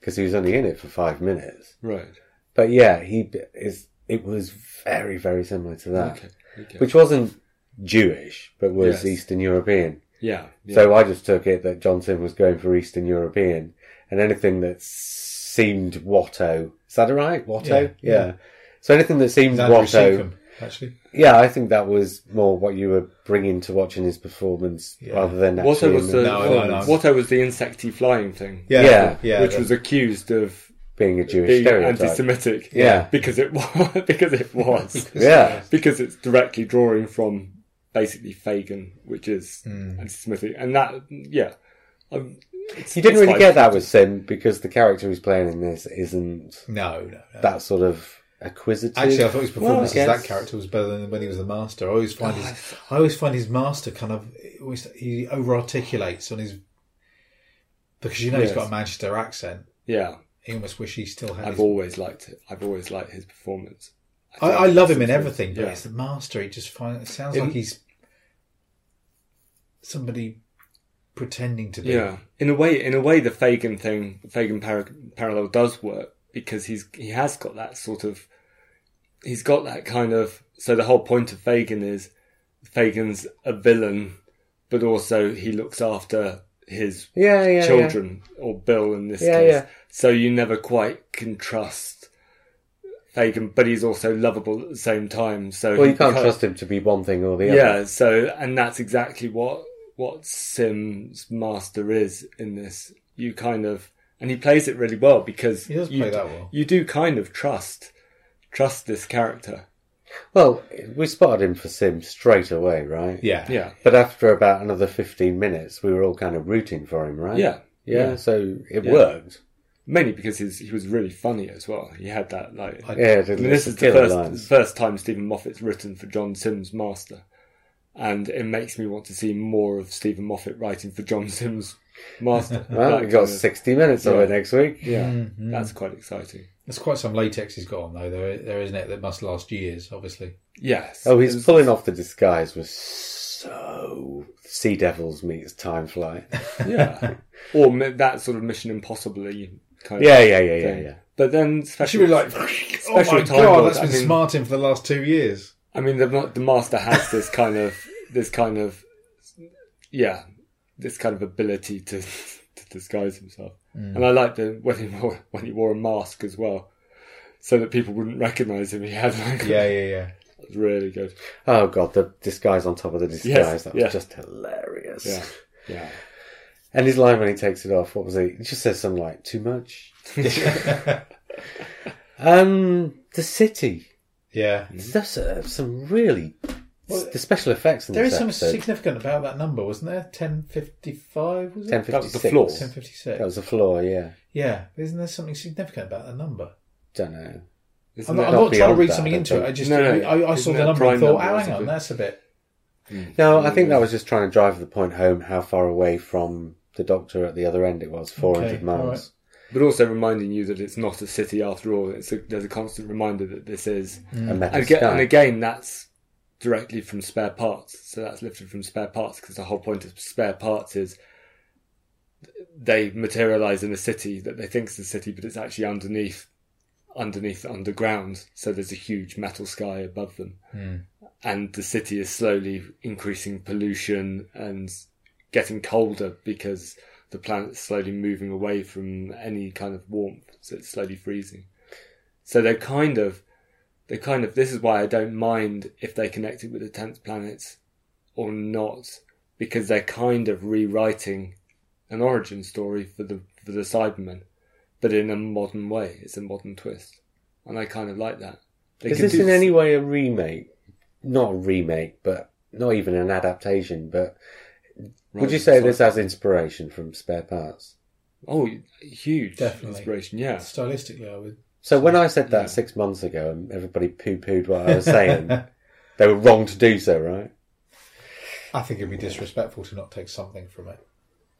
[SPEAKER 1] because he was only in it for five minutes.
[SPEAKER 3] Right.
[SPEAKER 1] But yeah, he b- is. It was very, very similar to that,
[SPEAKER 3] Okay. okay.
[SPEAKER 1] which wasn't Jewish, but was
[SPEAKER 3] Yes.
[SPEAKER 1] Eastern European.
[SPEAKER 3] yeah. yeah.
[SPEAKER 1] So I just took it that Johnson was going for Eastern European, and anything that seemed Watto. Is that right? Watto. Yeah.
[SPEAKER 2] Yeah, yeah.
[SPEAKER 1] So anything that seemed
[SPEAKER 2] It's Andrew
[SPEAKER 1] Watto.
[SPEAKER 2] Seacombe, actually.
[SPEAKER 1] Yeah, I think that was more what you were bringing to watching his performance
[SPEAKER 2] Yeah.
[SPEAKER 1] rather than
[SPEAKER 3] Watto
[SPEAKER 1] actually
[SPEAKER 3] was
[SPEAKER 1] in
[SPEAKER 3] the
[SPEAKER 1] the-
[SPEAKER 2] No, no, no.
[SPEAKER 3] Watto was the insecty flying thing,
[SPEAKER 2] Yeah,
[SPEAKER 1] Yeah,
[SPEAKER 2] yeah,
[SPEAKER 3] which
[SPEAKER 2] the-
[SPEAKER 3] was accused of
[SPEAKER 1] being a Jewish
[SPEAKER 3] being
[SPEAKER 1] stereotype.
[SPEAKER 3] anti-Semitic.
[SPEAKER 1] Yeah.
[SPEAKER 3] because it was because it was.
[SPEAKER 1] yeah,
[SPEAKER 3] because it's directly drawing from basically Fagin, which is
[SPEAKER 2] Hmm.
[SPEAKER 3] anti-Semitic, and that yeah, um, it's,
[SPEAKER 1] you didn't
[SPEAKER 3] it's
[SPEAKER 1] really
[SPEAKER 3] fine.
[SPEAKER 1] get that with Sim because the character he's playing in this isn't
[SPEAKER 2] no, no, no.
[SPEAKER 1] that sort of acquisitive.
[SPEAKER 2] Actually, I thought his performance
[SPEAKER 1] Well, I
[SPEAKER 2] as that
[SPEAKER 1] guess-
[SPEAKER 2] character was better than when he was the master. I always
[SPEAKER 3] Oh,
[SPEAKER 2] find his, I always find his master kind of always, he over articulates on his because you know
[SPEAKER 3] Yes.
[SPEAKER 2] he's got a Manchester accent.
[SPEAKER 3] Yeah,
[SPEAKER 2] He almost wish he still had.
[SPEAKER 3] I've
[SPEAKER 2] His,
[SPEAKER 3] always liked it. I've always liked his performance.
[SPEAKER 2] I, I love him in everything, but
[SPEAKER 3] Yeah.
[SPEAKER 2] it's the master. He just find, it sounds
[SPEAKER 3] In-
[SPEAKER 2] like he's somebody pretending to be.
[SPEAKER 3] Yeah, in a way, in a way, the Fagin thing, the Fagin par- parallel does work because he's he has got that sort of, he's got that kind of. So the whole point of Fagin is, Fagin's a villain, but also he looks after his
[SPEAKER 1] Yeah, yeah, yeah.
[SPEAKER 3] children or Bill in this
[SPEAKER 1] Yeah,
[SPEAKER 3] case.
[SPEAKER 1] yeah.
[SPEAKER 3] So you never quite can trust Fagin, but he's also lovable at the same time. So
[SPEAKER 1] Well,
[SPEAKER 3] he
[SPEAKER 1] you can't
[SPEAKER 3] beco-
[SPEAKER 1] trust him to be one thing or the other.
[SPEAKER 3] Yeah. So and that's exactly what what Sim's master is in this. You kind of and he plays it really well because
[SPEAKER 2] He does
[SPEAKER 3] you,
[SPEAKER 2] play that well.
[SPEAKER 3] You do kind of trust trust this character.
[SPEAKER 1] Well, we spotted him for Sim straight away, right?
[SPEAKER 2] Yeah.
[SPEAKER 3] Yeah.
[SPEAKER 1] But after about another 15 minutes, we were all kind of rooting for him, right?
[SPEAKER 3] Yeah.
[SPEAKER 1] Yeah,
[SPEAKER 3] Yeah.
[SPEAKER 1] so it
[SPEAKER 3] Yeah.
[SPEAKER 1] worked.
[SPEAKER 3] Mainly because he's, he was really funny as well. He had that like
[SPEAKER 2] I-
[SPEAKER 1] Yeah, it
[SPEAKER 3] I mean, this is the
[SPEAKER 1] killer
[SPEAKER 3] first
[SPEAKER 1] lines.
[SPEAKER 3] first time Stephen Moffat's written for John Sims' Master, and it makes me want to see more of Stephen Moffat writing for John Sims' Master.
[SPEAKER 1] Well,
[SPEAKER 3] That
[SPEAKER 1] we've
[SPEAKER 3] kind
[SPEAKER 1] got
[SPEAKER 3] of-
[SPEAKER 1] 60 minutes of
[SPEAKER 3] Yeah.
[SPEAKER 1] it next week.
[SPEAKER 3] Yeah,
[SPEAKER 2] Hmm.
[SPEAKER 3] that's quite exciting.
[SPEAKER 2] There's quite some latex he's got on though. There, there isn't it that must last years, obviously.
[SPEAKER 3] Yes.
[SPEAKER 1] Oh, his
[SPEAKER 3] It's-
[SPEAKER 1] pulling off the disguise was so Sea Devils meets Time Flight.
[SPEAKER 3] yeah, or mi- that sort of Mission Impossible kind of
[SPEAKER 1] Yeah, yeah, yeah, yeah,
[SPEAKER 3] thing.
[SPEAKER 1] yeah.
[SPEAKER 3] But then special,
[SPEAKER 2] Should be like, oh
[SPEAKER 3] Special
[SPEAKER 2] my
[SPEAKER 3] time
[SPEAKER 2] god,
[SPEAKER 3] lords,
[SPEAKER 2] that's been
[SPEAKER 3] I mean-
[SPEAKER 2] smarting for the last two years.
[SPEAKER 3] I mean, the the Master has this kind of this kind of yeah, this kind of ability to to disguise himself.
[SPEAKER 2] Mm.
[SPEAKER 3] And I liked the when he wore when he wore a mask as well, so that people wouldn't recognise him. He had like
[SPEAKER 2] Yeah, yeah, yeah.
[SPEAKER 3] it was really good.
[SPEAKER 1] Oh, God, the disguise on top of the disguise.
[SPEAKER 3] Yes,
[SPEAKER 1] that was
[SPEAKER 3] yeah.
[SPEAKER 1] just hilarious.
[SPEAKER 3] Yeah, yeah.
[SPEAKER 1] And his line when he takes it off, what was it? He just says something like, too much. um, the city.
[SPEAKER 2] Yeah.
[SPEAKER 1] There's uh, some really.
[SPEAKER 2] Mm-hmm. Well,
[SPEAKER 1] the special effects in
[SPEAKER 2] There
[SPEAKER 1] this
[SPEAKER 2] is something
[SPEAKER 1] episode.
[SPEAKER 2] significant about that number, wasn't there? 1055, was it?
[SPEAKER 3] That was the
[SPEAKER 1] 1056.
[SPEAKER 3] floor.
[SPEAKER 2] 1056.
[SPEAKER 1] That was the floor, yeah.
[SPEAKER 2] Yeah. Isn't there something significant about that number?
[SPEAKER 1] Don't know.
[SPEAKER 3] Isn't
[SPEAKER 2] I'm not,
[SPEAKER 3] that-
[SPEAKER 2] I'm not
[SPEAKER 1] Not
[SPEAKER 2] trying to
[SPEAKER 1] beyond
[SPEAKER 2] read
[SPEAKER 1] that,
[SPEAKER 2] something
[SPEAKER 1] I
[SPEAKER 2] into it.
[SPEAKER 1] think.
[SPEAKER 2] I just,
[SPEAKER 3] No, no,
[SPEAKER 2] I, I saw
[SPEAKER 3] isn't
[SPEAKER 2] the
[SPEAKER 3] that
[SPEAKER 2] number and
[SPEAKER 3] prime number
[SPEAKER 2] thought, oh,
[SPEAKER 3] or
[SPEAKER 2] hang on,
[SPEAKER 3] something?
[SPEAKER 2] that's a bit.
[SPEAKER 1] No, I think that was just trying to drive the point home how far away from the doctor at the other end it was 400
[SPEAKER 2] Okay,
[SPEAKER 1] miles.
[SPEAKER 2] alright.
[SPEAKER 3] but also reminding you that it's not a city after all. It's a, there's a constant reminder that this is
[SPEAKER 2] Mm.
[SPEAKER 1] And, met
[SPEAKER 3] and,
[SPEAKER 1] the
[SPEAKER 3] again,
[SPEAKER 1] sky.
[SPEAKER 3] and again that's directly from spare parts so that's lifted from spare parts because the whole point of spare parts is they materialize in a city that they think is a city but it's actually underneath underneath underground so there's a huge metal sky above them and the city is slowly increasing pollution and getting colder because the planet's slowly moving away from any kind of warmth so it's slowly freezing so they're kind of they kind of this is why I don't mind if they connect it with the tenth planet or not, because they're kind of rewriting an origin story for the for the Cybermen, but in a modern way. It's a modern twist, and I kind of like that. They
[SPEAKER 1] Is
[SPEAKER 3] can
[SPEAKER 1] this
[SPEAKER 3] do
[SPEAKER 1] in any way a remake? Not a remake, but not even an adaptation, but would
[SPEAKER 3] rather
[SPEAKER 1] you say
[SPEAKER 3] than-
[SPEAKER 1] this has inspiration from spare parts?
[SPEAKER 3] Oh, huge
[SPEAKER 2] Definitely.
[SPEAKER 3] inspiration. Yeah,
[SPEAKER 2] Stylistically, I would.
[SPEAKER 1] So when I said that
[SPEAKER 3] Yeah.
[SPEAKER 1] six months ago and everybody poo pooed what I was saying, they were wrong to do so, right?
[SPEAKER 2] I think it'd be disrespectful to not take something from it.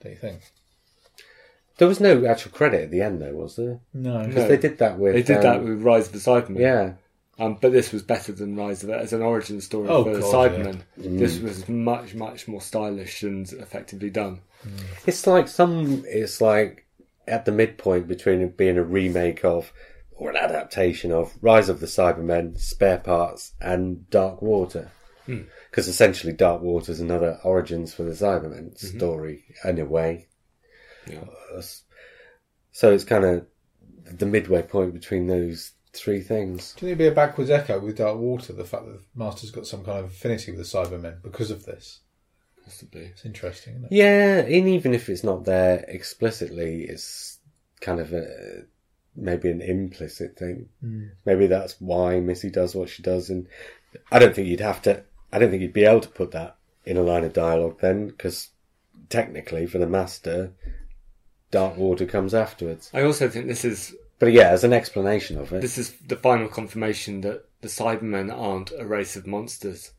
[SPEAKER 2] Don't you think?
[SPEAKER 1] There was no actual credit at the end, though, was there?
[SPEAKER 2] No.
[SPEAKER 3] No.
[SPEAKER 1] They did that with.
[SPEAKER 3] they did that
[SPEAKER 1] um,
[SPEAKER 3] with Rise of the Cybermen.
[SPEAKER 1] Yeah.
[SPEAKER 3] Um, but this was better than Rise of it as an origin story
[SPEAKER 2] Oh,
[SPEAKER 3] for the
[SPEAKER 2] God, yeah.
[SPEAKER 3] Cybermen. This was much, much more stylish and effectively done.
[SPEAKER 1] It's like some. It's like at the midpoint between it being a remake of or an adaptation of Rise of the Cybermen, Spare Parts, and Dark Water.
[SPEAKER 3] Hmm.
[SPEAKER 1] Because essentially, Dark Water is another origins for the Cybermen
[SPEAKER 3] Mm-hmm.
[SPEAKER 1] story in a way.
[SPEAKER 3] Yeah.
[SPEAKER 1] So it's kind of the midway point between those three things.
[SPEAKER 2] Do you think it'd be a backwards echo with Dark Water, the fact that the Master's got some kind of affinity with the Cybermen because of this?
[SPEAKER 3] Possibly.
[SPEAKER 2] It's interesting, isn't it?
[SPEAKER 1] Yeah, and even if it's not there explicitly, it's kind of a maybe an implicit thing.
[SPEAKER 3] Hmm.
[SPEAKER 1] Maybe that's why Missy does what she does, and I don't think you'd have to. I don't think you'd be able to put that in a line of dialogue then, because technically, for the master, dark water comes afterwards.
[SPEAKER 3] I also think this is
[SPEAKER 1] But yeah, as an explanation of it,
[SPEAKER 3] This is the final confirmation that the Cybermen aren't a race of monsters.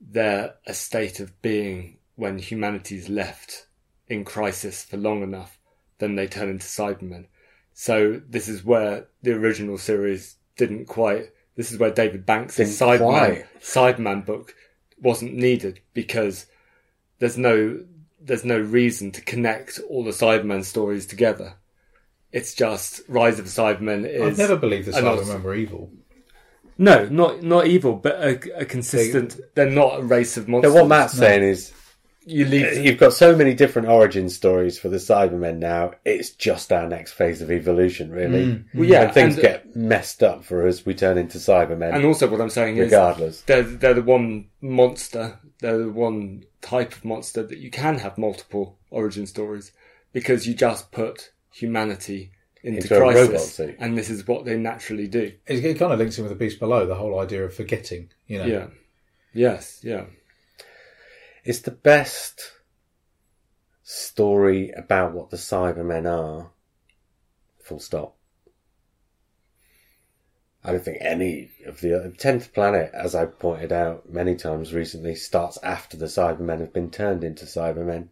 [SPEAKER 3] They're a state of being when humanity's left in crisis for long enough, then they turn into Cybermen. So this is where the original series didn't quite. This is where David Banks'
[SPEAKER 1] Didn't
[SPEAKER 3] Cyberman,
[SPEAKER 1] quite.
[SPEAKER 3] Cyberman book wasn't needed because there's no there's no reason to connect all the Cybermen stories together. It's just Rise of the Cybermen is.
[SPEAKER 2] I've never believed the
[SPEAKER 3] and
[SPEAKER 2] Cybermen
[SPEAKER 3] also-
[SPEAKER 2] were evil.
[SPEAKER 3] No, not not evil, but a, a consistent. They, are not a race of monsters.
[SPEAKER 1] so what Matt's saying is
[SPEAKER 3] you leave.
[SPEAKER 1] You've got so many different origin stories for the Cybermen now. It's just our next phase of evolution, really.
[SPEAKER 3] Well, Mm, yeah,
[SPEAKER 1] and things
[SPEAKER 3] and- uh,
[SPEAKER 1] get messed up for us. We turn into Cybermen,
[SPEAKER 3] And also, what I'm saying is,
[SPEAKER 1] regardless.
[SPEAKER 3] they're they're the one monster, they're the one type of monster that you can have multiple origin stories because you just put humanity into,
[SPEAKER 1] Into a robot
[SPEAKER 3] crisis,
[SPEAKER 1] suit.
[SPEAKER 3] and this is what they naturally do.
[SPEAKER 2] It, it kind of links in with the beast below the whole idea of forgetting. You know,
[SPEAKER 3] Yeah. Yes. Yeah.
[SPEAKER 1] It's the best story about what the Cybermen are. Full stop. I don't think any of the uh, Tenth Planet, as I pointed out many times recently, starts after the Cybermen have been turned into Cybermen.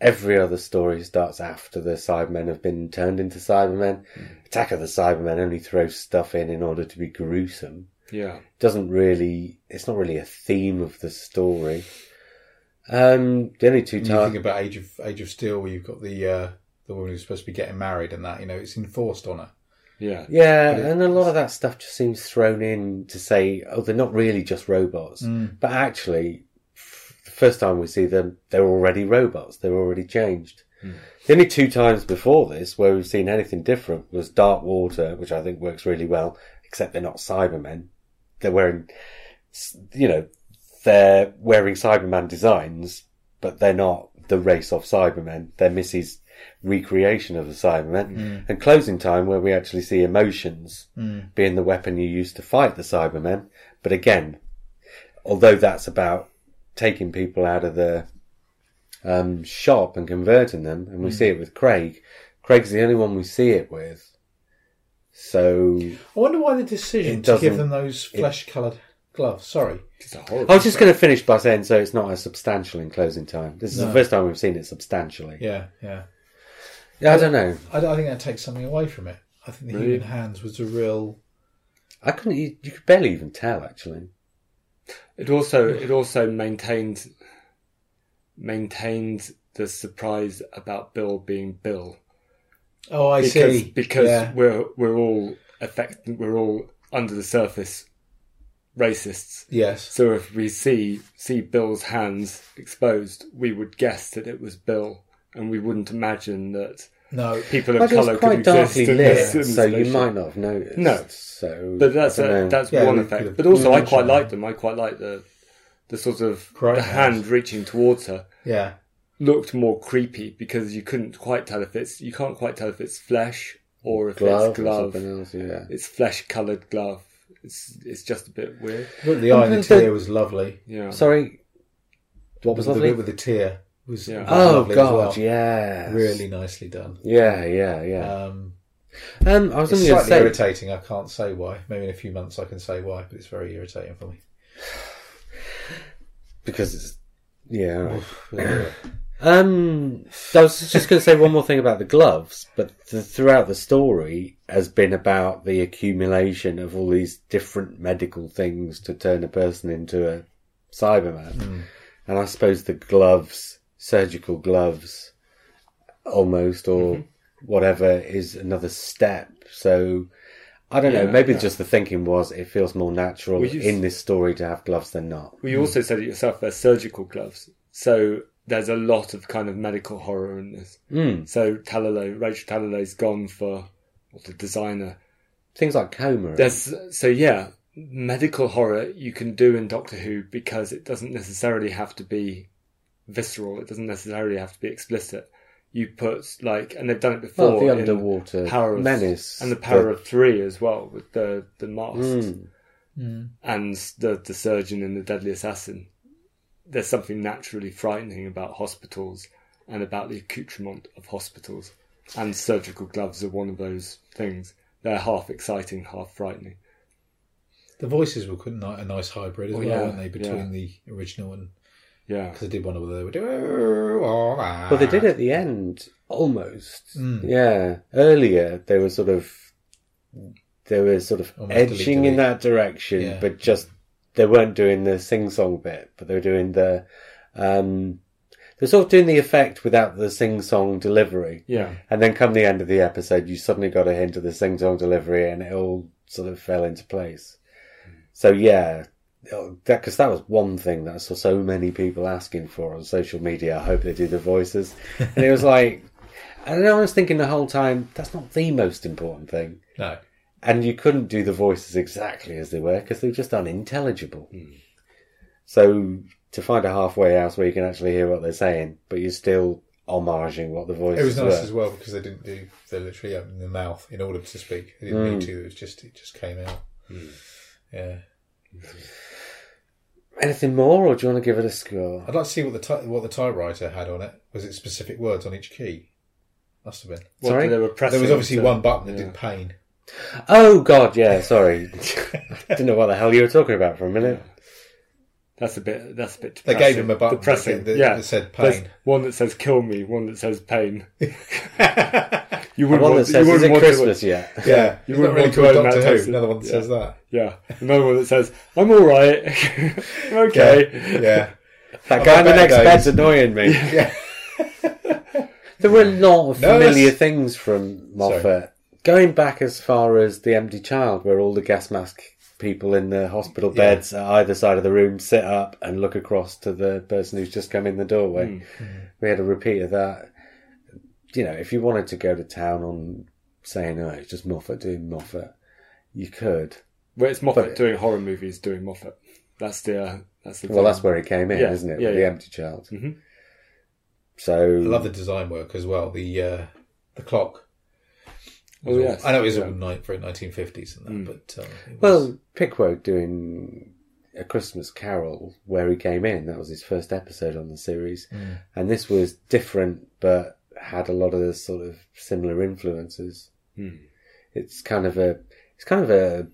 [SPEAKER 1] Every other story starts after the Cybermen have been turned into Cybermen. Attack of the Cybermen only throws stuff in in order to be gruesome
[SPEAKER 3] Yeah.
[SPEAKER 1] doesn't really it's not really a theme of the story um the only two
[SPEAKER 2] you think
[SPEAKER 1] times
[SPEAKER 2] about Age of Age of Steel, where you've got the uh, the woman who's supposed to be getting married and that. You know, it's enforced on her.
[SPEAKER 3] Yeah.
[SPEAKER 1] yeah and a lot of that stuff just seems thrown in to say oh they're not really just robots but actually f- the first time we see them they're already robots they're already changed the only two times before this where we've seen anything different was dark water which i think works really well except they're not cybermen they're wearing s- you know they're wearing Cyberman designs, but they're not the race of Cybermen. They're Missy's recreation of the Cybermen. And closing time, where we actually see emotions being the weapon you use to fight the Cybermen. But again, although that's about taking people out of the um, shop and converting them, and
[SPEAKER 3] Mm.
[SPEAKER 1] we see it with Craig. Craig's the only one we see it with. So
[SPEAKER 2] I wonder why the decision
[SPEAKER 1] It
[SPEAKER 2] to give
[SPEAKER 1] doesn't-
[SPEAKER 2] them those flesh coloured gloves. Sorry,
[SPEAKER 3] It's a horrible.
[SPEAKER 1] I was just going to finish by saying, so it's not as substantial in closing time. This is the
[SPEAKER 2] No.
[SPEAKER 1] first time we've seen it substantially.
[SPEAKER 2] yeah, yeah.
[SPEAKER 1] Yeah, I don't know.
[SPEAKER 2] I, I think that takes something away from it. I think the human hands was a real.
[SPEAKER 1] I couldn't. You, you could barely even tell, actually.
[SPEAKER 3] It also it also maintained maintained the surprise about Bill being Bill
[SPEAKER 2] Oh, I
[SPEAKER 3] because
[SPEAKER 2] see.
[SPEAKER 3] because
[SPEAKER 2] yeah.
[SPEAKER 3] we're we're all affect we're all under the surface racists.
[SPEAKER 2] yes,
[SPEAKER 3] So if we see see Bill's hands exposed, we would guess that it was Bill, and we wouldn't imagine that
[SPEAKER 2] no.
[SPEAKER 3] people of
[SPEAKER 1] But
[SPEAKER 3] colour
[SPEAKER 1] it's quite
[SPEAKER 3] could exist.
[SPEAKER 1] darkly
[SPEAKER 3] in
[SPEAKER 1] lit,
[SPEAKER 3] this- in this
[SPEAKER 1] so you
[SPEAKER 3] nation.
[SPEAKER 1] might not have noticed.
[SPEAKER 3] No.
[SPEAKER 1] so
[SPEAKER 3] But that's
[SPEAKER 1] I don't
[SPEAKER 3] a,
[SPEAKER 1] know.
[SPEAKER 3] that's
[SPEAKER 2] Yeah,
[SPEAKER 3] one
[SPEAKER 2] we
[SPEAKER 3] effect.
[SPEAKER 2] could've
[SPEAKER 3] But also, I
[SPEAKER 2] mentioned
[SPEAKER 3] quite
[SPEAKER 2] that.
[SPEAKER 3] like them. I quite like the the sort of
[SPEAKER 2] Right
[SPEAKER 3] the
[SPEAKER 2] hands.
[SPEAKER 3] hand reaching towards her
[SPEAKER 2] Yeah,
[SPEAKER 3] looked more creepy because you couldn't quite tell if it's you can't quite tell if it's flesh or if
[SPEAKER 1] glove,
[SPEAKER 3] it's
[SPEAKER 1] or
[SPEAKER 3] glove.
[SPEAKER 1] something else. Yeah,
[SPEAKER 3] It's flesh coloured glove. It's it's just a bit weird.
[SPEAKER 2] but the eye and the tear was lovely.
[SPEAKER 3] Yeah.
[SPEAKER 1] sorry. What was
[SPEAKER 2] the
[SPEAKER 1] lovely?
[SPEAKER 2] bit with the tear was,
[SPEAKER 3] Yeah.
[SPEAKER 2] was
[SPEAKER 1] oh
[SPEAKER 2] lovely as
[SPEAKER 1] God,
[SPEAKER 2] well.
[SPEAKER 1] yeah,
[SPEAKER 2] really nicely done.
[SPEAKER 1] Yeah, yeah, yeah.
[SPEAKER 2] Um,
[SPEAKER 1] Um, I was
[SPEAKER 2] it's
[SPEAKER 1] only going to
[SPEAKER 2] slightly
[SPEAKER 1] say
[SPEAKER 2] irritating. I can't say why. Maybe in a few months I can say why, but it's very irritating for me.
[SPEAKER 1] because it's yeah. all right.
[SPEAKER 2] Yeah.
[SPEAKER 1] Um, I was just going to say one more thing about the gloves, but th throughout the story has been about the accumulation of all these different medical things to turn a person into a Cyberman,
[SPEAKER 3] Hmm.
[SPEAKER 1] and I suppose the gloves, surgical gloves, almost or
[SPEAKER 3] Mm-hmm.
[SPEAKER 1] whatever, is another step. So. I don't know.
[SPEAKER 3] Yeah,
[SPEAKER 1] Maybe
[SPEAKER 3] yeah.
[SPEAKER 1] just the thinking was it feels more natural
[SPEAKER 3] Well, you-
[SPEAKER 1] in this story to have gloves than not.
[SPEAKER 3] Well, you also said it yourself. They're surgical gloves, so there's a lot of kind of medical horror in this.
[SPEAKER 1] Mm.
[SPEAKER 3] So Talalo, Rachel Talalo's gone for or the designer.
[SPEAKER 1] Things like coma.
[SPEAKER 3] There's so yeah, medical horror you can do in Doctor Who because it doesn't necessarily have to be visceral. It doesn't necessarily have to be explicit. You put like, and they've done it before.
[SPEAKER 1] Well, the
[SPEAKER 3] in
[SPEAKER 1] underwater
[SPEAKER 3] Power of,
[SPEAKER 1] menace
[SPEAKER 3] and the power of three as well with the the mask
[SPEAKER 1] Mm.
[SPEAKER 3] and the the surgeon and the deadly assassin. There's something naturally frightening about hospitals and about the accoutrement of hospitals, and surgical gloves are one of those things. They're half exciting, half frightening.
[SPEAKER 2] the voices were quite ni- a nice hybrid as
[SPEAKER 3] Oh,
[SPEAKER 2] well,
[SPEAKER 3] yeah,
[SPEAKER 2] weren't they, between the original and
[SPEAKER 3] Yeah,
[SPEAKER 2] because I did wonder whether they were doing.
[SPEAKER 1] Well, they did at the end almost. Yeah, earlier they were sort of they were sort of
[SPEAKER 2] Almost
[SPEAKER 1] edging in
[SPEAKER 2] dilly-dally.
[SPEAKER 1] that direction,
[SPEAKER 2] Yeah.
[SPEAKER 1] but just they weren't doing the sing song bit, but they were doing the um, they're sort of doing the effect without the sing song delivery.
[SPEAKER 3] yeah,
[SPEAKER 1] And then come the end of the episode, you suddenly got a hint of the sing song delivery, and it all sort of fell into place. So yeah, because that, 'cause that was one thing that I saw so many people asking for on social media. I hope they do the voices, and it was like, I don't know. I was thinking the whole time that's not the most important thing,
[SPEAKER 2] No.
[SPEAKER 1] and you couldn't do the voices exactly as they were because they were just unintelligible.
[SPEAKER 2] Hmm.
[SPEAKER 1] So to find a halfway house where you can actually hear what they're saying, but you're still homaging what the voices
[SPEAKER 2] It was nice
[SPEAKER 1] were.
[SPEAKER 2] as well because they didn't do they literally opened their mouth in order to speak. They didn't
[SPEAKER 1] Mm.
[SPEAKER 2] need to. It was just it just came out.
[SPEAKER 3] Hmm.
[SPEAKER 2] Yeah,
[SPEAKER 1] Anything more, or do you want to give it a score?
[SPEAKER 2] I'd like to see what the ty- what the typewriter had on it. Was it specific words on each key? Must have been.
[SPEAKER 3] What,
[SPEAKER 1] Sorry?
[SPEAKER 3] they were
[SPEAKER 2] There
[SPEAKER 3] pressing
[SPEAKER 2] was obviously
[SPEAKER 3] to-
[SPEAKER 2] one button that did pain.
[SPEAKER 1] Oh God, yeah. Sorry, didn't know what the hell you were talking about for a minute.
[SPEAKER 3] That's a bit. That's a bit.
[SPEAKER 2] They
[SPEAKER 3] depressing.
[SPEAKER 2] gave him a button
[SPEAKER 3] Depressing.
[SPEAKER 2] that- that-
[SPEAKER 3] yeah.
[SPEAKER 2] that said
[SPEAKER 3] There's
[SPEAKER 2] pain.
[SPEAKER 3] one that says "kill me." One that says "pain." you wouldn't
[SPEAKER 1] One that
[SPEAKER 3] want.
[SPEAKER 1] says,
[SPEAKER 3] you
[SPEAKER 1] "Is
[SPEAKER 3] wouldn't
[SPEAKER 1] it
[SPEAKER 3] want
[SPEAKER 1] Christmas
[SPEAKER 3] To,
[SPEAKER 1] yet?"
[SPEAKER 2] Yeah,
[SPEAKER 3] You
[SPEAKER 2] you
[SPEAKER 3] wouldn't
[SPEAKER 2] wouldn't
[SPEAKER 3] really
[SPEAKER 2] really called
[SPEAKER 3] go in that
[SPEAKER 2] Doctor Who.
[SPEAKER 3] person.
[SPEAKER 2] Another one that says that.
[SPEAKER 3] yeah. Another one that says "I'm all right." I'm okay.
[SPEAKER 2] Yeah,
[SPEAKER 1] That guy in the
[SPEAKER 2] I've
[SPEAKER 1] next
[SPEAKER 2] had
[SPEAKER 1] bed's annoying me.
[SPEAKER 2] Yeah.
[SPEAKER 1] there were a lot of
[SPEAKER 2] No, that's-
[SPEAKER 1] familiar things from Moffat. Going back as far as The Empty Child, where all the gas mask people in the hospital
[SPEAKER 2] Yeah.
[SPEAKER 1] beds at either side of the room sit up and look across to the person who's just come in the doorway.
[SPEAKER 2] Hmm.
[SPEAKER 1] We had a repeat of that. You know, if you wanted to go to town on saying, oh, it's just Moffat doing Moffat, you could.
[SPEAKER 3] Well, it's Moffat
[SPEAKER 1] But-
[SPEAKER 3] doing horror movies, doing Moffat. That's the. Uh, that's the.
[SPEAKER 1] Well, that's where he came in,
[SPEAKER 3] Yeah,
[SPEAKER 1] isn't it?
[SPEAKER 3] yeah,
[SPEAKER 1] with The
[SPEAKER 3] yeah.
[SPEAKER 1] Empty Child.
[SPEAKER 3] Mhm.
[SPEAKER 1] So
[SPEAKER 2] Mm-hmm. I love the design work as well. The uh, the clock.
[SPEAKER 3] Oh yes.
[SPEAKER 2] I know it was
[SPEAKER 3] Yeah. Mm.
[SPEAKER 2] all night for nineteen fifties and that, but um, it was-
[SPEAKER 1] Well, Pickwood doing A Christmas Carol, where he came in, that was his first episode on the series.
[SPEAKER 2] Mm,
[SPEAKER 1] And this was different, but had a lot of the sort of similar influences.
[SPEAKER 3] Hmm.
[SPEAKER 1] It's kind of a, it's kind of a,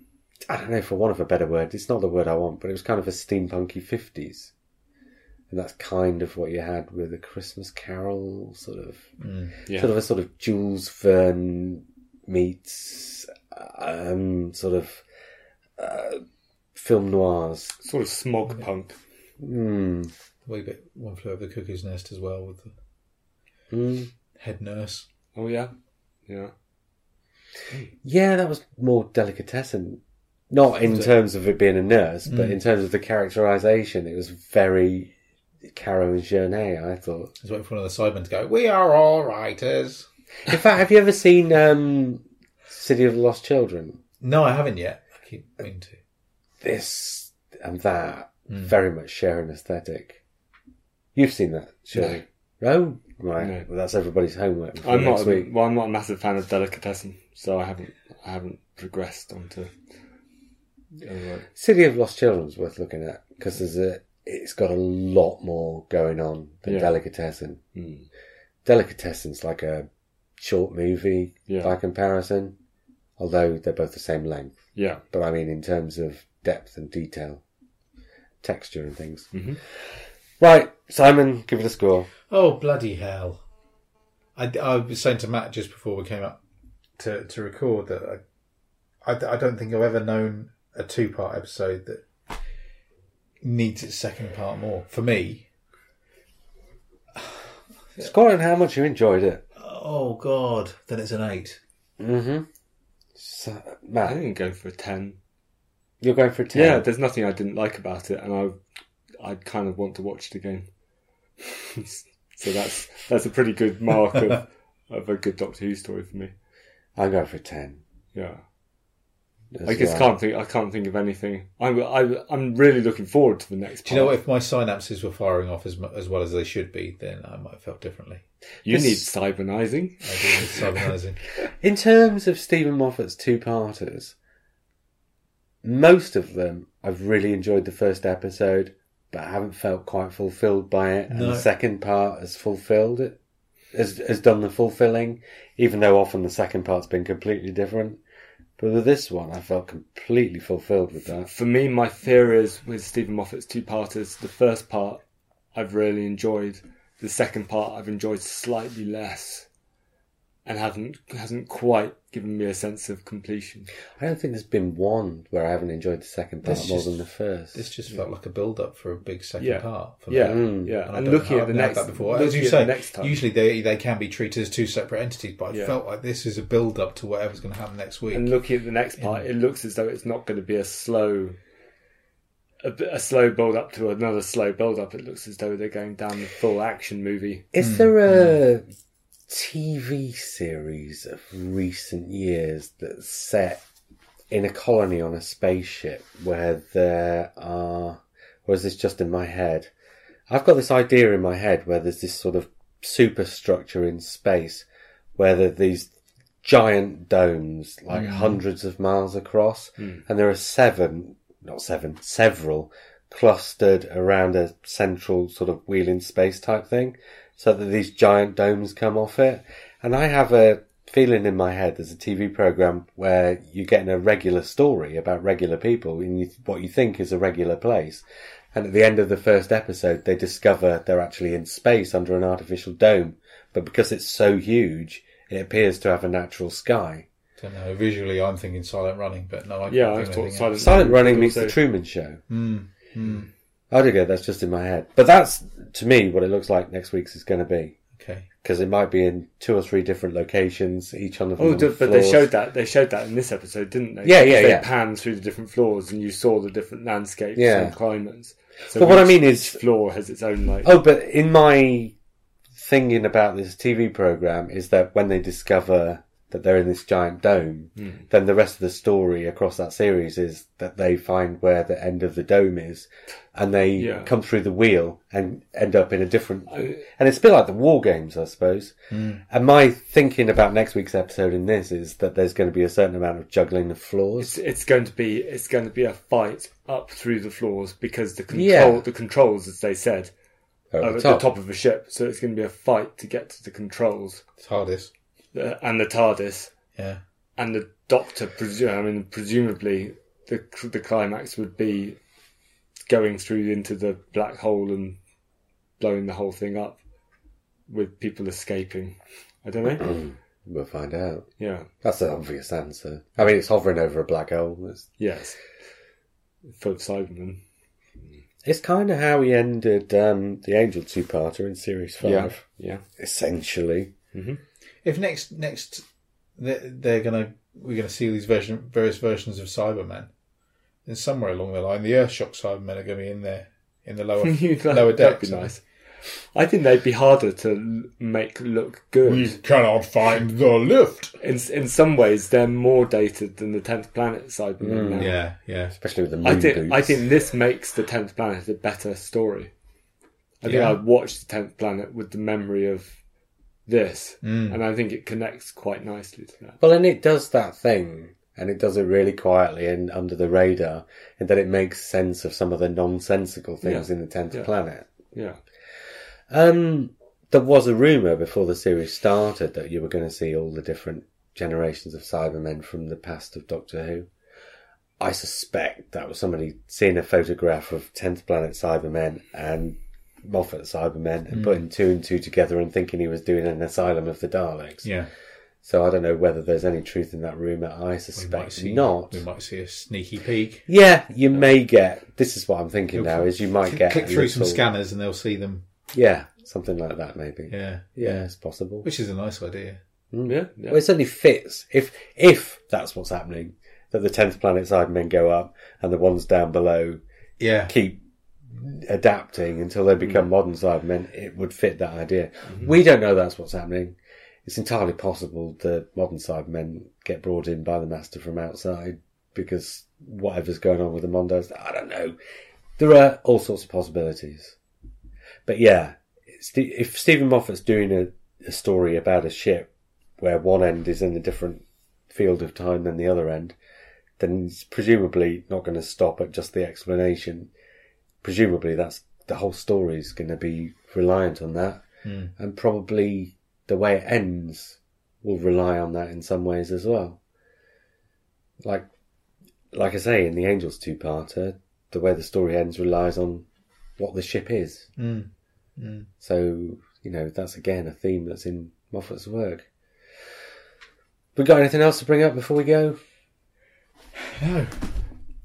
[SPEAKER 1] I don't know for want of a better word, it's not the word I want, but it was kind of a steampunky 50s. And that's kind of what you had with a Christmas Carol, sort of,
[SPEAKER 2] mm.
[SPEAKER 3] Yeah.
[SPEAKER 1] sort of a sort of Jules Verne meets, um, sort of uh, film noirs.
[SPEAKER 3] Sort of smog punk.
[SPEAKER 1] Mm.
[SPEAKER 2] a wee bit one flew over the cuckoo's nest as well with the
[SPEAKER 1] Mm.
[SPEAKER 2] head nurse.
[SPEAKER 3] Oh yeah. Yeah.
[SPEAKER 1] Yeah, that was more delicatessen. Not in terms of it being a nurse, but in terms of the characterization, it was very Caro and Journey, I thought.
[SPEAKER 2] I was waiting for one of the sidemen to go, "We are all righters."
[SPEAKER 1] In fact, have you ever seen um, City of the Lost Children?
[SPEAKER 2] No, I haven't yet. I keep meaning to.
[SPEAKER 1] This and that
[SPEAKER 3] Hmm.
[SPEAKER 1] very much share an aesthetic. You've seen that, surely? No. Oh, right.
[SPEAKER 3] No.
[SPEAKER 1] Well, that's everybody's homework for
[SPEAKER 3] I'm
[SPEAKER 1] next
[SPEAKER 3] not.
[SPEAKER 1] week.
[SPEAKER 3] A, well, I'm not a massive fan of delicatessen, so I haven't. I haven't progressed onto. other work.
[SPEAKER 1] City of Lost Children's worth looking at because there's a it's got a lot more going on than
[SPEAKER 3] Yeah.
[SPEAKER 1] Delicatessen.
[SPEAKER 3] Hmm.
[SPEAKER 1] Delicatessen's like a short movie
[SPEAKER 3] Yeah.
[SPEAKER 1] by comparison, although they're both the same length.
[SPEAKER 3] Yeah.
[SPEAKER 1] But I mean, in terms of depth and detail, texture and things.
[SPEAKER 3] Mhm.
[SPEAKER 1] Right, Simon, give it a score.
[SPEAKER 2] Oh bloody hell! I, I was saying to Matt just before we came up to to record that I, I, I don't think I've ever known a two part episode that needs its second part more for me.
[SPEAKER 1] Score on how much you enjoyed it.
[SPEAKER 2] Oh god, then it's an eight.
[SPEAKER 1] Mm-hmm. So,
[SPEAKER 3] I
[SPEAKER 1] Matt,
[SPEAKER 3] didn't go for a ten.
[SPEAKER 1] you're going for a ten.
[SPEAKER 3] Yeah, there's nothing I didn't like about it, and I, I kind of want to watch it again. so that's that's a pretty good mark of, of a good Doctor Who story for me.
[SPEAKER 1] I'm going for a ten.
[SPEAKER 3] Yeah,
[SPEAKER 1] as
[SPEAKER 3] I just
[SPEAKER 1] well.
[SPEAKER 3] can't think. I can't think of anything. I'm I, I'm really looking forward to the next.
[SPEAKER 2] Do you know
[SPEAKER 3] part.
[SPEAKER 2] what? If my synapses were firing off as mu- as well as they should be, then I might have felt differently.
[SPEAKER 3] You
[SPEAKER 1] This-
[SPEAKER 3] need cybernizing.
[SPEAKER 2] I do need cybernising.
[SPEAKER 1] In terms of Stephen Moffat's two parters, most of them I've really enjoyed the first episode, but I haven't felt quite fulfilled by it. And
[SPEAKER 2] No.
[SPEAKER 1] the second part has fulfilled it, has, has done the fulfilling, even though often the second part's been completely different. But with this one, I felt completely fulfilled with that.
[SPEAKER 3] For me, my theory is with Stephen Moffat's two parters. The first part I've really enjoyed. The second part I've enjoyed slightly less, and haven't hasn't quite given me a sense of completion.
[SPEAKER 1] I don't think there's been one where I haven't enjoyed the second part
[SPEAKER 2] This
[SPEAKER 1] more
[SPEAKER 2] just-
[SPEAKER 1] than the first.
[SPEAKER 2] this just felt like a build up for a big second
[SPEAKER 3] Yeah.
[SPEAKER 2] part. For me.
[SPEAKER 3] Yeah,
[SPEAKER 1] Mm.
[SPEAKER 3] yeah.
[SPEAKER 2] And,
[SPEAKER 3] And, looking at the next
[SPEAKER 2] that before,
[SPEAKER 3] looking
[SPEAKER 2] as you
[SPEAKER 3] at
[SPEAKER 2] say,
[SPEAKER 3] the next time,
[SPEAKER 2] usually they they can be treated as two separate entities. But I
[SPEAKER 3] Yeah.
[SPEAKER 2] felt like this is a build up to whatever's going to happen next week.
[SPEAKER 3] and looking at the next part, it looks as though it's not going to be a slow a, bit- a slow build up to another slow build up. It looks as though they're going down the full action movie.
[SPEAKER 1] Is there a TV series of recent years that's set in a colony on a spaceship where there are, or is this just in my head? I've got this idea in my head where there's this sort of superstructure in space where there are these giant domes, like hundreds of miles across, and there are seven, not seven, several clustered around a central sort of wheel in space type thing, so that these giant domes come off it. And I have a feeling in my head there's a TV program where you're getting a regular story about regular people in you- what you think is a regular place. And at the end of the first episode, they discover they're actually in space under an artificial dome. But because it's so huge, it appears to have a natural sky.
[SPEAKER 2] Don't know. Visually, I'm thinking Silent Running, but no, I can't
[SPEAKER 3] Yeah, I
[SPEAKER 2] think of
[SPEAKER 3] thought
[SPEAKER 2] anything else.
[SPEAKER 3] Silent,
[SPEAKER 1] Silent Running
[SPEAKER 3] but
[SPEAKER 1] meets The
[SPEAKER 3] also-
[SPEAKER 1] Truman Show. I don't go, that's just in my head. But that's, to me, what it looks like next week's is going to be.
[SPEAKER 2] Okay,
[SPEAKER 1] Because it might be in two or three different locations, each on the
[SPEAKER 3] Oh, d- but they
[SPEAKER 1] floors.
[SPEAKER 3] showed that they showed that in this episode, didn't they?
[SPEAKER 1] Yeah, yeah,
[SPEAKER 3] They
[SPEAKER 1] yeah.
[SPEAKER 3] panned through the different floors, and you saw the different landscapes
[SPEAKER 1] Yeah.
[SPEAKER 3] and climates. So
[SPEAKER 1] But what I
[SPEAKER 3] each-
[SPEAKER 1] mean is-
[SPEAKER 3] each floor has its own like.
[SPEAKER 1] Oh, but in my thinking about this TV program is that when they discover that they're in this giant dome,
[SPEAKER 3] Hmm.
[SPEAKER 1] then the rest of the story across that series is that they find where the end of the dome is, and they
[SPEAKER 3] Yeah.
[SPEAKER 1] come through the wheel and end up in a different. And it's a bit like the war games, I suppose.
[SPEAKER 3] Hmm.
[SPEAKER 1] And my thinking about next week's episode in this is that there's going to be a certain amount of juggling of
[SPEAKER 3] It's,
[SPEAKER 1] floors.
[SPEAKER 3] it's going to be it's going to be a fight up through the floors because the control
[SPEAKER 1] Yeah.
[SPEAKER 3] the controls, as they said,
[SPEAKER 1] over
[SPEAKER 3] are
[SPEAKER 1] the
[SPEAKER 3] at
[SPEAKER 1] top.
[SPEAKER 3] the top of a ship. So it's going to be a fight to get to the controls
[SPEAKER 2] it's hardest.
[SPEAKER 3] uh, and the TARDIS
[SPEAKER 2] Yeah,
[SPEAKER 3] and the Doctor. Presu- I mean, presumably the the climax would be going through into the black hole and blowing the whole thing up with people escaping. I don't know.
[SPEAKER 1] We'll find out.
[SPEAKER 3] yeah.
[SPEAKER 1] That's an obvious answer. I mean, it's hovering over a black hole. It's
[SPEAKER 3] Yes. For Cyberman.
[SPEAKER 1] It's kind of how he ended um, the Angel two-parter in series five,
[SPEAKER 3] Yeah.
[SPEAKER 1] essentially.
[SPEAKER 2] if next next they're, they're gonna we're gonna see these version various versions of Cyberman, and somewhere along the line, the Earthshock Cybermen are gonna be in there in the lower
[SPEAKER 3] You'd like-
[SPEAKER 2] lower
[SPEAKER 3] that'd
[SPEAKER 2] deck.
[SPEAKER 3] be nice. I think they'd be harder to l- make look good.
[SPEAKER 2] We cannot find the lift.
[SPEAKER 3] In in some ways, they're more dated than the tenth planet Cyberman. now.
[SPEAKER 2] Mm, Yeah, yeah.
[SPEAKER 1] Especially with the moon
[SPEAKER 3] I think
[SPEAKER 1] boots.
[SPEAKER 3] I think this makes the tenth planet a better story. I think
[SPEAKER 2] Yeah.
[SPEAKER 3] I watched the tenth planet with the memory of this,
[SPEAKER 2] Mm.
[SPEAKER 3] and I think it connects quite nicely to that.
[SPEAKER 1] Well, and it does that thing, and it does it really quietly and under the radar, and that it makes sense of some of the nonsensical things
[SPEAKER 3] Yeah.
[SPEAKER 1] in the tenth
[SPEAKER 3] Yeah.
[SPEAKER 1] planet.
[SPEAKER 3] Yeah,
[SPEAKER 1] Um, there was a rumor before the series started that you were going to see all the different generations of Cybermen from the past of Doctor Who. I suspect that was somebody seeing a photograph of Tenth Planet Cybermen and Moffat Cybermen
[SPEAKER 2] Hmm.
[SPEAKER 1] and putting two and two together and thinking he was doing an Asylum of the Daleks.
[SPEAKER 2] Yeah,
[SPEAKER 1] So I don't know whether there's any truth in that rumor. I
[SPEAKER 2] we might
[SPEAKER 1] suspect
[SPEAKER 2] see
[SPEAKER 1] not.
[SPEAKER 2] We might see a sneaky peek.
[SPEAKER 1] Yeah, you may get. This is what I'm thinking now: is you might
[SPEAKER 2] Click-
[SPEAKER 1] get
[SPEAKER 2] click
[SPEAKER 1] a
[SPEAKER 2] through some
[SPEAKER 1] little-
[SPEAKER 2] scanners, and they'll see them.
[SPEAKER 1] Yeah, something like that, maybe.
[SPEAKER 2] Yeah,
[SPEAKER 1] yeah it's possible.
[SPEAKER 2] which is a nice idea.
[SPEAKER 3] yeah, yeah.
[SPEAKER 1] Mm. Well, it certainly fits if if that's what's happening. That the tenth planet side men go up, and the ones down below
[SPEAKER 2] Yeah,
[SPEAKER 1] keep adapting until they become modern side men. It would fit that idea. We don't know that's what's happening. It's entirely possible the modern side men get brought in by the master from outside because whatever's going on with the Mondos, I don't know. There are all sorts of possibilities. But yeah, it's the- if Stephen Moffat's doing a, a story about a ship where one end is in a different field of time than the other end, then he's presumably not going to stop at just the explanation. Presumably, that's the whole story is going to be reliant on that, and probably the way it ends will rely on that in some ways as well. Like, like I say in the Angels two-parter, the way the story ends relies on what the ship is.
[SPEAKER 2] Mm.
[SPEAKER 1] So you know that's again a theme that's in Moffat's work. We got anything else to bring up before we go?
[SPEAKER 2] no.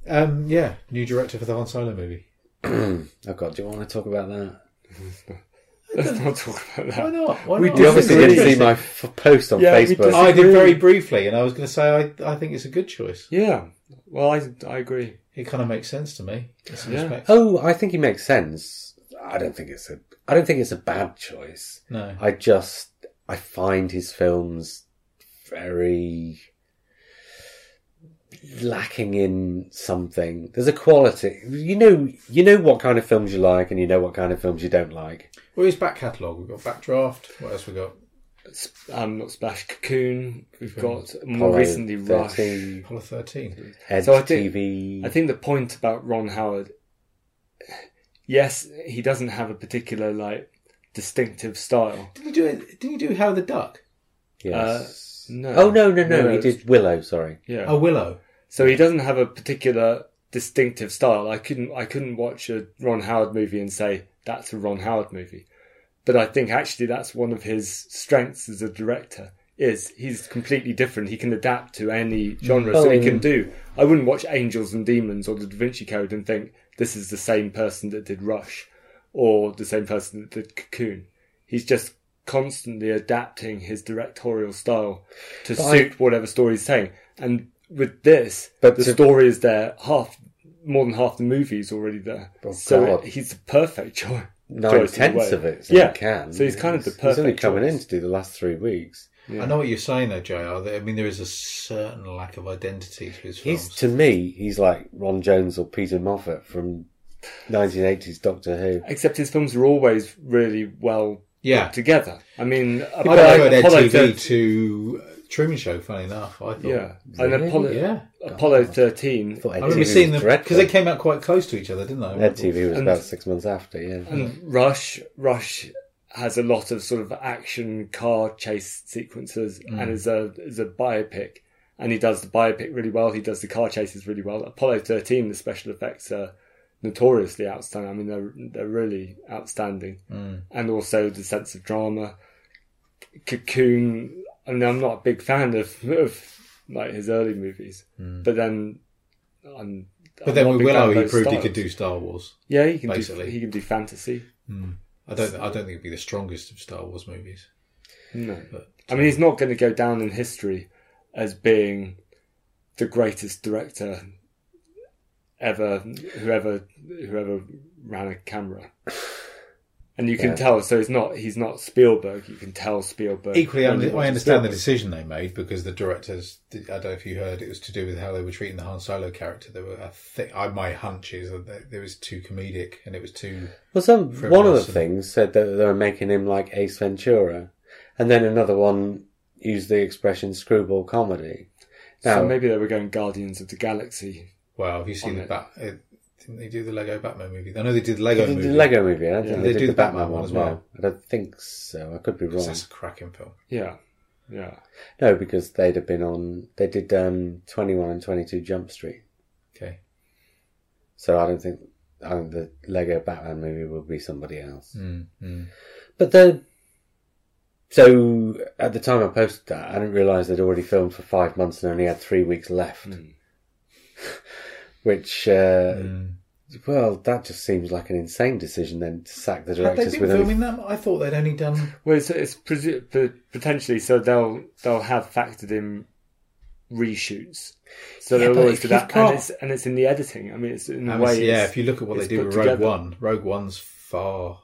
[SPEAKER 2] Um, yeah, new director for the Han Solo movie.
[SPEAKER 1] Oh God, do you want to talk about that?
[SPEAKER 3] Let's not talk about
[SPEAKER 2] Why
[SPEAKER 3] that.
[SPEAKER 2] not? Why
[SPEAKER 3] We
[SPEAKER 2] not?
[SPEAKER 3] do
[SPEAKER 1] You
[SPEAKER 3] This
[SPEAKER 1] obviously
[SPEAKER 3] is
[SPEAKER 1] didn't see
[SPEAKER 3] interesting.
[SPEAKER 1] my f- post on
[SPEAKER 3] Yeah, we
[SPEAKER 1] Facebook.
[SPEAKER 3] did.
[SPEAKER 2] I did very briefly, and I was going to say I, I think it's a good choice.
[SPEAKER 3] Yeah. Well, I I agree.
[SPEAKER 2] It kind of makes sense to me. in some
[SPEAKER 3] Yeah.
[SPEAKER 2] respects.
[SPEAKER 1] Oh, I think it makes sense. I don't think it's a. I don't think it's a bad choice.
[SPEAKER 2] No.
[SPEAKER 1] I just I find his films very lacking in something. There's a quality. You know. You know what kind of films you like, and you know what kind of films you don't like.
[SPEAKER 2] Well, his back catalogue. We've got Backdraft. What else we got?
[SPEAKER 3] Sp- um, not Splash Cocoon. We've
[SPEAKER 1] Mm.
[SPEAKER 3] got more
[SPEAKER 1] Apollo
[SPEAKER 3] recently Rush.
[SPEAKER 1] 13,
[SPEAKER 2] Apollo 13.
[SPEAKER 1] Edge
[SPEAKER 3] So I think-
[SPEAKER 1] TV.
[SPEAKER 3] I uh, think the point about Ron Howard, yes, he doesn't have a particular like distinctive style.
[SPEAKER 2] Did he do it? Did he do How the Duck?
[SPEAKER 1] yes.
[SPEAKER 3] uh, no.
[SPEAKER 1] Oh no no no!
[SPEAKER 3] No,
[SPEAKER 1] he
[SPEAKER 3] it's-
[SPEAKER 1] did Willow. Sorry.
[SPEAKER 3] Yeah.
[SPEAKER 2] Oh, Willow.
[SPEAKER 3] So he doesn't have a particular distinctive style. I couldn't I couldn't watch a Ron Howard movie and say that's a Ron Howard movie. But I think actually that's one of his strengths as a director is he's completely different. He can adapt to any genre, so he
[SPEAKER 1] Oh.
[SPEAKER 3] can do. I wouldn't watch Angels and Demons or The Da Vinci Code and think this is the same person that did Rush or the same person that did Cocoon. He's just constantly adapting his directorial style to
[SPEAKER 1] But I-
[SPEAKER 3] suit whatever story he's saying. And with this,
[SPEAKER 1] But
[SPEAKER 3] the
[SPEAKER 1] to-
[SPEAKER 3] story is there. Half, more than half the movie's already there.
[SPEAKER 1] Oh,
[SPEAKER 3] so
[SPEAKER 1] God.
[SPEAKER 3] he's the perfect choice.
[SPEAKER 1] Nine
[SPEAKER 3] choice in a
[SPEAKER 1] tenths
[SPEAKER 3] way.
[SPEAKER 1] of it. So
[SPEAKER 3] yeah,
[SPEAKER 1] He can.
[SPEAKER 3] So he's kind of the perfect.
[SPEAKER 1] He's only coming
[SPEAKER 3] choice.
[SPEAKER 1] in to do the last three weeks.
[SPEAKER 3] Yeah.
[SPEAKER 2] I know what you're saying, though, Jr. that- I mean, there is a certain lack of identity to his films.
[SPEAKER 1] He's to me, he's like Ron Jones or Peter Moffat from 1980s Doctor Who.
[SPEAKER 3] Except his films are always really well
[SPEAKER 2] yeah.
[SPEAKER 3] together. I mean, I
[SPEAKER 2] Apollo,
[SPEAKER 3] Apollo
[SPEAKER 2] TV
[SPEAKER 3] 13
[SPEAKER 2] to uh, Truman Show. Funny enough, I thought.
[SPEAKER 3] yeah, and
[SPEAKER 1] Really?
[SPEAKER 3] Apollo,
[SPEAKER 2] Yeah.
[SPEAKER 3] Apollo thirteen.
[SPEAKER 1] I thought Ed
[SPEAKER 2] I
[SPEAKER 1] TV
[SPEAKER 2] remember
[SPEAKER 1] was
[SPEAKER 2] seeing them
[SPEAKER 1] dreadful.
[SPEAKER 2] because they came out quite close to each other, didn't they?
[SPEAKER 1] Ed TV was
[SPEAKER 3] And-
[SPEAKER 1] about six months after. Yeah,
[SPEAKER 3] And Rush, Rush has a lot of sort of action car chase sequences,
[SPEAKER 2] Mm.
[SPEAKER 3] and is a is a biopic, and he does the biopic really well. He does the car chases really well. Apollo thirteen, the special effects are notoriously outstanding. I mean, they're they're really outstanding,
[SPEAKER 2] Mm.
[SPEAKER 3] and also the sense of drama. Cocoon. I mean, I'm not a big fan of of like his early movies, but then I'm.
[SPEAKER 2] Mm. But then
[SPEAKER 3] I'm not a
[SPEAKER 2] with
[SPEAKER 3] big fan
[SPEAKER 2] Willow,
[SPEAKER 3] of
[SPEAKER 2] he
[SPEAKER 3] those
[SPEAKER 2] proved he
[SPEAKER 3] styles.
[SPEAKER 2] could do Star Wars.
[SPEAKER 3] Yeah, he can do.
[SPEAKER 2] basically.
[SPEAKER 3] He can do fantasy.
[SPEAKER 2] I don't. I don't think it'd be the strongest of Star Wars movies.
[SPEAKER 3] No.
[SPEAKER 2] But-
[SPEAKER 3] I mean, he's not going to go down in history as being the greatest director ever, whoever whoever ran a camera. And you can
[SPEAKER 1] Yeah.
[SPEAKER 3] tell, so it's not he's not Spielberg. You can tell Spielberg.
[SPEAKER 2] Equally, I,
[SPEAKER 3] when you watch
[SPEAKER 2] I understand the
[SPEAKER 3] Spielberg.
[SPEAKER 2] decision they made because the directors. I don't know if you heard, it was to do with how they were treating the Han Solo character. There were, I think, I, my hunch is that there- there was too comedic and it was too.
[SPEAKER 1] well, some
[SPEAKER 2] Frivolous
[SPEAKER 1] one of the
[SPEAKER 2] and-
[SPEAKER 1] things said that they were making him like Ace Ventura, and then another one used the expression screwball comedy. Now,
[SPEAKER 3] So maybe they were going Guardians of the Galaxy.
[SPEAKER 2] Well, have you seen
[SPEAKER 3] On
[SPEAKER 2] the
[SPEAKER 3] it.
[SPEAKER 2] Bat? uh, Didn't they do the Lego Batman movie? I know they did the Lego
[SPEAKER 1] the,
[SPEAKER 2] movie.
[SPEAKER 1] the Lego movie. I don't
[SPEAKER 3] Yeah,
[SPEAKER 1] think
[SPEAKER 2] they
[SPEAKER 1] they,
[SPEAKER 2] do
[SPEAKER 1] did the Batman, one as well.
[SPEAKER 2] well.
[SPEAKER 1] I don't think so. I could be wrong.
[SPEAKER 2] That's a cracking film.
[SPEAKER 3] Yeah, yeah.
[SPEAKER 1] No, because they'd have been on. They did um, 21 and 22 Jump Street.
[SPEAKER 2] Okay.
[SPEAKER 1] So I don't think I think the Lego Batman movie will be somebody else.
[SPEAKER 2] Mm, mm.
[SPEAKER 1] But the so at the time I posted that, I didn't realise they'd already filmed for five months and only had three weeks left.
[SPEAKER 3] Mm.
[SPEAKER 1] Which, uh, well, that just seems like an insane decision then to sack the
[SPEAKER 2] Had they
[SPEAKER 1] directors
[SPEAKER 2] been
[SPEAKER 1] with only
[SPEAKER 2] filming that? I thought they'd only done.
[SPEAKER 3] Well, it's, it's presu- p- potentially so they'll they'll have factored in reshoots, so
[SPEAKER 1] Yeah,
[SPEAKER 3] they'll
[SPEAKER 1] but
[SPEAKER 3] always
[SPEAKER 1] if
[SPEAKER 3] do that,
[SPEAKER 1] you've
[SPEAKER 3] and
[SPEAKER 1] got-
[SPEAKER 3] it's and it's in the editing. I mean, it's in a
[SPEAKER 2] And it's-
[SPEAKER 3] way,
[SPEAKER 2] yeah,
[SPEAKER 3] it's-
[SPEAKER 2] if you look at what they
[SPEAKER 3] it's
[SPEAKER 2] do
[SPEAKER 3] put
[SPEAKER 2] with Rogue
[SPEAKER 3] together.
[SPEAKER 2] One, Rogue One's far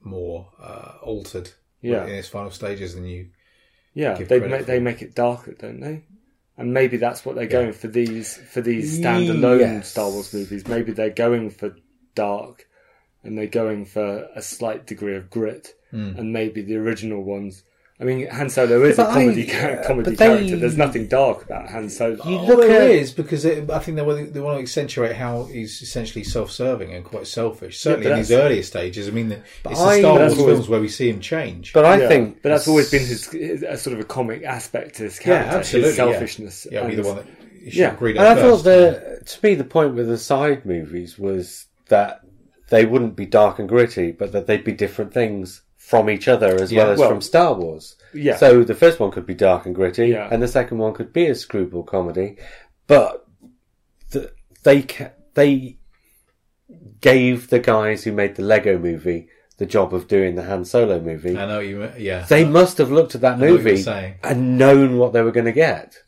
[SPEAKER 2] more uh, altered
[SPEAKER 3] Yeah.
[SPEAKER 2] in its final stages than you.
[SPEAKER 3] yeah,
[SPEAKER 2] give
[SPEAKER 3] they
[SPEAKER 2] credit
[SPEAKER 3] make
[SPEAKER 2] for.
[SPEAKER 3] they make it darker, don't they? And maybe that's what they're going for these for these
[SPEAKER 1] Yes.
[SPEAKER 3] standalone Star Wars movies. Maybe they're going for dark, and they're going for a slight degree of grit,
[SPEAKER 2] Hmm.
[SPEAKER 3] and maybe the original ones. I mean, Han Solo is
[SPEAKER 1] But
[SPEAKER 3] a
[SPEAKER 1] I-
[SPEAKER 3] comedy char-
[SPEAKER 1] yeah,
[SPEAKER 3] comedy
[SPEAKER 1] but they-
[SPEAKER 3] character. There's nothing dark about Han Solo.
[SPEAKER 1] You
[SPEAKER 2] Look,
[SPEAKER 1] look
[SPEAKER 2] Oh, it
[SPEAKER 1] at-
[SPEAKER 2] is because it, I think they want, they want to accentuate how he's essentially self-serving and quite selfish. Certainly in
[SPEAKER 3] that's-
[SPEAKER 2] his earlier stages. I mean, the, it's the
[SPEAKER 1] I-
[SPEAKER 2] Star
[SPEAKER 1] But
[SPEAKER 2] Wars
[SPEAKER 1] that's
[SPEAKER 3] always-
[SPEAKER 2] films where we see him change.
[SPEAKER 1] But I
[SPEAKER 3] Yeah,
[SPEAKER 1] think,
[SPEAKER 3] but that's always been his, his a sort of a comic aspect to his
[SPEAKER 2] yeah,
[SPEAKER 3] character,
[SPEAKER 2] absolutely.
[SPEAKER 3] his selfishness.
[SPEAKER 2] Yeah, yeah be
[SPEAKER 3] and-
[SPEAKER 2] the one that you should
[SPEAKER 3] Yeah.
[SPEAKER 2] agree to
[SPEAKER 1] And I thought
[SPEAKER 2] first.
[SPEAKER 1] the to me the point with the side movies was that they wouldn't be dark and gritty, but that they'd be different things from each other as
[SPEAKER 2] Yeah,
[SPEAKER 1] well as
[SPEAKER 3] well-
[SPEAKER 1] from Star Wars.
[SPEAKER 3] Yeah.
[SPEAKER 1] So the first one could be dark and gritty,
[SPEAKER 3] Yeah.
[SPEAKER 1] and the second one could be a screwball comedy, but the, they ca- they gave the guys who made the Lego movie the job of doing the Han Solo movie.
[SPEAKER 2] I know what you. mean, Yeah,
[SPEAKER 1] They must have looked at that
[SPEAKER 2] know what you're
[SPEAKER 1] movie
[SPEAKER 2] saying.
[SPEAKER 1] and known what they were going to get.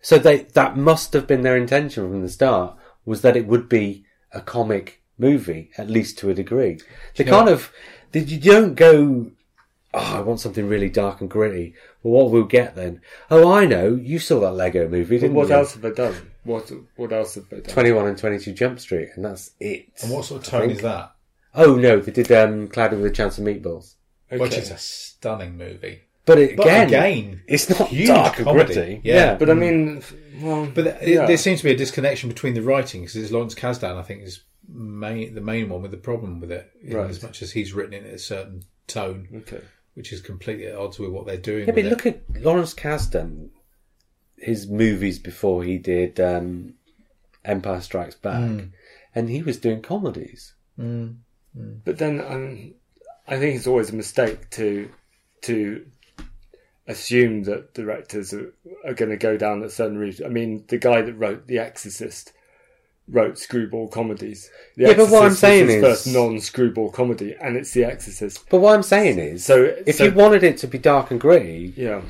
[SPEAKER 1] So they that must have been their intention from the start was that it would be a comic movie, at least to a degree. They kind of they, you don't go Oh, I want something really dark and gritty. Well, what will we get then? Oh, I know. You saw that Lego movie, didn't
[SPEAKER 3] What
[SPEAKER 1] you?
[SPEAKER 3] else have they done? What What else have they done?
[SPEAKER 1] 21 and 22 Jump Street, and that's it.
[SPEAKER 2] And what sort of tone is that?
[SPEAKER 1] Oh, no, they did um, Cloudy with a Chance of Meatballs.
[SPEAKER 3] Okay.
[SPEAKER 2] Which is a stunning movie.
[SPEAKER 1] But again,
[SPEAKER 2] But again,
[SPEAKER 1] it's not
[SPEAKER 2] huge
[SPEAKER 1] dark and
[SPEAKER 2] comedy.
[SPEAKER 1] gritty.
[SPEAKER 2] Yeah.
[SPEAKER 3] But I mean, f- well,
[SPEAKER 2] But th-
[SPEAKER 3] yeah.
[SPEAKER 2] there seems to be a disconnection between the writing because Lawrence Kasdan, I think, is main, the main one with the problem with it. in
[SPEAKER 3] Right. Mm-hmm.
[SPEAKER 2] As much as he's written it in a certain tone,
[SPEAKER 3] okay.
[SPEAKER 2] which is completely at odds with what they're doing.
[SPEAKER 1] Yeah, but
[SPEAKER 2] with
[SPEAKER 1] look at Lawrence Kasdan, his movies before he did um, Empire Strikes Back,
[SPEAKER 3] Hmm.
[SPEAKER 1] and he was doing comedies.
[SPEAKER 3] But then um, I think it's always a mistake to to assume that directors are, are going to go down a certain route. I mean, the guy that wrote The Exorcist wrote screwball comedies. The
[SPEAKER 1] Yeah, but what I'm
[SPEAKER 3] Exorcist was
[SPEAKER 1] saying
[SPEAKER 3] his
[SPEAKER 1] is-
[SPEAKER 3] first non-screwball comedy, and it's The Exorcist.
[SPEAKER 1] But what I'm saying is,
[SPEAKER 3] So
[SPEAKER 1] if
[SPEAKER 3] so,
[SPEAKER 1] you wanted it to be dark and gritty,
[SPEAKER 3] yeah,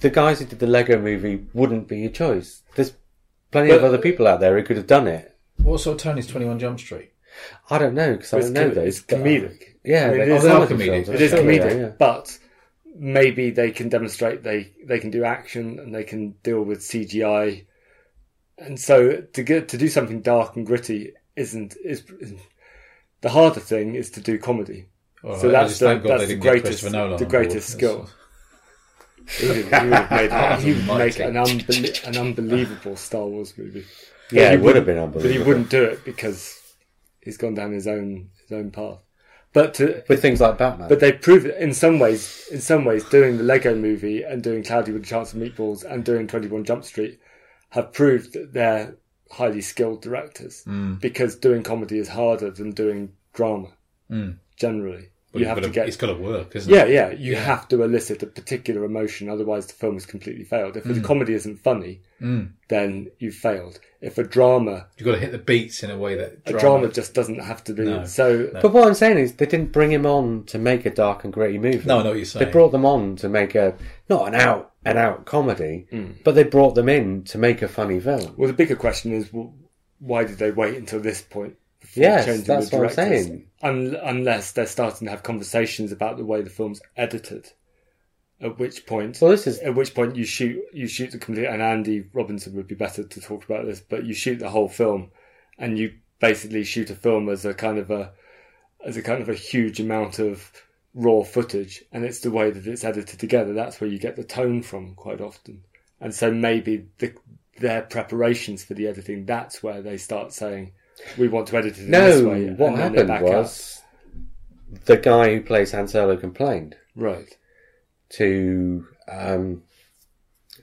[SPEAKER 1] the guys who did the Lego movie wouldn't be your choice. There's plenty of
[SPEAKER 3] But-
[SPEAKER 1] other people out there who could have done it.
[SPEAKER 2] it. What sort of tone is Twenty One Jump Street?
[SPEAKER 1] I don't know because I
[SPEAKER 3] it's,
[SPEAKER 1] don't know
[SPEAKER 3] com-
[SPEAKER 1] those.
[SPEAKER 3] it's
[SPEAKER 1] but-
[SPEAKER 3] comedic.
[SPEAKER 1] Yeah,
[SPEAKER 3] I mean,
[SPEAKER 1] they're
[SPEAKER 3] it is
[SPEAKER 1] comedy
[SPEAKER 2] comedic.
[SPEAKER 1] films, I'm
[SPEAKER 3] It is
[SPEAKER 1] sure they
[SPEAKER 3] comedic,
[SPEAKER 1] are, yeah.
[SPEAKER 3] but maybe they can demonstrate they they can do action and they can deal with CGI. And so to get to do something dark and gritty isn't is the harder thing is to do comedy.
[SPEAKER 2] All
[SPEAKER 3] So
[SPEAKER 2] right, I
[SPEAKER 3] that's
[SPEAKER 2] just
[SPEAKER 3] the-
[SPEAKER 2] thank God
[SPEAKER 3] that's
[SPEAKER 2] they
[SPEAKER 3] the
[SPEAKER 2] didn't
[SPEAKER 3] greatest-
[SPEAKER 2] get Christopher Nolan
[SPEAKER 3] the
[SPEAKER 2] on board.
[SPEAKER 3] greatest
[SPEAKER 2] That's-
[SPEAKER 3] skill. He would have, he would have made he would make
[SPEAKER 2] Almighty.
[SPEAKER 3] an, unbel- an unbelievable Star Wars movie,
[SPEAKER 1] Yeah,
[SPEAKER 3] he
[SPEAKER 1] it would have
[SPEAKER 3] wouldn't-
[SPEAKER 1] been
[SPEAKER 3] but he
[SPEAKER 1] unbelievable.
[SPEAKER 3] wouldn't do it because he's gone down his own his own path. But to,
[SPEAKER 1] With things like Batman.
[SPEAKER 3] but they prove it in some ways. In some ways, doing the Lego Movie and doing Cloudy with a Chance of Meatballs and doing Twenty One Jump Street have proved that they're highly skilled directors
[SPEAKER 2] Mm.
[SPEAKER 3] because doing comedy is harder than doing drama. Generally,
[SPEAKER 2] Mm. Well,
[SPEAKER 3] you
[SPEAKER 2] you've
[SPEAKER 3] have
[SPEAKER 2] got
[SPEAKER 3] to
[SPEAKER 2] to-
[SPEAKER 3] get
[SPEAKER 2] It's got to work, isn't
[SPEAKER 3] yeah,
[SPEAKER 2] it?
[SPEAKER 3] yeah. You have to elicit a particular emotion, otherwise the film is completely failed. If
[SPEAKER 2] Mm.
[SPEAKER 3] the comedy isn't funny, then you've failed. If a drama,
[SPEAKER 2] You've got to hit the beats in a way that
[SPEAKER 3] a drama just doesn't have to be so.
[SPEAKER 1] But what I'm saying is, they didn't bring him on to make a dark and gritty movie.
[SPEAKER 2] No, I know what you're
[SPEAKER 1] they
[SPEAKER 2] saying.
[SPEAKER 1] brought them on to make a not an out and out comedy,
[SPEAKER 3] Hmm.
[SPEAKER 1] but they brought them in to make a funny film.
[SPEAKER 3] Well, the bigger question is, well, why did they wait until this point? Before
[SPEAKER 1] Yes, that's what I'm saying.
[SPEAKER 3] Un- unless they're starting to have conversations about the way the film's edited, at which point,
[SPEAKER 1] Well, this is
[SPEAKER 3] at which point you shoot you shoot the complete. And Andy Robinson would be better to talk about this, but you shoot the whole film, and you basically shoot a film as a kind of a as a kind of a huge amount of raw footage, and it's the way that it's edited together. That's where you get the tone from quite often, and so maybe the, their preparations for the editing. That's where they start saying, "We want to edit it in this
[SPEAKER 1] no.
[SPEAKER 3] way." and
[SPEAKER 1] What
[SPEAKER 3] then they
[SPEAKER 1] happened
[SPEAKER 3] back out.
[SPEAKER 1] was the guy who plays Han Solo complained
[SPEAKER 3] right?
[SPEAKER 1] to um,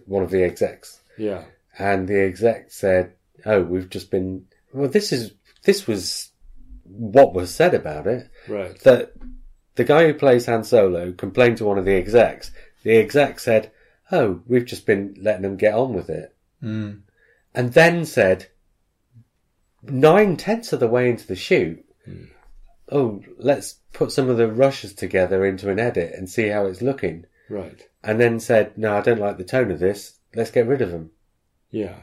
[SPEAKER 1] one of the execs,
[SPEAKER 3] Yeah,
[SPEAKER 1] and the exec said, "Oh, we've just been well. This is this was what was said about it."
[SPEAKER 3] right.
[SPEAKER 1] that the guy who plays Han Solo complained to one of the execs. The exec said, "Oh, we've just been letting them get on with it,"
[SPEAKER 2] Mm.
[SPEAKER 1] and then said, nine tenths of the way into the shoot,
[SPEAKER 3] Hmm.
[SPEAKER 1] "Oh, let's put some of the rushes together into an edit and see how it's looking,"
[SPEAKER 3] Right.
[SPEAKER 1] and then said, "No, I don't like the tone of this. Let's get rid of them."
[SPEAKER 3] Yeah.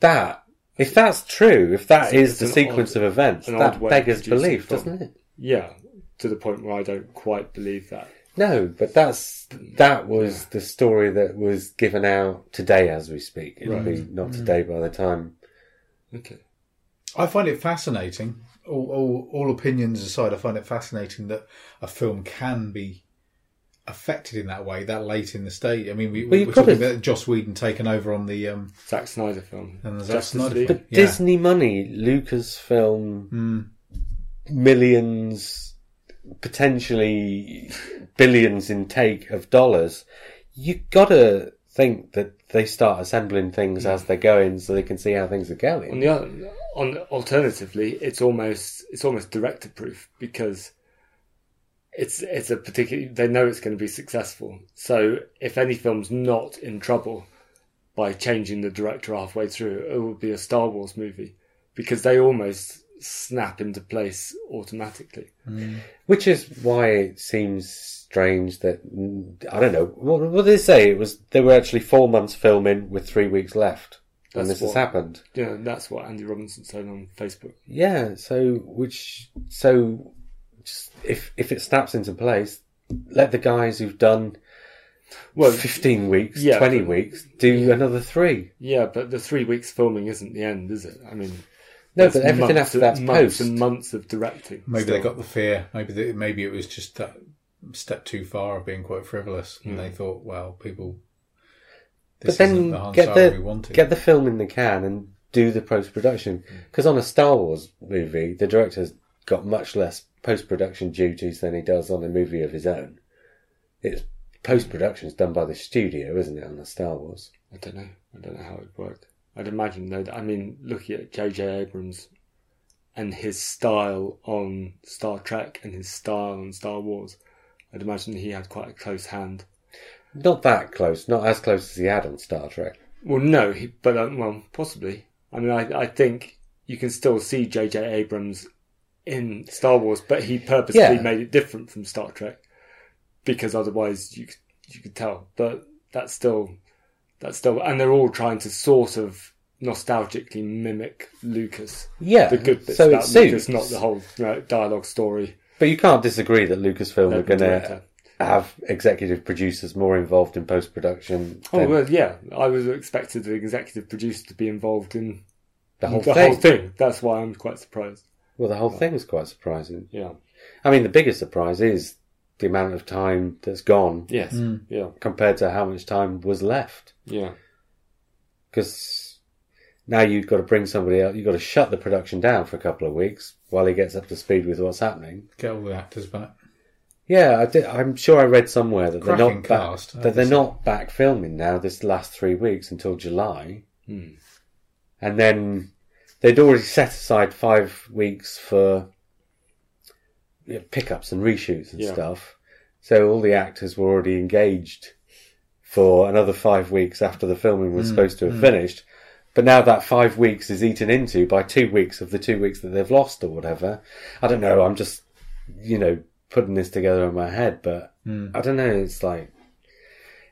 [SPEAKER 1] That. If that's true, if that
[SPEAKER 3] It's-
[SPEAKER 1] is
[SPEAKER 3] it's
[SPEAKER 1] the
[SPEAKER 3] an
[SPEAKER 1] sequence
[SPEAKER 3] odd-
[SPEAKER 1] of events,
[SPEAKER 3] an odd
[SPEAKER 1] that
[SPEAKER 3] way to
[SPEAKER 1] beggars
[SPEAKER 3] produce a
[SPEAKER 1] belief,
[SPEAKER 3] film.
[SPEAKER 1] doesn't it?
[SPEAKER 3] Yeah. To the point where I don't quite believe that.
[SPEAKER 1] No, but that's that was the story that was given out today as we speak. It'll be not today by the time.
[SPEAKER 3] Okay.
[SPEAKER 2] I find it fascinating. All, all, all opinions aside, I find it fascinating that a film can be affected in that way that late in the stage. I mean, we,
[SPEAKER 1] Well,
[SPEAKER 2] we
[SPEAKER 1] you've
[SPEAKER 2] we're
[SPEAKER 1] got
[SPEAKER 2] talking
[SPEAKER 1] to-
[SPEAKER 2] about Joss Whedon taking over on the um,
[SPEAKER 3] Zack Snyder film.
[SPEAKER 2] And the Zack
[SPEAKER 3] Justice
[SPEAKER 2] Snyder
[SPEAKER 3] League.
[SPEAKER 2] film.
[SPEAKER 1] But
[SPEAKER 2] Yeah.
[SPEAKER 1] Disney money, Lucasfilm, millions, potentially billions in take of dollars. You gotta think that they start assembling things as they're going, so they can see how things are
[SPEAKER 3] On
[SPEAKER 1] going.
[SPEAKER 3] the other, on alternatively, it's almost it's almost director proof because it's it's a particular. They know it's going to be successful. So if any film's not in trouble by changing the director halfway through, it would be a Star Wars movie because they almost snap into place automatically.
[SPEAKER 1] Which is why it seems strange that I don't know what, what did they say. It was they were actually four months filming with three weeks left, and this
[SPEAKER 3] That's
[SPEAKER 1] has
[SPEAKER 3] what-
[SPEAKER 1] happened.
[SPEAKER 3] Yeah, and that's what Andy Robinson said on Facebook.
[SPEAKER 1] Yeah. So which so just, if if it snaps into place, let the guys who've done
[SPEAKER 3] Well,
[SPEAKER 1] fifteen weeks,
[SPEAKER 3] yeah,
[SPEAKER 1] twenty
[SPEAKER 3] but-
[SPEAKER 1] weeks do another three.
[SPEAKER 3] yeah, but the three weeks filming isn't the end, is it? I mean,
[SPEAKER 1] No,
[SPEAKER 3] there's
[SPEAKER 1] but everything
[SPEAKER 3] months
[SPEAKER 1] after
[SPEAKER 3] and-
[SPEAKER 1] that's
[SPEAKER 3] months
[SPEAKER 1] post.
[SPEAKER 3] and months of directing.
[SPEAKER 2] Maybe
[SPEAKER 3] still.
[SPEAKER 2] they got the fear. Maybe they, maybe it was just that step too far of being quite frivolous, and they thought, well, people.
[SPEAKER 1] but
[SPEAKER 2] This isn't
[SPEAKER 1] then
[SPEAKER 2] the Han
[SPEAKER 1] get
[SPEAKER 2] Solo
[SPEAKER 1] the
[SPEAKER 2] we wanted.
[SPEAKER 1] get the film in the can and do the post production
[SPEAKER 3] Mm.
[SPEAKER 1] because on a Star Wars movie, the director's got much less post production duties than he does on a movie of his own. It's post production's done by the studio, isn't it? On the Star Wars,
[SPEAKER 3] I don't know. I don't know how it worked. I'd imagine though. that- I mean, looking at J.J. Abrams and his style on Star Trek and his style on Star Wars, I'd imagine he had quite a close hand.
[SPEAKER 1] not that close, not as close as he had on Star Trek.
[SPEAKER 3] Well, no, he, but um, well, possibly. I mean, I, I think you can still see J.J. Abrams in Star Wars, but he purposely
[SPEAKER 1] Yeah.
[SPEAKER 3] made it different from Star Trek because otherwise you c- you could tell. But that's still that's still, and they're all trying to sort of nostalgically mimic Lucas.
[SPEAKER 1] Yeah,
[SPEAKER 3] The good bits
[SPEAKER 1] so it
[SPEAKER 3] about Lucas,
[SPEAKER 1] suits.
[SPEAKER 3] not the whole you know, dialogue story.
[SPEAKER 1] But you can't disagree that Lucasfilm are
[SPEAKER 3] of the
[SPEAKER 1] going to
[SPEAKER 3] director.
[SPEAKER 1] have executive producers more involved in post production.
[SPEAKER 3] Oh well, yeah. I was expected the executive producer to be involved in
[SPEAKER 1] the whole
[SPEAKER 3] the
[SPEAKER 1] thing.
[SPEAKER 3] whole thing. That's why I'm quite surprised.
[SPEAKER 1] Well, the whole thing was quite surprising.
[SPEAKER 3] Yeah.
[SPEAKER 1] I mean, the biggest surprise is the amount of time that's gone
[SPEAKER 3] Yes. Yeah.
[SPEAKER 1] compared to how much time was left.
[SPEAKER 3] Yeah.
[SPEAKER 1] Because now you've got to bring somebody else, you've got to shut the production down for a couple of weeks while he gets up to speed with what's happening.
[SPEAKER 2] get all the actors back.
[SPEAKER 1] Yeah, I did, I'm sure I read somewhere that they're
[SPEAKER 2] Cracking
[SPEAKER 1] not
[SPEAKER 2] cast,
[SPEAKER 1] back, that they're
[SPEAKER 2] obviously.
[SPEAKER 1] not back filming now this last three weeks until July,
[SPEAKER 2] Hmm.
[SPEAKER 1] and then they'd already set aside five weeks for you know, pickups and reshoots and
[SPEAKER 3] Yeah.
[SPEAKER 1] stuff. So all the actors were already engaged for another five weeks after the filming was supposed to have finished. But now that five weeks is eaten into by two weeks of the two weeks that they've lost or whatever. I don't know. I'm just, you know, putting this together in my head, but I don't know. It's like,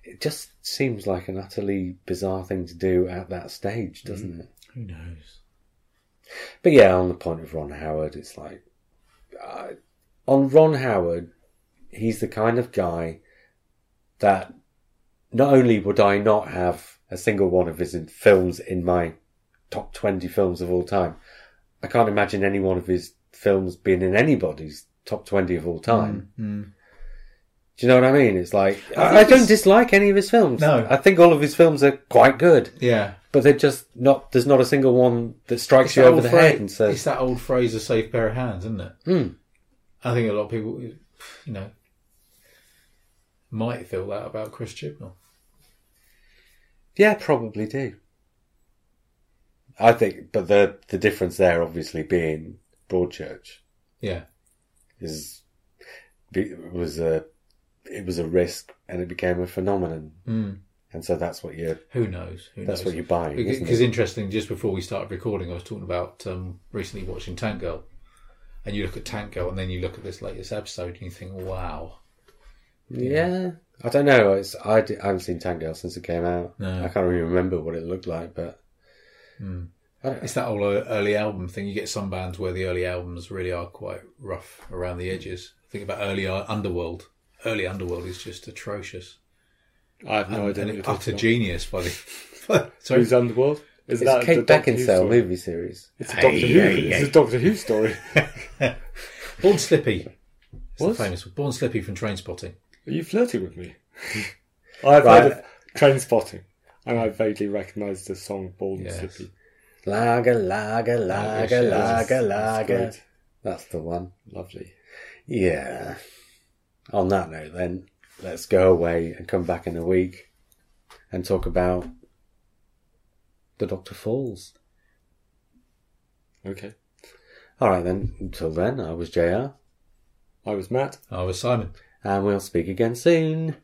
[SPEAKER 1] it just seems like an utterly bizarre thing to do at that stage, doesn't it?
[SPEAKER 2] Who knows?
[SPEAKER 1] But yeah, on the point of Ron Howard, it's like uh, on Ron Howard, he's the kind of guy that not only would I not have a single one of his in- films in my top twenty films of all time, I can't imagine any one of his films being in anybody's top twenty of all
[SPEAKER 2] Um,
[SPEAKER 1] time. Do you know what I mean? It's like I, I
[SPEAKER 2] Mm. think
[SPEAKER 1] don't
[SPEAKER 2] it's-
[SPEAKER 1] dislike any of his films.
[SPEAKER 2] No.
[SPEAKER 1] I think all of his films are quite good,
[SPEAKER 2] Yeah,
[SPEAKER 1] but they're just not. There's not a single one that strikes
[SPEAKER 2] It's
[SPEAKER 1] you
[SPEAKER 2] that
[SPEAKER 1] over
[SPEAKER 2] old
[SPEAKER 1] the
[SPEAKER 2] phrase-
[SPEAKER 1] head and says,
[SPEAKER 2] it's that old phrase, "a safe pair of hands," isn't it?
[SPEAKER 1] Mm.
[SPEAKER 2] I think a lot of people, you know, might feel that about Chris Chibnall.
[SPEAKER 1] Yeah, probably do. I think, but the the difference there, obviously, being Broadchurch
[SPEAKER 2] Yeah,
[SPEAKER 1] is be- was a it was a risk, and it became a phenomenon,
[SPEAKER 2] Mm.
[SPEAKER 1] and so that's what you
[SPEAKER 2] who knows? Who
[SPEAKER 1] that's
[SPEAKER 2] knows?
[SPEAKER 1] what you're buying, isn't
[SPEAKER 2] Because
[SPEAKER 1] it?
[SPEAKER 2] interesting, just before we started recording, I was talking about um, recently watching Tank Girl, and you look at Tank Girl, and then you look at this latest episode, and you think, "Wow,
[SPEAKER 1] Yeah, I don't know. It's I, d- I haven't seen Tango since it came out.
[SPEAKER 2] No.
[SPEAKER 1] I can't even remember what it looked like, but I don't know.
[SPEAKER 2] it's that old ear- early album thing." You get some bands where the early albums really are quite rough around the edges. Think about early uh, Underworld. Early Underworld is just atrocious.
[SPEAKER 3] I have no idea.
[SPEAKER 2] and
[SPEAKER 3] what
[SPEAKER 2] an
[SPEAKER 3] you're
[SPEAKER 2] utter
[SPEAKER 3] talking about.
[SPEAKER 2] genius by the. Sorry,
[SPEAKER 3] Who's Underworld? Is
[SPEAKER 1] It's a Kate
[SPEAKER 3] Doctor Who
[SPEAKER 1] Beckinsale
[SPEAKER 3] story?
[SPEAKER 1] movie series.
[SPEAKER 3] It's a Doctor Who. It's a Doctor Who story.
[SPEAKER 2] Born Slippy. It's the
[SPEAKER 3] What?
[SPEAKER 2] famous Born Slippy from Train Spotting.
[SPEAKER 3] Are you flirting with me? I've
[SPEAKER 1] Right.
[SPEAKER 3] heard of Train Spotting, and I vaguely recognise the song Bald and
[SPEAKER 2] Yes.
[SPEAKER 3] Slippy.
[SPEAKER 1] Lager, lager, lager,
[SPEAKER 2] yes,
[SPEAKER 1] lager,
[SPEAKER 3] That's
[SPEAKER 1] lager.
[SPEAKER 3] great.
[SPEAKER 1] That's the one.
[SPEAKER 3] Lovely.
[SPEAKER 1] Yeah. On that note, then, let's go away and come back in a week and talk about the Doctor Falls.
[SPEAKER 3] Okay.
[SPEAKER 1] All right, then. Until then, I was JR,
[SPEAKER 3] I was Matt.
[SPEAKER 2] I was Oh, Simon.
[SPEAKER 1] and we'll speak again soon.